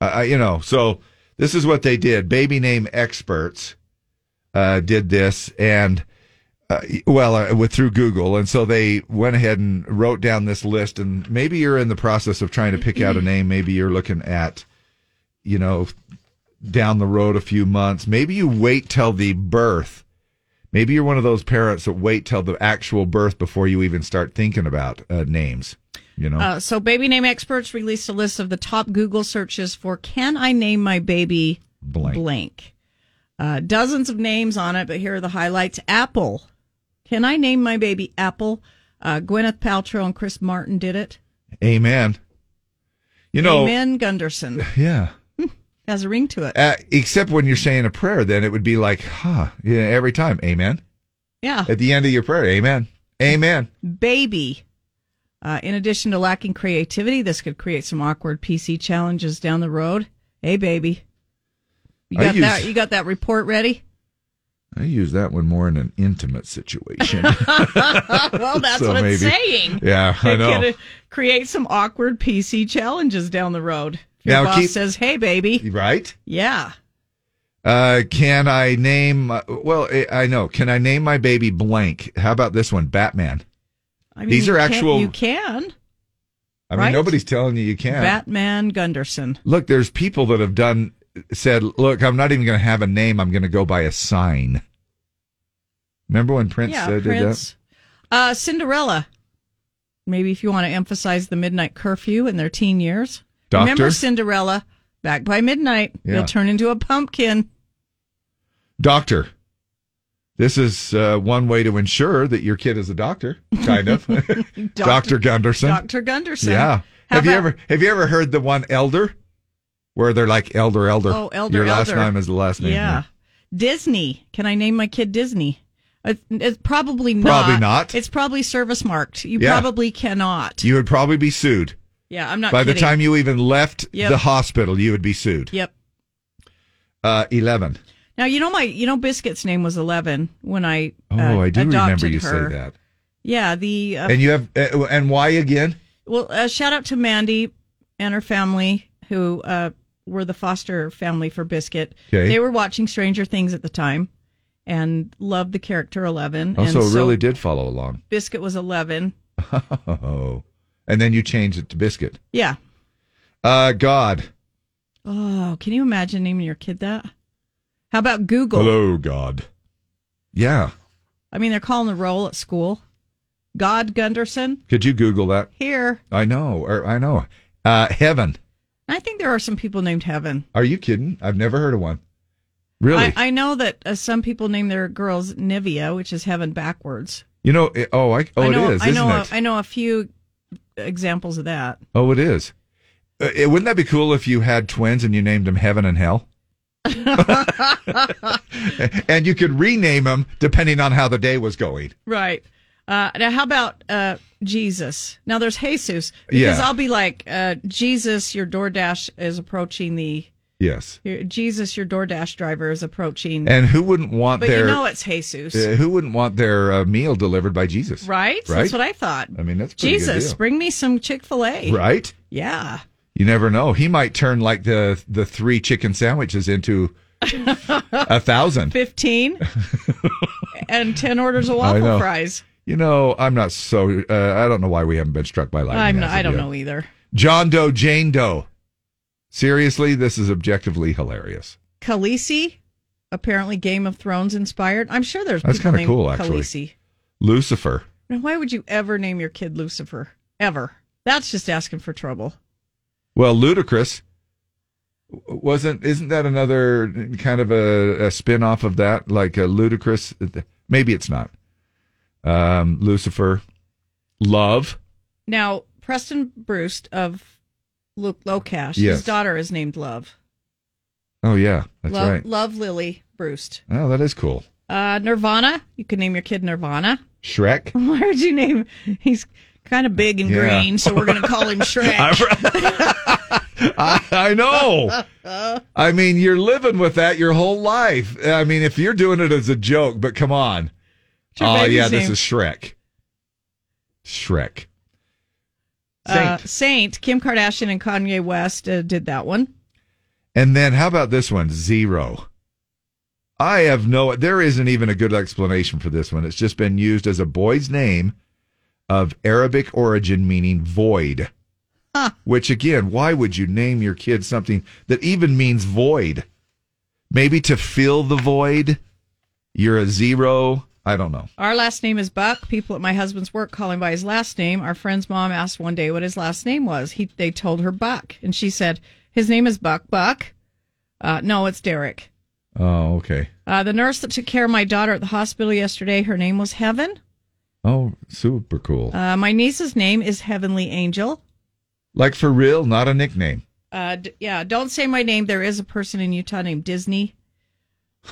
Speaker 3: Uh, I- you know, so this is what they did. Baby name experts uh, did this, and uh, well, uh, with through Google, and so they went ahead and wrote down this list. And maybe you're in the process of trying to pick out a
Speaker 2: Mm-hmm.
Speaker 3: name. Maybe you're looking at, you know, down the road a few months. Maybe you wait till the birth. Maybe you're one of those parents that wait till the actual birth before you even start thinking about uh, names. You know,
Speaker 2: Uh, so, baby name experts released a list of the top Google searches for "Can I name my baby
Speaker 3: blank?
Speaker 2: Uh, dozens of names on it, but here are the highlights: Apple. Can I name my baby Apple? Uh, Gwyneth Paltrow and Chris Martin did it.
Speaker 3: Amen. You know,
Speaker 2: Amen Gunderson
Speaker 3: yeah.
Speaker 2: has a ring to it.
Speaker 3: Uh, except when you're saying a prayer, then it would be like, huh, yeah, every time, amen.
Speaker 2: Yeah.
Speaker 3: At the end of your prayer, amen. Amen.
Speaker 2: baby. Uh, in addition to lacking creativity, this could create some awkward PC challenges down the road. Hey, baby, you
Speaker 3: I
Speaker 2: got
Speaker 3: use-
Speaker 2: that? You got that report ready?
Speaker 3: I use that one more in an intimate situation.
Speaker 2: well, that's
Speaker 3: So
Speaker 2: what it's
Speaker 3: maybe-
Speaker 2: saying.
Speaker 3: Yeah, I
Speaker 2: It
Speaker 3: know.
Speaker 2: could, uh, create some awkward PC challenges down the road. If Your
Speaker 3: Now,
Speaker 2: boss
Speaker 3: keep-
Speaker 2: says, "Hey, baby."
Speaker 3: right?
Speaker 2: Yeah.
Speaker 3: Uh, can I name, uh, well, I- I know. Can I name my baby blank? How about this one? Batman.
Speaker 2: I mean,
Speaker 3: These
Speaker 2: you
Speaker 3: are
Speaker 2: can-
Speaker 3: actual,
Speaker 2: You can.
Speaker 3: I mean,
Speaker 2: right?
Speaker 3: nobody's telling you you can.
Speaker 2: Batman Gunderson.
Speaker 3: Look, there's people that have done, said, look, I'm not even going to have a name. I'm going to go by a sign. Remember when Prince
Speaker 2: yeah,
Speaker 3: uh, did that?
Speaker 2: Prince. Uh, Cinderella. Maybe if you want to emphasize the midnight curfew in their teen years.
Speaker 3: Doctor?
Speaker 2: Remember Cinderella? Back by midnight,
Speaker 3: Yeah.
Speaker 2: you'll turn into a pumpkin.
Speaker 3: Doctor. This is uh, one way to ensure that your kid is a doctor, kind of. Doctor Gunderson.
Speaker 2: Doctor Gunderson.
Speaker 3: Yeah.
Speaker 2: How
Speaker 3: have you
Speaker 2: about-
Speaker 3: ever have you ever heard the one elder, where they're like elder, elder?
Speaker 2: Oh, elder.
Speaker 3: Your last
Speaker 2: elder.
Speaker 3: name is the last name.
Speaker 2: Yeah. Disney. Can I name my kid Disney? It's, it's probably not.
Speaker 3: Probably not.
Speaker 2: It's probably service marked. You
Speaker 3: Yeah.
Speaker 2: probably cannot.
Speaker 3: You would probably be sued.
Speaker 2: Yeah, I'm not.
Speaker 3: By the
Speaker 2: kidding.
Speaker 3: time you even left
Speaker 2: Yep.
Speaker 3: the hospital, you would be sued.
Speaker 2: Yep.
Speaker 3: Uh, Eleven.
Speaker 2: Now you know my you know Biscuit's name was Eleven when I
Speaker 3: Oh,
Speaker 2: uh,
Speaker 3: I do remember
Speaker 2: adopted
Speaker 3: you
Speaker 2: her.
Speaker 3: say that.
Speaker 2: Yeah, the uh,
Speaker 3: and you have uh, and why again?
Speaker 2: well uh, shout out to Mandy and her family who uh, were the foster family for Biscuit.
Speaker 3: Okay.
Speaker 2: They were watching Stranger Things at the time and loved the character Eleven.
Speaker 3: Oh,
Speaker 2: and
Speaker 3: so it really did follow along.
Speaker 2: Biscuit was Eleven.
Speaker 3: Oh, and then you changed it to biscuit.
Speaker 2: Yeah.
Speaker 3: Uh, God.
Speaker 2: Oh, can you imagine naming your kid that? How about Google?
Speaker 3: Hello, God. Yeah.
Speaker 2: I mean, they're calling the roll at school. God Gunderson
Speaker 3: Could you Google that?
Speaker 2: here.
Speaker 3: I know. Or I know. Uh, heaven.
Speaker 2: I think there are some people named Heaven.
Speaker 3: Are you kidding? I've never heard of one. Really?
Speaker 2: I, I know that uh, some people name their girls Nivea, which is Heaven backwards.
Speaker 3: you know? It, oh, I. Oh,
Speaker 2: I know,
Speaker 3: it is,
Speaker 2: I know.
Speaker 3: isn't it?
Speaker 2: A, I know a few examples of that.
Speaker 3: Oh, it is. Uh, it- wouldn't that be cool if you had twins and you named them Heaven and Hell? and you could rename them depending on how the day was going.
Speaker 2: Right. Uh, now, how about uh, Jesus? Now, there's Jesus because
Speaker 3: Yeah.
Speaker 2: I'll be like, uh, Jesus, your DoorDash is approaching the.
Speaker 3: Yes.
Speaker 2: your- Jesus, your DoorDash driver is approaching.
Speaker 3: And who wouldn't want
Speaker 2: But you
Speaker 3: their
Speaker 2: know it's Jesus.
Speaker 3: Uh, who wouldn't want their uh, meal delivered by Jesus?
Speaker 2: right?
Speaker 3: Right.
Speaker 2: That's what I thought.
Speaker 3: I mean, that's a pretty good
Speaker 2: Jesus,
Speaker 3: deal.
Speaker 2: bring me some Chick Fil A.
Speaker 3: Right.
Speaker 2: Yeah.
Speaker 3: You never know. He might turn like the the three chicken sandwiches into a thousand.
Speaker 2: Fifteen. and ten orders of waffle
Speaker 3: know.
Speaker 2: fries.
Speaker 3: You know, I'm not so. Uh, I don't know why we haven't been struck by lightning.
Speaker 2: I'm
Speaker 3: as
Speaker 2: not,
Speaker 3: of
Speaker 2: I don't
Speaker 3: yet.
Speaker 2: know either.
Speaker 3: John Doe, Jane Doe. Seriously, this is objectively hilarious.
Speaker 2: Khaleesi, apparently Game of Thrones inspired. I'm sure there's
Speaker 3: That's
Speaker 2: people
Speaker 3: kinda
Speaker 2: named
Speaker 3: cool, actually.
Speaker 2: Khaleesi.
Speaker 3: Lucifer.
Speaker 2: Now, why would you ever name your kid Lucifer? Ever? That's just asking for trouble.
Speaker 3: Well, ludicrous. Wasn't isn't that another kind of a, a spin off of that? Like a ludicrous maybe it's not. Um Lucifer. Love.
Speaker 2: Now, Preston Bruce of Luke Locash,
Speaker 3: Yes.
Speaker 2: his daughter is named Love.
Speaker 3: Oh yeah, that's
Speaker 2: Love,
Speaker 3: right.
Speaker 2: Love Lily Bruce.
Speaker 3: Oh, that is cool.
Speaker 2: Uh, Nirvana, you can name your kid Nirvana.
Speaker 3: Shrek.
Speaker 2: Why would you name? He's kind of big and
Speaker 3: Yeah.
Speaker 2: green, so we're going to call him Shrek.
Speaker 3: I, I know. I mean, you're living with that your whole life. I mean, if you're doing it as a joke, but come on.
Speaker 8: It's your
Speaker 3: Oh
Speaker 8: baby's
Speaker 3: yeah, this
Speaker 8: name.
Speaker 3: is Shrek. Shrek.
Speaker 2: Uh, Saint Kim Kardashian and Kanye West uh, did that one.
Speaker 3: And then how about this one? Zero. I have no, there isn't even a good explanation for this one. It's just been used as a boy's name of Arabic origin, meaning void. Which again, why would you name your kid something that even means void? Maybe to fill the void? You're a zero? I don't know.
Speaker 2: Our last name is Buck. People at my husband's work call him by his last name. Our friend's mom asked one day what his last name was. He they told her Buck, and she said his name is Buck. Buck. Uh, no, it's Derek.
Speaker 3: Oh, okay.
Speaker 2: Uh, the nurse that took care of my daughter at the hospital yesterday, her name was Heaven.
Speaker 3: Oh, super cool.
Speaker 2: Uh, my niece's name is Heavenly Angel.
Speaker 3: Like for real, not a nickname.
Speaker 2: Uh, d- yeah, don't say my name. There is a person in Utah named Disney.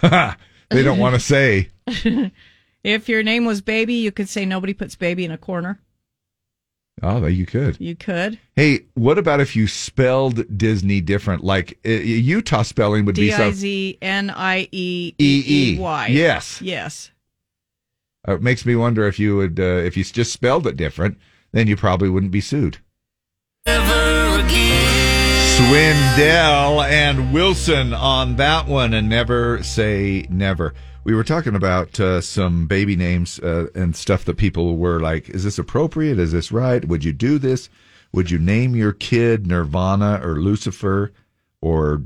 Speaker 3: they don't want to say.
Speaker 2: if your name was Baby, you could say nobody puts baby in a corner.
Speaker 3: Oh, you could.
Speaker 2: You could.
Speaker 3: Hey, what about if you spelled Disney different? Like uh, Utah spelling would be
Speaker 2: D I
Speaker 3: so.
Speaker 2: Z N I E
Speaker 3: E-E.
Speaker 2: E Y.
Speaker 3: Yes.
Speaker 2: Yes.
Speaker 3: Uh, it makes me wonder if you would uh, if you just spelled it different, then you probably wouldn't be sued. Swindell and Wilson on that one, and never say never. We were talking about uh, some baby names uh, and stuff that people were like, "Is this appropriate? Is this right? Would you do this? Would you name your kid Nirvana or Lucifer or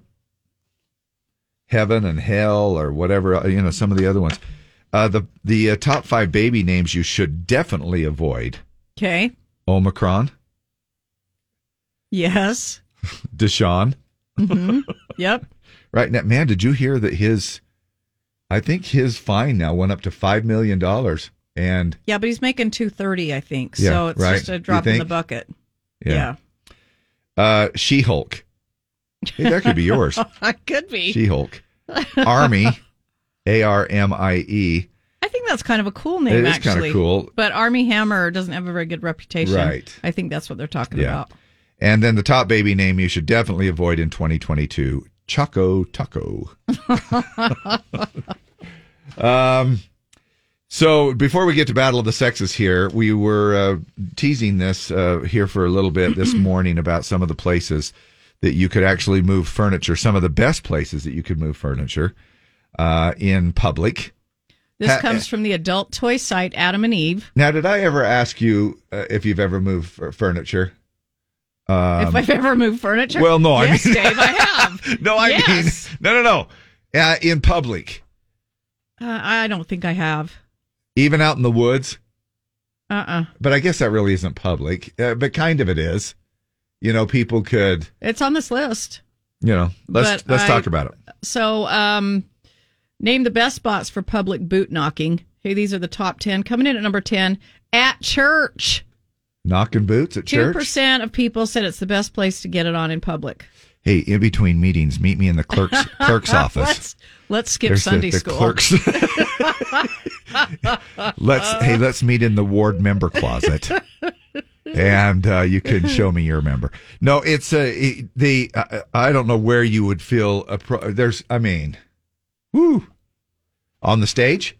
Speaker 3: heaven and hell or whatever uh, you know some of the other ones uh, the the uh, top five baby names you should definitely avoid
Speaker 2: Okay.
Speaker 3: omicron
Speaker 2: Yes.
Speaker 3: deshaun
Speaker 2: hmm yep.
Speaker 3: right now man did you hear that his i think his fine now went up to five million dollars and
Speaker 2: Yeah, but he's making two thirty, I think.
Speaker 3: Yeah,
Speaker 2: so it's
Speaker 3: right.
Speaker 2: just a
Speaker 3: You
Speaker 2: drop in the
Speaker 3: think?
Speaker 2: bucket.
Speaker 3: yeah, uh she-hulk hey that could be yours
Speaker 2: Oh, could be.
Speaker 3: she-hulk army a-r-m-i-e
Speaker 2: I think that's kind of a cool name.
Speaker 3: It is kinda
Speaker 2: actually.
Speaker 3: cool.
Speaker 2: But Army Hammer doesn't have a very good reputation.
Speaker 3: Right.
Speaker 2: I think that's what they're talking
Speaker 3: Yeah.
Speaker 2: about.
Speaker 3: And then the top baby name you should definitely avoid in 2022 Choco Taco. um, so before we get to Battle of the Sexes here, we were uh, teasing this uh, here for a little bit this morning about some of the places that you could actually move furniture, some of the best places that you could move furniture uh, in public.
Speaker 2: This
Speaker 3: Ha-
Speaker 2: comes from the adult toy site Adam and Eve.
Speaker 3: Now, did I ever ask you uh, if you've ever moved f- furniture? Um,
Speaker 2: if I've ever moved furniture.
Speaker 3: Well, no, I
Speaker 2: yes,
Speaker 3: mean-
Speaker 2: Dave, I have.
Speaker 3: No, I
Speaker 2: Yes.
Speaker 3: mean, no, no, no. Uh, in public,
Speaker 2: Uh, I don't think I have.
Speaker 3: even out in the woods.
Speaker 2: Uh uh
Speaker 3: But I guess that really isn't public, uh, but kind of it is. You know, people could,
Speaker 2: It's on this list.
Speaker 3: you know, let's
Speaker 2: But
Speaker 3: let's
Speaker 2: I-
Speaker 3: talk about it.
Speaker 2: So, um, name the best spots for public boot knocking. Hey, these are the top 10. Coming in at number 10, at church.
Speaker 3: Knocking boots at
Speaker 7: Two
Speaker 3: church.
Speaker 7: percent of people said it's the best place to get it on in public.
Speaker 3: Hey, in between meetings, meet me in the clerk's clerk's office.
Speaker 7: let's let's skip
Speaker 3: There's the-
Speaker 7: Sunday
Speaker 3: the
Speaker 7: school.
Speaker 3: clerk's- Let's
Speaker 7: Uh.
Speaker 3: hey, let's meet in the ward member closet, and uh, you can show me your member. No, it's uh, it- the uh, I don't know where you would feel. A pro- there's, I mean, woo, on the stage,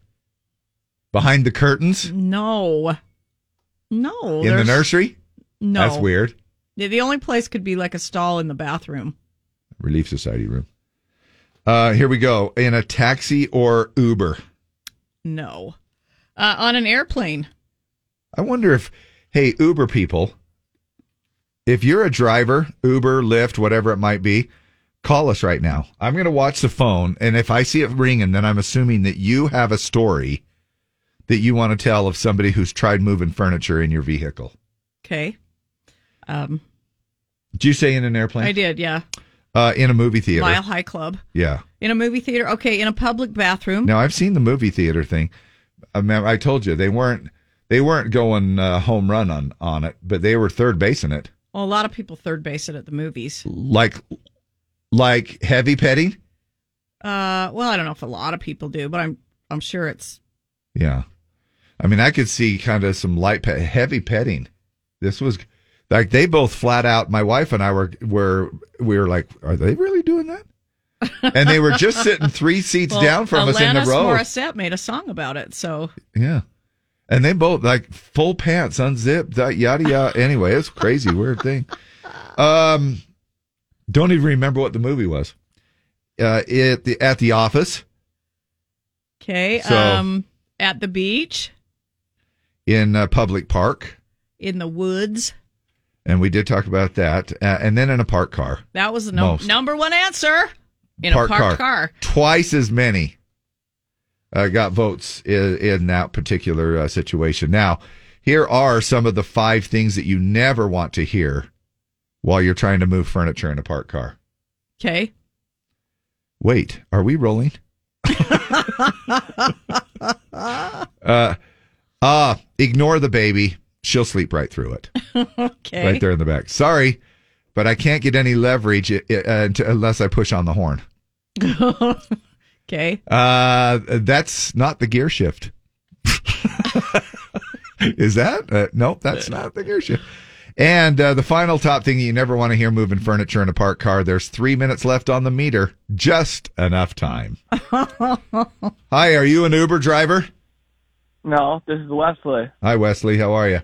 Speaker 3: behind the curtains,
Speaker 7: no, no.
Speaker 3: in the
Speaker 7: there's-
Speaker 3: nursery.
Speaker 7: No,
Speaker 3: that's weird.
Speaker 7: The, the only place could be like a stall in the bathroom.
Speaker 3: Relief Society room. Uh, here we go. In a taxi or Uber.
Speaker 7: No, uh, on an airplane.
Speaker 3: I wonder if, hey, Uber people, if you're a driver, Uber, Lyft, whatever it might be, call us right now. I'm going to watch the phone. And if I see it ringing, then I'm assuming that you have a story that you want to tell of somebody who's tried moving furniture in your vehicle.
Speaker 7: Okay, um,
Speaker 3: Did you say in an airplane?
Speaker 7: I did. Yeah,
Speaker 3: Uh, in a movie theater.
Speaker 7: Mile High Club
Speaker 3: Yeah.
Speaker 7: in a movie theater. Okay, in a public bathroom.
Speaker 3: Now I've seen the movie theater thing. I, mean, I told you they weren't they weren't going uh, home run on on it, but they were third basing it
Speaker 7: Well, a lot of people third base it at the movies.
Speaker 3: like like heavy petting.
Speaker 7: Uh, well, I don't know if a lot of people do, but I'm I'm sure it's
Speaker 3: Yeah, I mean I could see kind of some light pet, heavy petting. This was like they both flat out. My wife and I were were we were like, are they really doing that? And they were just sitting three seats
Speaker 7: Well,
Speaker 3: down from us in the
Speaker 7: Alanis
Speaker 3: row.
Speaker 7: Morissette made a song about it, so
Speaker 3: Yeah. And they both like full pants, unzipped, uh, yada yada. Anyway, it's a crazy, weird thing. Um, don't even remember what the movie was. Uh, it the, at the office
Speaker 7: okay.
Speaker 3: So-
Speaker 7: um, at the beach,
Speaker 3: in a public park,
Speaker 7: in the woods.
Speaker 3: and we did talk about that, uh, and then in a park car,
Speaker 7: That was the num-
Speaker 3: Most.
Speaker 7: number one answer in a parked car.
Speaker 3: twice as many uh, got votes in, in that particular uh, situation. Now, here are some of the five things that you never want to hear while you're trying to move furniture in a parked car.
Speaker 7: Okay.
Speaker 3: Wait, are we rolling? uh, uh, ignore the baby. She'll sleep right through it,
Speaker 7: okay.
Speaker 3: right there in the back. Sorry, but I can't get any leverage i- i- uh, t- unless I push on the horn.
Speaker 7: okay.
Speaker 3: Uh, that's not the gear shift. Is that? Uh, nope, that's not the gear shift. And uh, the final top thing you never want to hear moving furniture in a parked car. There's three minutes left on the meter. Just enough time. Hi, are you an Uber driver?
Speaker 13: No, this is Wesley.
Speaker 3: Hi, Wesley. How are you?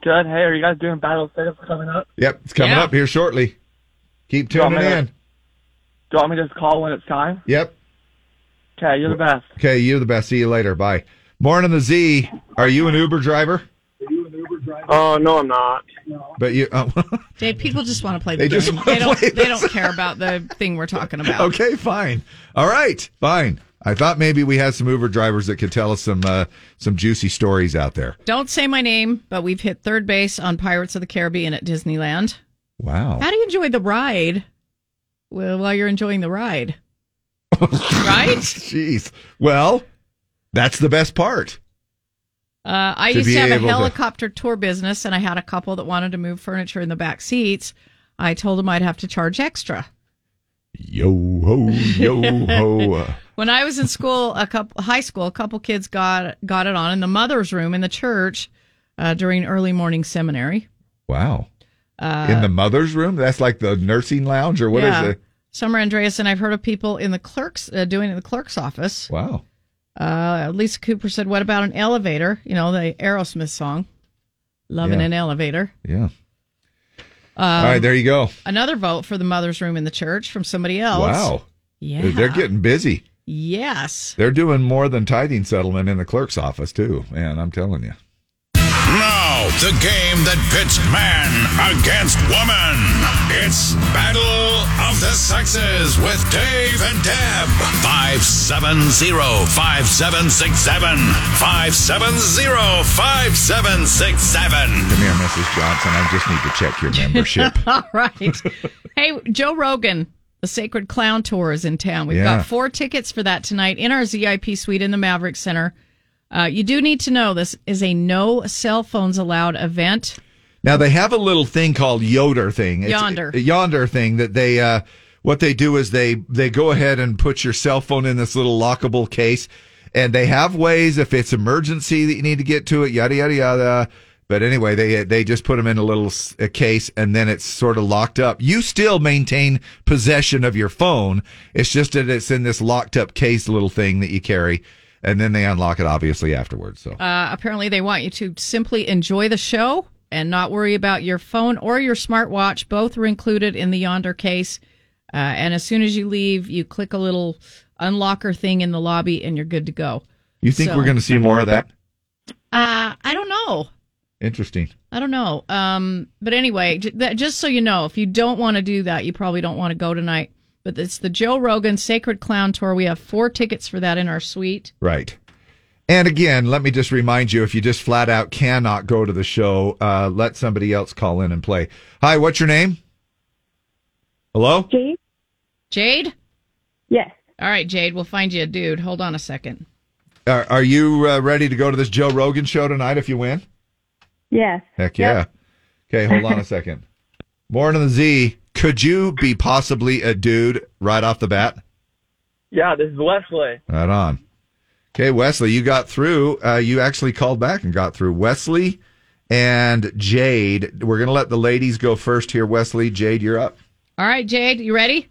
Speaker 13: Good. Hey, are you guys doing battle setups coming up?
Speaker 3: Yep, it's coming
Speaker 13: Yeah.
Speaker 3: up here shortly. Keep
Speaker 13: Do you want
Speaker 3: tuning
Speaker 13: me to-
Speaker 3: in.
Speaker 13: Do you want me to just call when it's time?
Speaker 3: Yep.
Speaker 13: Okay, you're the best.
Speaker 3: Okay, you're the best. See you later. Bye. Morning, the Z. Are you an Uber driver?
Speaker 13: Oh no, I'm not.
Speaker 3: But you. Oh,
Speaker 7: They, people just want to play the
Speaker 3: They
Speaker 7: game.
Speaker 3: just wanna
Speaker 7: they don't,
Speaker 3: play
Speaker 7: they
Speaker 3: this.
Speaker 7: don't care about the thing we're talking about.
Speaker 3: okay, fine. All right, fine. I thought maybe we had some Uber drivers that could tell us some uh, some juicy stories out there.
Speaker 7: Don't say my name, but we've hit third base on Pirates of the Caribbean at Disneyland.
Speaker 3: Wow.
Speaker 7: How do you enjoy the ride? Well, while you're enjoying the ride, right?
Speaker 3: Jeez. Well, that's the best part.
Speaker 7: Uh, I
Speaker 3: To
Speaker 7: used
Speaker 3: be
Speaker 7: to have a
Speaker 3: able to-
Speaker 7: helicopter tour business, and I had a couple that wanted to move furniture in the back seats. I told them I'd have to charge extra.
Speaker 3: Yo ho yo ho.
Speaker 7: When I was in school, a couple high school, a couple kids got got it on in the mother's room in the church uh, during early morning seminary.
Speaker 3: Wow.
Speaker 7: Uh,
Speaker 3: in the mother's room? That's like the nursing lounge or what is it?
Speaker 7: Summer Andreas and I've heard of people in the clerks uh, doing it in the clerk's office.
Speaker 3: Wow.
Speaker 7: Uh, Lisa Cooper said, "What about an elevator? You know the Aerosmith song, loving
Speaker 3: Yeah.
Speaker 7: an elevator."
Speaker 3: Yeah.
Speaker 7: Um,
Speaker 3: All right, there you go.
Speaker 7: Another vote for the mother's room in the church from somebody else.
Speaker 3: Wow.
Speaker 7: Yeah.
Speaker 3: They're getting busy.
Speaker 7: Yes.
Speaker 3: They're doing more than tithing settlement in the clerk's office too, man. I'm telling you.
Speaker 19: Now, the game that pits man against woman. It's Battle of the Sexes with Dave and Deb. 570-5767. 570-5767.
Speaker 3: Come here, Mrs. Johnson. I just need to check your membership.
Speaker 7: All right. hey, Joe Rogan, the Sacred Clown Tour is in town. We've
Speaker 3: Yeah.
Speaker 7: got four tickets for that tonight in our ZIP suite in the Maverick Center. Uh, you do need to know this is a no cell phones allowed event.
Speaker 3: Now they have a little thing called Yoder thing.
Speaker 2: Yonder.
Speaker 3: a yonder thing that they uh, what they do is they they go ahead and put your cell phone in this little lockable case, and they have ways if it's emergency that you need to get to it, yada yada yada. But anyway, they they just put them in a little s- a case and then it's sort of locked up. You still maintain possession of your phone. It's just that it's in this locked up case little thing that you carry, and then they unlock it obviously afterwards. So
Speaker 2: Uh, apparently, they want you to simply enjoy the show and not worry about your phone or your smartwatch. Both are included in the Yonder case. Uh, and as soon as you leave, you click a little unlocker thing in the lobby and you're good to go.
Speaker 3: you think
Speaker 2: So-
Speaker 3: we're going to see more of that?
Speaker 2: Uh, I don't know.
Speaker 3: Interesting.
Speaker 2: I don't know. Um, but anyway, j- that, just so you know, if you don't want to do that, you probably don't want to go tonight. But it's the Joe Rogan Sacred Clown Tour. We have four tickets for that in our suite.
Speaker 3: Right. And again, let me just remind you if you just flat out cannot go to the show, uh, let somebody else call in and play. Hi, what's your name? Hello?
Speaker 2: Jade? Jade? Yes. All right, Jade, we'll find you a dude. Hold on a second.
Speaker 3: Are, are you uh, ready to go to this Joe Rogan show tonight if you win?
Speaker 2: Yes.
Speaker 3: Heck yeah. Okay, hold on a second. Morning on the Z, could you be possibly a dude right off the bat?
Speaker 23: Yeah, this is Wesley.
Speaker 3: Right on. Okay, Wesley, you got through. Uh, you actually called back and got through. Wesley and Jade. We're going to let the ladies go first here. Wesley, Jade, you're up.
Speaker 2: All right, Jade, you ready?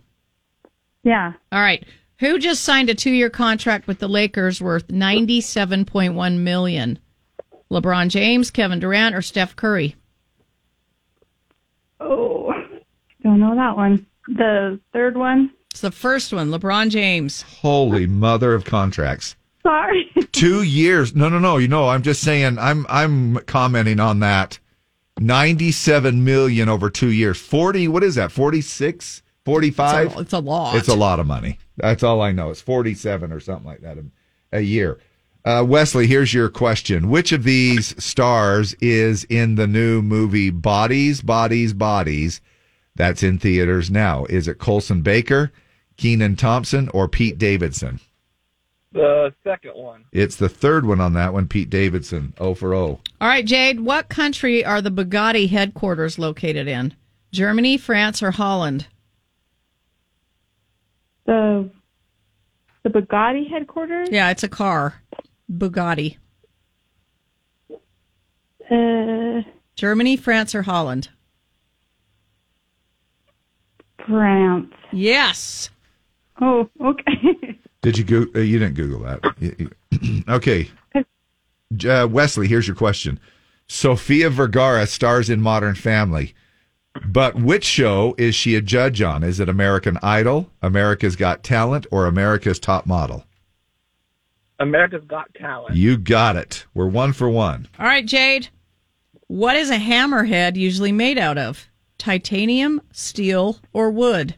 Speaker 2: Yeah. All right. Who just signed a two-year contract with the Lakers worth 97.1 million? LeBron James, Kevin Durant, or Steph Curry?
Speaker 18: Oh, don't know that one. The third one.
Speaker 2: It's the first one, LeBron James.
Speaker 3: Holy mother of contracts.
Speaker 18: Sorry.
Speaker 3: Two years. No, no, no. You know, I'm just saying I'm I'm commenting on that. 97 million over 2 years. 40, what is that? 46, 45?
Speaker 2: It's a- it's a lot.
Speaker 3: It's a lot of money. That's all I know. It's 47 or something like that a, a year. Uh, Wesley, here's your question. Which of these stars is in the new movie Bodies, Bodies, Bodies that's in theaters now? Is it Colson Baker, Keenan Thompson, or Pete Davidson?
Speaker 23: The second one.
Speaker 3: It's the third one on that one, Pete Davidson, O for oh. O.
Speaker 2: All right, Jade, what country are the Bugatti headquarters located in? Germany, France, or Holland?
Speaker 18: The the Bugatti headquarters.
Speaker 2: Yeah, it's a car. Bugatti.
Speaker 18: Uh,
Speaker 2: Germany, France, or Holland?
Speaker 18: France.
Speaker 2: Yes.
Speaker 18: Oh, okay.
Speaker 3: Did you go? Uh, you didn't Google that. You- you- okay. J- Uh, Wesley, here's your question. Sophia Vergara stars in Modern Family, but which show is she a judge on? Is it American Idol, America's Got Talent, or America's Top Model?
Speaker 23: America's Got Talent.
Speaker 3: You got it. We're one for one.
Speaker 2: All right, Jade. What is a hammerhead usually made out of? Titanium, steel, or wood?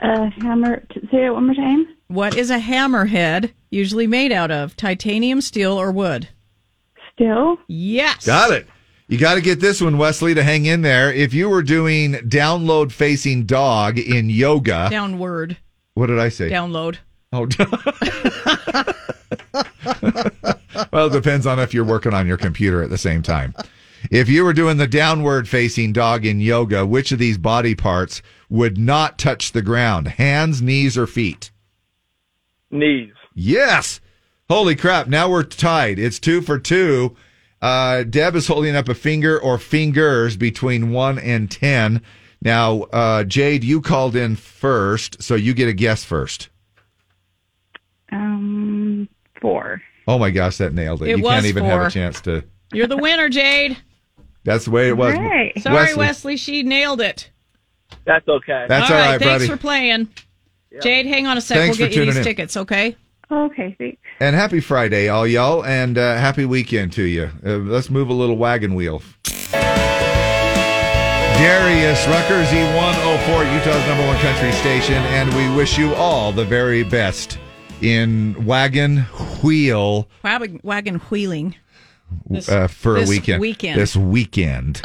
Speaker 18: Uh, hammer. t- Say it one more time.
Speaker 2: What is a hammerhead usually made out of? Titanium, steel, or wood?
Speaker 18: Steel.
Speaker 2: Yes.
Speaker 3: Got it. You got to get this one, Wesley, to hang in there. If you were doing download facing dog in yoga,
Speaker 2: Downward.
Speaker 3: what did I say?
Speaker 2: Download.
Speaker 3: Oh, well, it depends on if you're working on your computer at the same time. If you were doing the downward facing dog in yoga, which of these body parts would not touch the ground? Hands, knees, or feet?
Speaker 23: Knees.
Speaker 3: Yes. Holy crap. Now we're tied. It's two for two. Uh, Deb is holding up a finger or fingers between one and 10. Now, uh, Jade, you called in first, so you get a guess first.
Speaker 18: Um, four.
Speaker 3: Oh my gosh, that nailed it.
Speaker 2: It
Speaker 3: you can't
Speaker 2: was
Speaker 3: even have
Speaker 2: four.
Speaker 3: a chance to.
Speaker 2: You're the winner, Jade.
Speaker 3: That's the way it was.
Speaker 2: Sorry, Wesley. She nailed it.
Speaker 23: That's okay.
Speaker 3: That's all right,
Speaker 2: Thanks
Speaker 3: buddy.
Speaker 2: for playing. Jade, hang on a sec.
Speaker 3: Thanks
Speaker 2: we'll
Speaker 3: for
Speaker 2: get you these
Speaker 3: tuning in.
Speaker 2: tickets, okay?
Speaker 18: Okay, thanks.
Speaker 3: And happy Friday, all y'all, and uh, happy weekend to you. Uh, let's move a little wagon wheel. Darius Ruckers, E104, Utah's number one country station, and we wish you all the very best in wagon wheel
Speaker 2: Wagon, wagon wheeling. This-
Speaker 3: uh, for
Speaker 2: this
Speaker 3: a weekend.
Speaker 2: weekend.
Speaker 3: This weekend.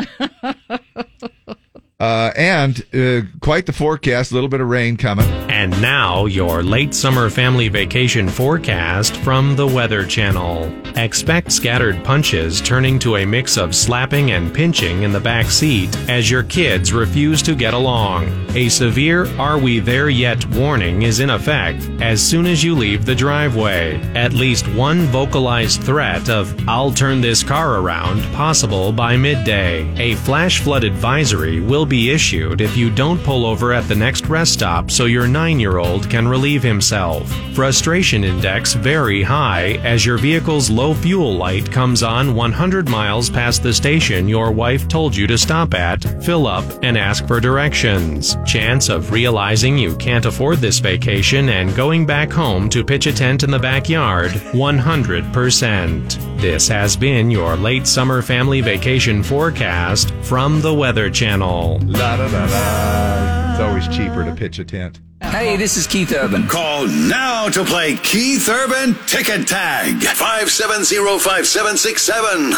Speaker 3: uh, and uh, quite the forecast, a little bit of rain coming.
Speaker 8: And now, your late summer family vacation forecast from the Weather Channel. Expect scattered punches turning to a mix of slapping and pinching in the back seat as your kids refuse to get along. A severe Are We There Yet warning is in effect as soon as you leave the driveway. At least one vocalized threat of I'll turn this car around possible by midday. A flash flood advisory will be issued if you don't pull over at the next rest stop so your 9-year-old can relieve himself. Frustration index very high as your vehicle's low fuel light comes on 100 miles past the station your wife told you to stop at. Fill up and ask for directions. Chance of realizing you can't afford this vacation and going back home to pitch a tent in the backyard 100%. This has been your late summer family vacation forecast from the Weather Channel.
Speaker 3: It's always cheaper to pitch a tent.
Speaker 5: Hey, this is Keith Urban.
Speaker 19: Call now to play Keith Urban Ticket Tag. 570-5767.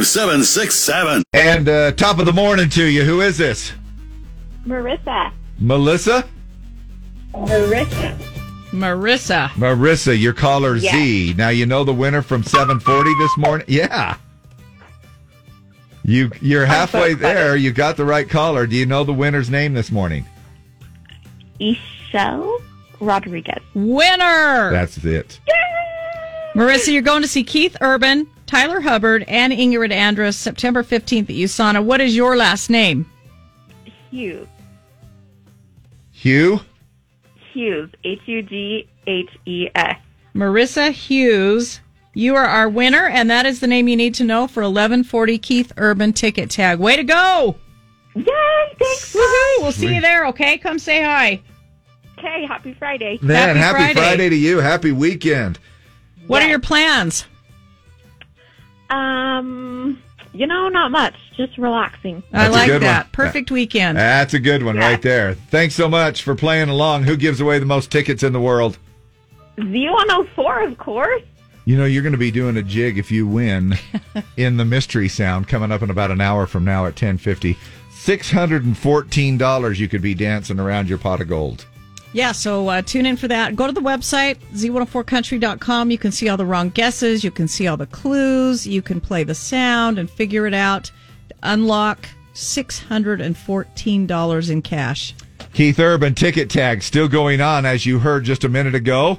Speaker 19: 570-5767.
Speaker 3: And uh, top of the morning to you. Who is this?
Speaker 18: Marissa.
Speaker 3: Melissa?
Speaker 18: Marissa.
Speaker 2: Marissa.
Speaker 3: Marissa, your caller Z.
Speaker 18: Yes.
Speaker 3: Now you know the winner from 740 this morning. Yeah. You you're halfway there. You got the right caller. Do you know the winner's name this morning?
Speaker 18: Isel Rodriguez.
Speaker 2: Winner!
Speaker 3: That's it.
Speaker 2: Marissa, you're going to see Keith Urban, Tyler Hubbard, and Ingrid Andrus September 15th at USANA. What is your last name?
Speaker 18: Hughes.
Speaker 3: Hugh?
Speaker 18: Hughes. H U G H E S.
Speaker 2: Marissa Hughes. You are our winner, and that is the name you need to know for 1140 Keith Urban Ticket Tag. Way to go!
Speaker 18: Yay! Thanks.
Speaker 2: Woohoo! We'll see you there, okay? Come say hi.
Speaker 18: Okay, happy Friday.
Speaker 3: Man, happy, Friday. to you. Happy weekend.
Speaker 2: What are your plans?
Speaker 18: Um, you know, not much. Just relaxing.
Speaker 2: I
Speaker 3: That's a
Speaker 2: like
Speaker 3: good
Speaker 2: that.
Speaker 3: one.
Speaker 2: Perfect weekend.
Speaker 3: That's a good one right there. Thanks so much for playing along. Who gives away the most tickets in the world?
Speaker 18: Z104, of course.
Speaker 3: You know, you're going to be doing a jig if you win in the mystery sound coming up in about an hour from now at 1050. $614 you could be dancing around your pot of gold.
Speaker 2: Yeah, so uh, tune in for that. Go to the website, z104country.com. You can see all the wrong guesses. You can see all the clues. You can play the sound and figure it out. Unlock $614 in cash.
Speaker 3: Keith Urban ticket tag still going on as you heard just a minute ago.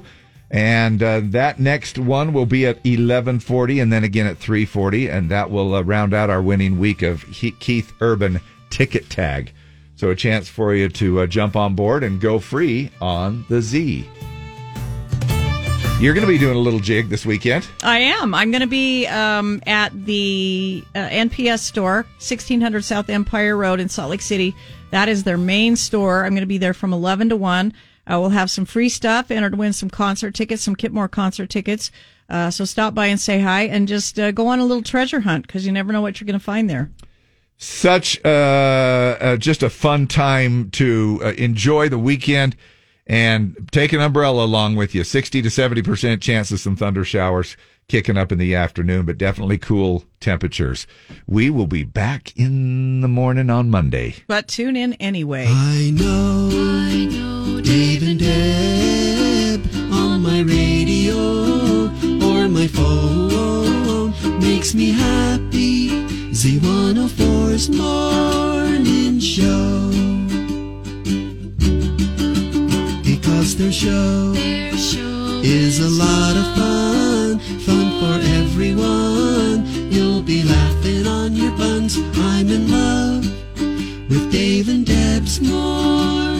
Speaker 3: And uh, that next one will be at 11:40 and then again at 3:40 and that will uh, round out our winning week of he- Keith Urban ticket tag. So a chance for you to uh, jump on board and go free on the Z. You're going to be doing a little jig this weekend.
Speaker 2: I am. I'm going to be um, at the uh, NPS store, 1600 South Empire Road in Salt Lake City. That is their main store. I'm going to be there from 11 to 1. Uh, we'll have some free stuff, enter to win some concert tickets, some Kitmore concert tickets. Uh, so stop by and say hi and just uh, go on a little treasure hunt because you never know what you're going to find there.
Speaker 3: such uh, uh, just a fun time to uh, enjoy the weekend and take an umbrella along with you 60 to 70 percent chance of some thunder showers kicking up in the afternoon but definitely cool temperatures we will be back in the morning on monday
Speaker 2: But tune in anyway.
Speaker 15: I know, Dave and Deb on my radio or my phone makes me happy. Z104's morning show. Because their show, is a lot of fun, fun for everyone. You'll be laughing on your buns. I'm in love with Dave and Deb's morning.